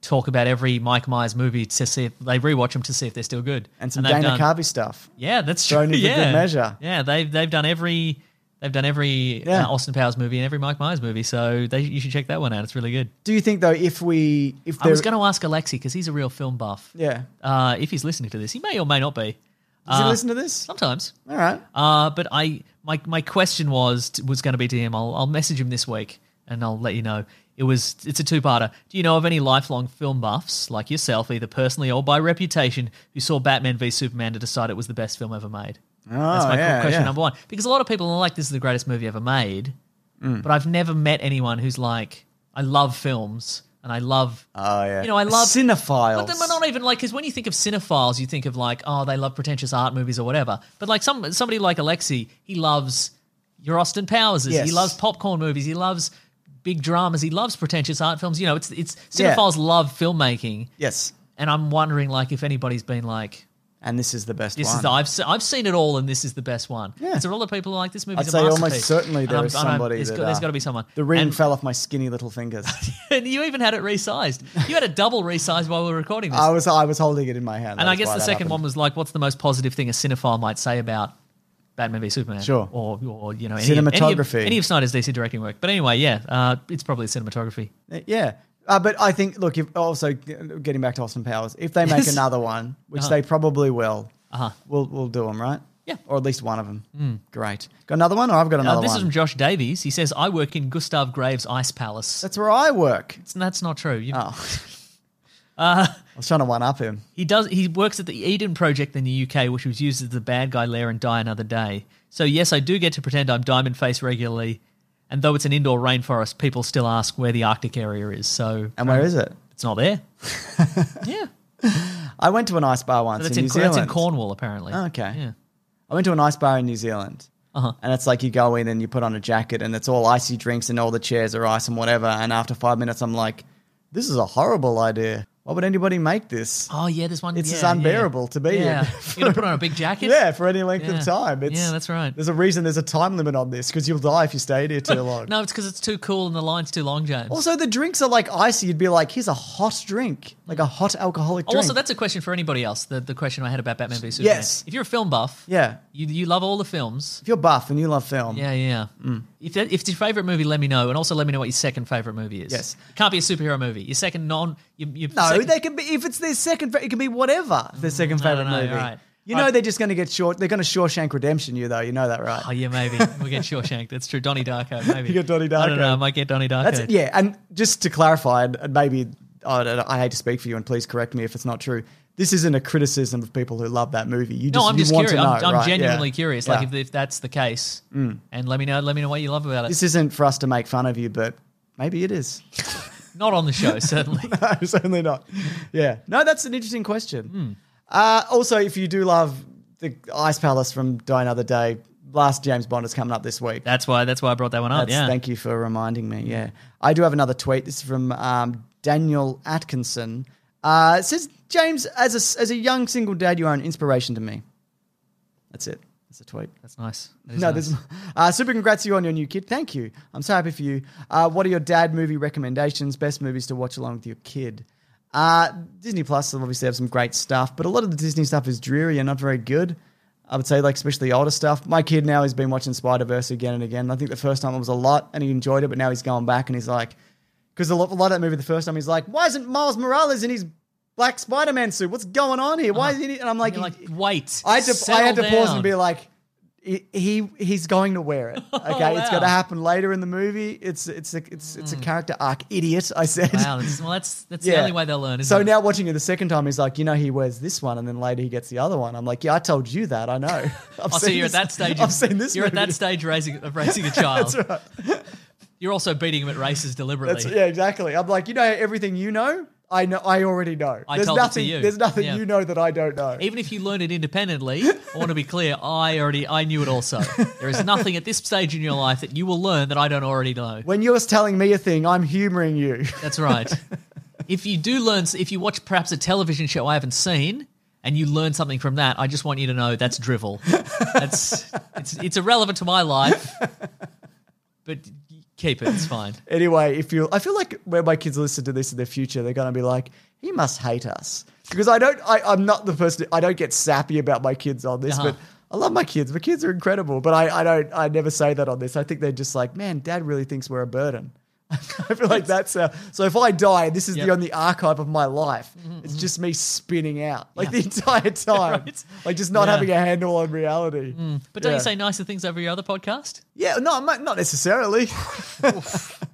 Speaker 4: talk about every Mike Myers movie to see if they rewatch them to see if they're still good.
Speaker 1: and some
Speaker 4: they've
Speaker 1: Dana
Speaker 4: done-
Speaker 1: Carvey stuff.
Speaker 4: Yeah, that's true.
Speaker 1: Thrown in for
Speaker 4: yeah.
Speaker 1: good measure.
Speaker 4: Yeah, they've they've done every they've done every
Speaker 1: Yeah.
Speaker 4: uh, Austin Powers movie and every Mike Myers movie. So they you should check that one out. It's really good.
Speaker 1: Do you think though, if we, if
Speaker 4: I
Speaker 1: there-
Speaker 4: was going to ask Alexi because he's a real film buff.
Speaker 1: yeah,
Speaker 4: Uh, if he's listening to this, he may or may not be.
Speaker 1: does
Speaker 4: Uh,
Speaker 1: he listen to this?
Speaker 4: Sometimes.
Speaker 1: All right,
Speaker 4: Uh, but I my my question was was going to be to him. I'll I'll message him this week and I'll let you know. It was it's a two parter. Do you know of any lifelong film buffs like yourself, either personally or by reputation, who saw Batman v Superman to decide it was the best film ever made? That's my
Speaker 1: Oh, yeah,
Speaker 4: question
Speaker 1: yeah.
Speaker 4: number one. Because a lot of people are like, "This is the
Speaker 1: Mm.
Speaker 4: greatest movie ever made," but I've never met anyone who's like, "I love films. and I love.
Speaker 1: Ah,
Speaker 8: Oh, yeah.
Speaker 4: You know, I love
Speaker 1: Cinephiles.
Speaker 4: But then we're not even like because when you think of cinephiles, you think of like oh they love pretentious art movies or whatever. But like some somebody like Alexi, he loves your Austin Powers.
Speaker 1: Yes.
Speaker 4: He loves popcorn movies. He loves big dramas. He loves pretentious art films. You know, it's it's
Speaker 1: Yeah.
Speaker 4: cinephiles love filmmaking.
Speaker 1: Yes.
Speaker 4: And I'm wondering like if anybody's been like.
Speaker 1: And this is the best
Speaker 4: This
Speaker 1: one.
Speaker 4: is the, I've se- I've seen it all, and this is the best one.
Speaker 1: Yeah.
Speaker 4: So a lot of people are like this movie.
Speaker 1: I'd say almost certainly
Speaker 4: there
Speaker 1: there
Speaker 4: is
Speaker 1: is somebody that,
Speaker 4: there's
Speaker 1: uh,
Speaker 4: got to be someone.
Speaker 1: The ring
Speaker 4: and,
Speaker 1: fell off my skinny little fingers.
Speaker 4: and you even had it resized. You had a double resized while we were recording this.
Speaker 1: I was I was holding it in my hand.
Speaker 4: and I guess the second one was like, what's the most positive thing a cinephile might say about Batman v Superman?
Speaker 1: Sure.
Speaker 4: Or, or you know, any,
Speaker 1: Cinematography.
Speaker 4: Any of, any of Snyder's DC directing work. But anyway, yeah, uh, it's probably cinematography.
Speaker 1: was yeah. Uh, but I think look, if also getting back to Austin Powers, if they make
Speaker 4: Yes.
Speaker 1: another one, which they probably will,
Speaker 4: Uh-huh.
Speaker 1: we'll we'll do them right.
Speaker 4: Yeah. Hmm.
Speaker 1: or at least one of them. Great. Got another one, or I've got
Speaker 4: Uh,
Speaker 1: another
Speaker 4: this
Speaker 1: one.
Speaker 4: is from Josh Davies. He says, I work in Gustav Graves' Ice Palace.
Speaker 1: That's Uh-uh. where I work. Oh.
Speaker 4: That's, that's not true. You, Uh-huh.
Speaker 1: I was trying to one up him.
Speaker 4: He does. He works at the Eden Project in the UK, which was used as the bad guy lair and Die Another Day. So yes, I do get to pretend I'm Diamond Face regularly, and though it's an indoor rainforest, people still ask where the Arctic area is. So
Speaker 1: And where is it?
Speaker 4: it's not there. yeah,
Speaker 1: I went to an ice bar once
Speaker 4: that's
Speaker 1: in,
Speaker 4: in,
Speaker 1: New Zealand.
Speaker 4: that's in Cornwall apparently.
Speaker 1: Oh, okay.
Speaker 4: Yeah.
Speaker 1: I went to an ice bar in New Zealand.
Speaker 4: Uh-huh.
Speaker 1: And it's like you go in and you put on a jacket and it's all icy drinks and all the chairs are ice and whatever. And after five minutes, I'm like, this is a horrible idea. Why would anybody make this?
Speaker 4: Oh yeah, there's one.
Speaker 1: It's
Speaker 4: yeah,
Speaker 1: as
Speaker 4: yeah.
Speaker 1: unbearable to be in.
Speaker 4: Yeah, you're gonna put on a big jacket.
Speaker 1: Yeah, for any length
Speaker 4: Yeah.
Speaker 1: of time. It's,
Speaker 4: Yeah, that's right.
Speaker 1: There's a reason there's a time limit on this because you'll die if you stayed here too long.
Speaker 4: No, it's because it's too cool and the line's too long, James.
Speaker 1: Also, the drinks are like icy. You'd be like, here's a hot drink, like a hot alcoholic drink.
Speaker 4: Oh, Also, that's a question for anybody else. The, the question I had about Batman v Superman.
Speaker 1: Yes.
Speaker 4: If you're a film buff,
Speaker 1: Yeah.
Speaker 4: you, you love all the films.
Speaker 1: If you're buff and you love film,
Speaker 4: Yeah, yeah.
Speaker 1: Mm.
Speaker 4: If that, if it's your favorite movie, let me know, and also let me know what your second favorite movie is.
Speaker 1: Yes.
Speaker 4: can't be a superhero movie. Your second non. Your, your
Speaker 1: No,
Speaker 4: second- Mm,
Speaker 1: they can be if it's their second. fa- It can be whatever their second favorite
Speaker 4: no, no,
Speaker 1: movie.
Speaker 4: you're right.
Speaker 1: You know
Speaker 4: I-
Speaker 1: they're just going to get short. They're going to Shawshank Redemption you though. You know that, right?
Speaker 4: Oh yeah, maybe we'll get Shawshank. That's true. Donnie Darko, maybe
Speaker 1: You get Donnie
Speaker 4: I don't
Speaker 1: Darko.
Speaker 4: know. I might get Donnie Darko.
Speaker 1: That's yeah. And just to clarify, and- and maybe I, don't know, I hate to speak for you, and please correct me if it's not true. This isn't a criticism of people who love that movie. You just,
Speaker 4: No, I'm
Speaker 1: you
Speaker 4: just
Speaker 1: want
Speaker 4: curious.
Speaker 1: to know.
Speaker 4: I'm, I'm
Speaker 1: right? Yeah.
Speaker 4: genuinely curious. Like
Speaker 1: Yeah. Mm.
Speaker 4: if, if that's the case, and let me know. Let me know what you love about it.
Speaker 1: this isn't for us to make fun of you, but maybe it is.
Speaker 4: Not on the show, certainly.
Speaker 1: no, certainly not. Yeah. No, that's an interesting
Speaker 4: Hmm.
Speaker 1: question. Uh, also, if you do love the Ice Palace from Die Another Day, last James Bond is coming up this week.
Speaker 4: that's why. That's why I brought that one up.
Speaker 1: That's-
Speaker 4: yeah.
Speaker 1: Thank you for reminding me. Yeah. I do have another tweet. This is from um, Daniel Atkinson. Uh, it says, James, as a, as a young single dad, you are an inspiration to me. That's it. That's a tweet.
Speaker 4: that's nice. That is
Speaker 1: No,
Speaker 4: nice.
Speaker 1: this uh, super congrats to you on your new kid. Thank you. I'm so happy for you. Uh, what are your dad movie recommendations? Best movies to watch along with your kid? Uh, Disney Plus obviously have some great stuff, but a lot of the Disney stuff is dreary and not very good. I would say, like especially the older stuff. My kid now has been watching Spider Verse again and again. I think the first time it was a lot, and he enjoyed it, but now he's going back and he's like, because a lot, a lot of that movie the first time he's like, why isn't Miles Morales in his black Spider Man suit? What's going on here? Why isn't he? And I'm like,
Speaker 4: Uh-huh. You're like, wait.
Speaker 1: I had to, I had to
Speaker 4: settle
Speaker 1: pause
Speaker 4: down. Oh,
Speaker 1: and be like, he- he he's going to wear it. Okay, it's
Speaker 4: wow. Mm.
Speaker 1: going to happen later in the movie. It's it's a, it's it's a character arc, idiot. I said.
Speaker 4: wow. That's, well, that's that's the only way they'll learn. Isn't
Speaker 1: so
Speaker 4: it?
Speaker 1: now watching it the second time, he's like, you know, he wears this one, and then later he gets the other one. I'm like, yeah, I told you that. I know. I've
Speaker 4: Oh, so
Speaker 1: seen
Speaker 4: you're
Speaker 1: this-
Speaker 4: at that stage.
Speaker 1: I've
Speaker 4: of-
Speaker 1: seen this.
Speaker 4: You're at
Speaker 1: movie.
Speaker 4: that stage raising of raising a child. You're also beating him at races deliberately.
Speaker 1: That's- yeah, exactly. I'm like, you know, everything you know, I know. I already know.
Speaker 4: I
Speaker 1: there's
Speaker 4: told it to
Speaker 1: nothing.
Speaker 4: you.
Speaker 1: There's nothing
Speaker 4: Yeah.
Speaker 1: you know that I don't know.
Speaker 4: Even if you learn it independently, I want to be clear. I already I knew it also. There is nothing at this stage in your life that you will learn that I don't already know.
Speaker 1: when you're telling me a thing, I'm humouring you.
Speaker 4: That's right. if you do learn, if you watch perhaps a television show I haven't seen and you learn something from that, I just want you to know that's drivel. That's it's it's irrelevant to my life, but keep it. It's fine.
Speaker 1: Anyway, if you, I feel like when my kids listen to this in the future, they're going to be like, "He must hate us," because I don't. I, I'm not the person. I don't get sappy about my kids on this,
Speaker 4: Uh-huh.
Speaker 1: but I love my kids. My kids are incredible, but I, I don't. I never say that on this. I think they're just like, "Man, Dad really thinks we're a burden." I feel like that's uh, so. If I die, this is
Speaker 4: Yep. Mm-hmm,
Speaker 1: the only archive of my life. It's just me spinning out like the entire time,
Speaker 4: Right.
Speaker 1: like just not
Speaker 4: Yeah. Mm.
Speaker 1: having a handle on reality.
Speaker 4: But don't
Speaker 1: Yeah.
Speaker 4: you say nicer things over your other podcast?
Speaker 1: Yeah, no, I'm not not necessarily. But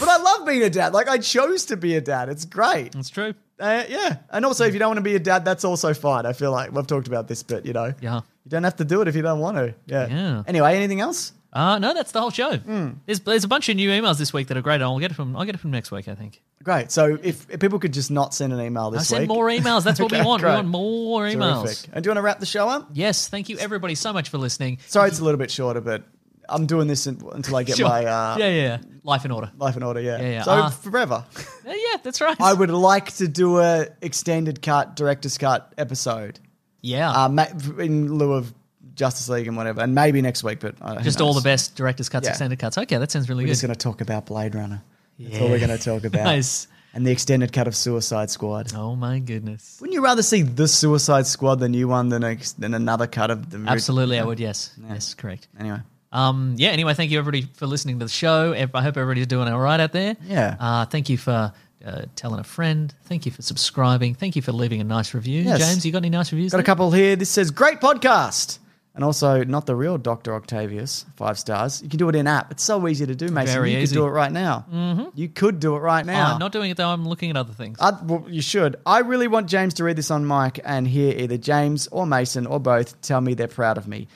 Speaker 1: I love being a dad. Like I chose to be a dad. It's great.
Speaker 4: That's true.
Speaker 1: Uh, yeah, and also if you don't want to be a dad, that's also fine. I feel like we've talked about this, but you know,
Speaker 4: Yeah.
Speaker 1: you don't have to do it if you don't want to. Yeah.
Speaker 4: Yeah.
Speaker 1: Anyway, anything else?
Speaker 4: Uh, no, that's the whole show.
Speaker 1: Hmm.
Speaker 4: There's, there's a bunch of new emails this week that are great. and I'll get it from I'll get it from next week. I think.
Speaker 1: Great. So if, if people could just not send an email
Speaker 4: I
Speaker 1: this
Speaker 4: send
Speaker 1: week,
Speaker 4: more emails. That's what we
Speaker 1: Okay,
Speaker 4: want. We
Speaker 1: great.
Speaker 4: want more emails.
Speaker 1: terrific. And do you want to wrap the show up?
Speaker 4: Yes, thank you everybody so much for listening.
Speaker 1: Sorry, it's a little bit shorter, but I'm doing this in- until I get
Speaker 4: Sure.
Speaker 1: my uh,
Speaker 4: yeah, yeah, life in order.
Speaker 1: life in order. Yeah.
Speaker 4: Yeah, yeah.
Speaker 1: So
Speaker 4: Uh,
Speaker 1: forever.
Speaker 4: Yeah, yeah, that's right.
Speaker 1: I would like to do a extended cut, director's cut episode
Speaker 4: yeah,
Speaker 1: uh, ma- in lieu of Justice League and whatever, and maybe next week. But uh, who
Speaker 4: just all the
Speaker 1: knows?
Speaker 4: best director's cuts,
Speaker 1: Yeah.
Speaker 4: extended cuts. Okay, that sounds really
Speaker 1: We're
Speaker 4: good.
Speaker 1: just going to talk about Blade Runner. That's all we're
Speaker 4: Yeah.
Speaker 1: going to talk about.
Speaker 4: Nice.
Speaker 1: And the extended cut of Suicide Squad.
Speaker 4: Oh my goodness.
Speaker 1: Wouldn't you rather see the Suicide Squad, the new one, than, ex- than another cut of the?
Speaker 4: Absolutely, I would. Yes, yes, correct.
Speaker 1: Anyway,
Speaker 4: Um, yeah. Anyway, thank you everybody for listening to the show. Ev- I hope everybody's doing all right out there.
Speaker 1: Yeah.
Speaker 4: Uh, thank you for uh, telling a friend. Thank you for subscribing. Thank you for leaving a nice review.
Speaker 1: Yes.
Speaker 4: James, you got any nice reviews?
Speaker 1: got a
Speaker 4: there?
Speaker 1: couple here. This says great podcast. And also, not the real Dr. Octavius, five stars. You can do it in app. It's so easy to do, Mason.
Speaker 4: Very
Speaker 1: you
Speaker 4: easy. Oh,
Speaker 1: could do it right now. Mm-hmm. You could do it right now.
Speaker 4: I'm not doing it though. I'm looking at other things.
Speaker 1: I, well, you should. I really want James to read this on mic and hear either James or Mason or both tell me they're proud of me.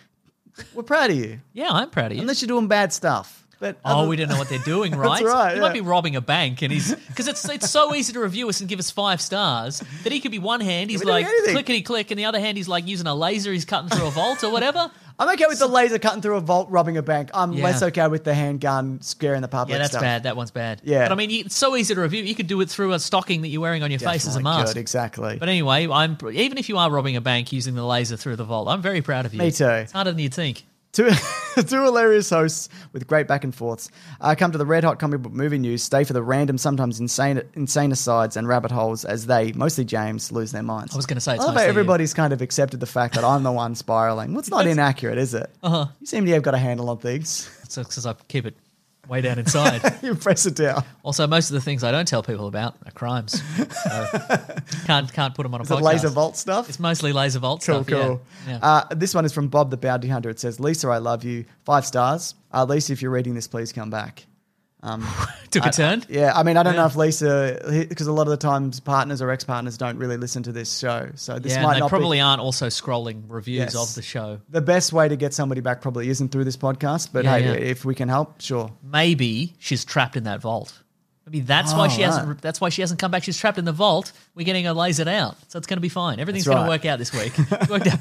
Speaker 1: We're proud of you,
Speaker 4: yeah, I'm proud of you.
Speaker 1: unless you're doing bad stuff. But
Speaker 4: Oh,
Speaker 1: other-
Speaker 4: we don't know what they're doing, right?
Speaker 1: right,
Speaker 4: He
Speaker 1: yeah.
Speaker 4: might be robbing a bank, and he's because it's it's so easy to review us and give us five stars that he could be one hand he's
Speaker 1: We're doing
Speaker 4: like
Speaker 1: anything.
Speaker 4: clickety click, and the other hand he's like using a laser, he's cutting through a vault or whatever.
Speaker 1: I'm okay with the laser cutting through a vault, robbing a bank. I'm
Speaker 4: Yeah.
Speaker 1: less okay with the handgun scaring the public.
Speaker 4: Yeah, that's
Speaker 1: stuff.
Speaker 4: bad. That one's bad.
Speaker 1: Yeah.
Speaker 4: but I mean, you- it's so easy to review. You could do it through a stocking that you're wearing on your face as a
Speaker 1: Definitely
Speaker 4: mask.
Speaker 1: good, Oh exactly.
Speaker 4: But anyway, I'm even if you are robbing a bank using the laser through the vault, I'm very proud of you.
Speaker 1: Me too.
Speaker 4: It's harder than you'd think.
Speaker 1: Two, two hilarious hosts with great back and forths. Uh, come to the red hot comic book movie news. Stay for the random, sometimes insane, insane asides and rabbit holes as they, mostly James, lose their minds. I
Speaker 4: was gonna say it's
Speaker 1: I love how
Speaker 4: mostly you.
Speaker 1: everybody's kind of accepted the fact that I'm the one spiraling. What's not inaccurate, is it? Uh-huh. You seem to have got a handle on things.
Speaker 4: It's because I keep it way down inside.
Speaker 1: you press it down.
Speaker 4: Also, most of the things I don't tell people about are crimes. So can't can't put them on a
Speaker 1: Is
Speaker 4: podcast.
Speaker 1: it laser vault stuff?
Speaker 4: It's mostly laser vault
Speaker 1: Cool,
Speaker 4: stuff. yeah.
Speaker 1: cool.
Speaker 4: Yeah.
Speaker 1: Uh, this one is from Bob the Bounty Hunter. It says, Lisa, I love you. Five stars. Uh, Lisa, if you're reading this, please come back.
Speaker 4: Took a turn.
Speaker 1: Yeah, I mean, I don't know if Lisa, because a lot of the times partners or ex partners don't really listen to this show, so this
Speaker 4: yeah,
Speaker 1: might
Speaker 4: and they
Speaker 1: not
Speaker 4: probably
Speaker 1: be
Speaker 4: aren't also scrolling reviews
Speaker 1: Yes.
Speaker 4: of the show.
Speaker 1: the best way to get somebody back. Probably isn't through this podcast, but
Speaker 4: Yeah,
Speaker 1: hey,
Speaker 4: yeah.
Speaker 1: if we can help, sure.
Speaker 4: Maybe she's trapped in that vault. Maybe that's why she hasn't.
Speaker 1: Oh, right.
Speaker 4: That's why she hasn't come back. She's trapped in the vault. We're getting her lasered out, so it's going to be fine. Everything's
Speaker 1: That's
Speaker 4: going
Speaker 1: right.
Speaker 4: to work out this week. It worked out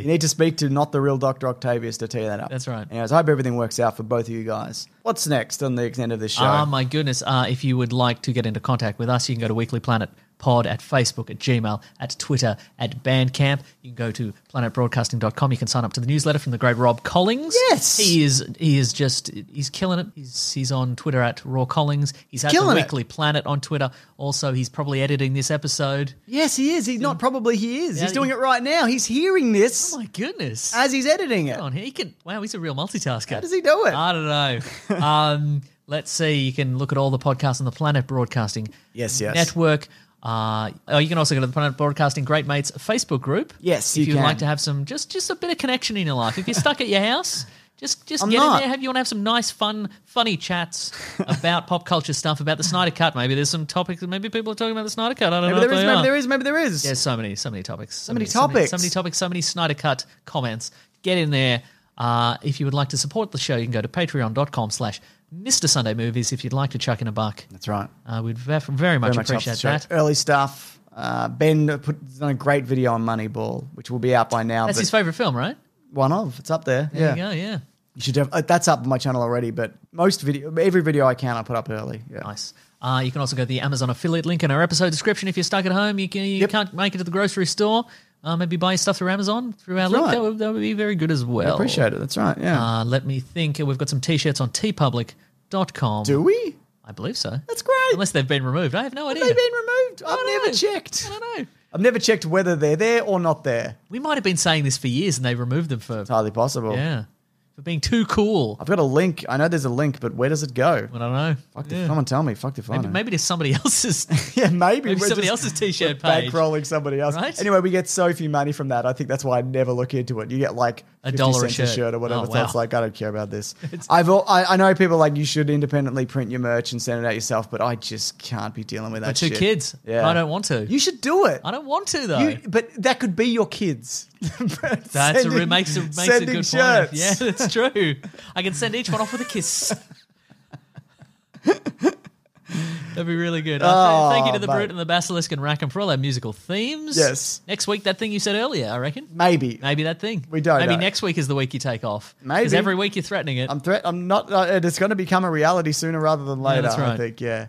Speaker 1: You need to speak to not the real Doctor Octavius to tear that up.
Speaker 4: That's right.
Speaker 1: Anyways, I hope everything works out for both of you guys. What's next on the extent of this show?
Speaker 4: Ah, my goodness. Uh, if you would like to get into contact with us, you can go to Weekly Planet Pod at Facebook, at Gmail, at Twitter, at Bandcamp. You can go to planetbroadcasting.com. You can sign up to the newsletter from the great Rob Collings.
Speaker 1: Yes.
Speaker 4: He is he is just he's killing it. He's he's on Twitter at Raw Collings. He's at the
Speaker 1: Killing it.
Speaker 4: Weekly Planet on Twitter. Also, he's probably editing this episode.
Speaker 1: yes, he is. He's not probably he is.
Speaker 4: Yeah,
Speaker 1: he's doing
Speaker 4: you-
Speaker 1: it right now. He's hearing this
Speaker 4: Oh my goodness.
Speaker 1: as he's editing it.
Speaker 4: Hang on here. He can. Wow, he's a real multitasker. How
Speaker 1: does he do it?
Speaker 4: I don't know. um, let's see. You can look at all the podcasts on the Planet Broadcasting
Speaker 1: Yes, yes.
Speaker 4: Network. Uh, oh, you can also go to the Planet Broadcasting Great Mates Facebook group.
Speaker 1: Yes,
Speaker 4: if
Speaker 1: you
Speaker 4: would
Speaker 1: can.
Speaker 4: like to have some just just a bit of connection in your life. If you're stuck at your house. Just, just
Speaker 1: I'm
Speaker 4: get in
Speaker 1: not.
Speaker 4: there. Have you want to have some nice, fun, funny chats about pop culture stuff, about the Snyder Cut? Maybe there's some topics. that Maybe people are talking about the Snyder Cut. I don't
Speaker 1: Maybe
Speaker 4: know.
Speaker 1: there
Speaker 4: if
Speaker 1: is.
Speaker 4: they
Speaker 1: Maybe
Speaker 4: are.
Speaker 1: there is. Maybe there is.
Speaker 4: There's so many, so many topics. So,
Speaker 1: many
Speaker 4: So many,
Speaker 1: topics.
Speaker 4: topics, so many Snyder Cut comments. Get in there. Uh, if you would like to support the show, you can go to patreon.com slash Mr. Sunday Movies if you'd like to chuck in a buck.
Speaker 1: That's right.
Speaker 4: Uh, we'd ve- very much
Speaker 1: Very much
Speaker 4: appreciate
Speaker 1: helps us
Speaker 4: that.
Speaker 1: out. Early stuff. Uh, ben put has done a great video on Moneyball, which will be out by now.
Speaker 4: That's
Speaker 1: but
Speaker 4: his favourite film, right?
Speaker 1: one of it's up there.
Speaker 4: There
Speaker 1: yeah,
Speaker 4: you go, yeah.
Speaker 1: You should. Have, uh, that's up on my channel already. But most video, every video I can, I put up early. Yeah.
Speaker 4: Nice. Uh, you can also go to the Amazon affiliate link in our episode description if you're stuck at home. You, can, you can't make it to the grocery store. Uh, maybe buy your stuff through Amazon, through our link.
Speaker 1: right.
Speaker 4: That would, that would be very good as well.
Speaker 1: I appreciate it. That's right. Yeah.
Speaker 4: Uh, let me think. We've got some t-shirts on tpublic.com.
Speaker 1: Do we?
Speaker 4: I believe so.
Speaker 1: That's great.
Speaker 4: Unless they've been removed. I have no idea.
Speaker 1: They've been removed. I've
Speaker 4: don't
Speaker 1: never
Speaker 4: know.
Speaker 1: checked.
Speaker 4: I don't know.
Speaker 1: I've never checked whether they're there or not there.
Speaker 4: We might have been saying this for years and they removed them for,
Speaker 1: Entirely possible.
Speaker 4: yeah, for being too cool.
Speaker 1: I've got a link. I know there's a link, but where does it go?
Speaker 4: I don't know.
Speaker 1: Fuck if Someone tell me. Fuck if I
Speaker 4: Maybe,
Speaker 1: know.
Speaker 4: maybe to somebody else's.
Speaker 1: yeah, maybe.
Speaker 4: maybe
Speaker 1: we're
Speaker 4: somebody
Speaker 1: just-
Speaker 4: else's t-shirt
Speaker 1: we're
Speaker 4: page.
Speaker 1: Bankrolling somebody else.
Speaker 4: Right?
Speaker 1: Anyway, we get so few money from that. I think that's why I never look into it. You get like
Speaker 4: A
Speaker 1: 50
Speaker 4: dollar a
Speaker 1: cents
Speaker 4: shirt.
Speaker 1: or whatever.
Speaker 4: Oh,
Speaker 1: So
Speaker 4: wow.
Speaker 1: it's like I don't care about this. I've al- I, I know people like you should independently print your merch and send it out yourself, but I just can't be dealing with that.
Speaker 4: Got two
Speaker 1: shit.
Speaker 4: kids.
Speaker 1: Yeah,
Speaker 4: I don't want to.
Speaker 1: You should do it.
Speaker 4: I don't want to though.
Speaker 1: You, but that could be your kids. That's
Speaker 4: That's a, makes a makes a good point. Yeah, that's true. I can send each one off with a kiss. That'd be really good. Uh, th- thank you to the
Speaker 1: Oh,
Speaker 4: Brute
Speaker 1: mate.
Speaker 4: and the Basilisk and Rackham for all our musical themes.
Speaker 1: Yes.
Speaker 4: Next week, that thing you said earlier, I reckon.
Speaker 1: Maybe.
Speaker 4: Maybe that thing.
Speaker 1: We don't
Speaker 4: Maybe
Speaker 1: know.
Speaker 4: next week is the week you take off. 'Cause
Speaker 1: Maybe. Um,
Speaker 4: every week you're threatening it.
Speaker 1: I'm threat. I'm not. Uh, it's going to become a reality sooner rather than later.
Speaker 4: that's
Speaker 1: I
Speaker 4: right.
Speaker 1: think. Yeah.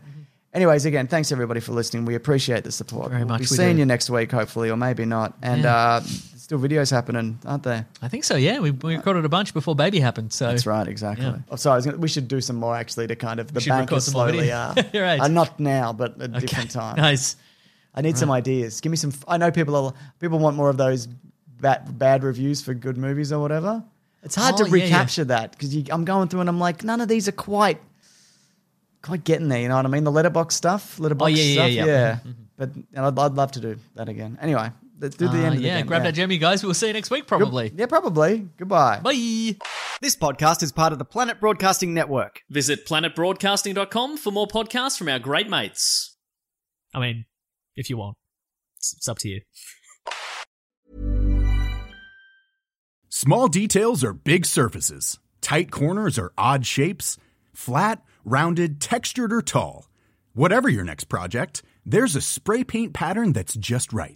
Speaker 1: Anyways, again, thanks everybody for listening. We appreciate the support.
Speaker 4: Very much
Speaker 1: We'll be
Speaker 4: we
Speaker 1: seeing
Speaker 4: do.
Speaker 1: you next week, hopefully, or maybe not. And
Speaker 4: Yeah. Oh.
Speaker 1: uh, still, videos happening, aren't there?
Speaker 4: I think so. Yeah, we, we recorded a bunch before baby happened. So
Speaker 1: That's right, exactly.
Speaker 4: Yeah.
Speaker 1: Oh, sorry, I was gonna, we should do some more actually to kind of the
Speaker 4: should
Speaker 1: bankers
Speaker 4: record some more
Speaker 1: slowly
Speaker 4: video.
Speaker 1: are.
Speaker 4: You're right.
Speaker 1: Uh, not now, but a
Speaker 4: Okay.
Speaker 1: different time.
Speaker 4: Nice.
Speaker 1: I need some ideas. Give me some. f- I know people are people want more of those bad, bad reviews for good movies or whatever. It's hard
Speaker 4: Oh,
Speaker 1: to
Speaker 4: yeah, yeah.
Speaker 1: recapture that because I'm going through and I'm like, none of these are quite quite getting there. You know what I mean? The letterbox stuff, letterbox
Speaker 4: Oh, yeah, yeah,
Speaker 1: stuff,
Speaker 4: yeah. Mm-hmm,
Speaker 1: But and I'd, I'd love to do that again. Anyway, let's do the
Speaker 4: Uh,
Speaker 1: end. Of
Speaker 4: yeah,
Speaker 1: it again.
Speaker 4: grab that gem, you guys. We'll see you next week, probably.
Speaker 1: Yeah, probably. Goodbye.
Speaker 4: Bye.
Speaker 8: This podcast is part of the Planet Broadcasting Network.
Speaker 2: Visit planetbroadcasting.com for more podcasts from our great mates.
Speaker 4: I mean, if you want, it's, it's up to you.
Speaker 9: Small details are big surfaces. Tight corners are odd shapes. Flat, rounded, textured, or tall. Whatever your next project, there's a spray paint pattern that's just right.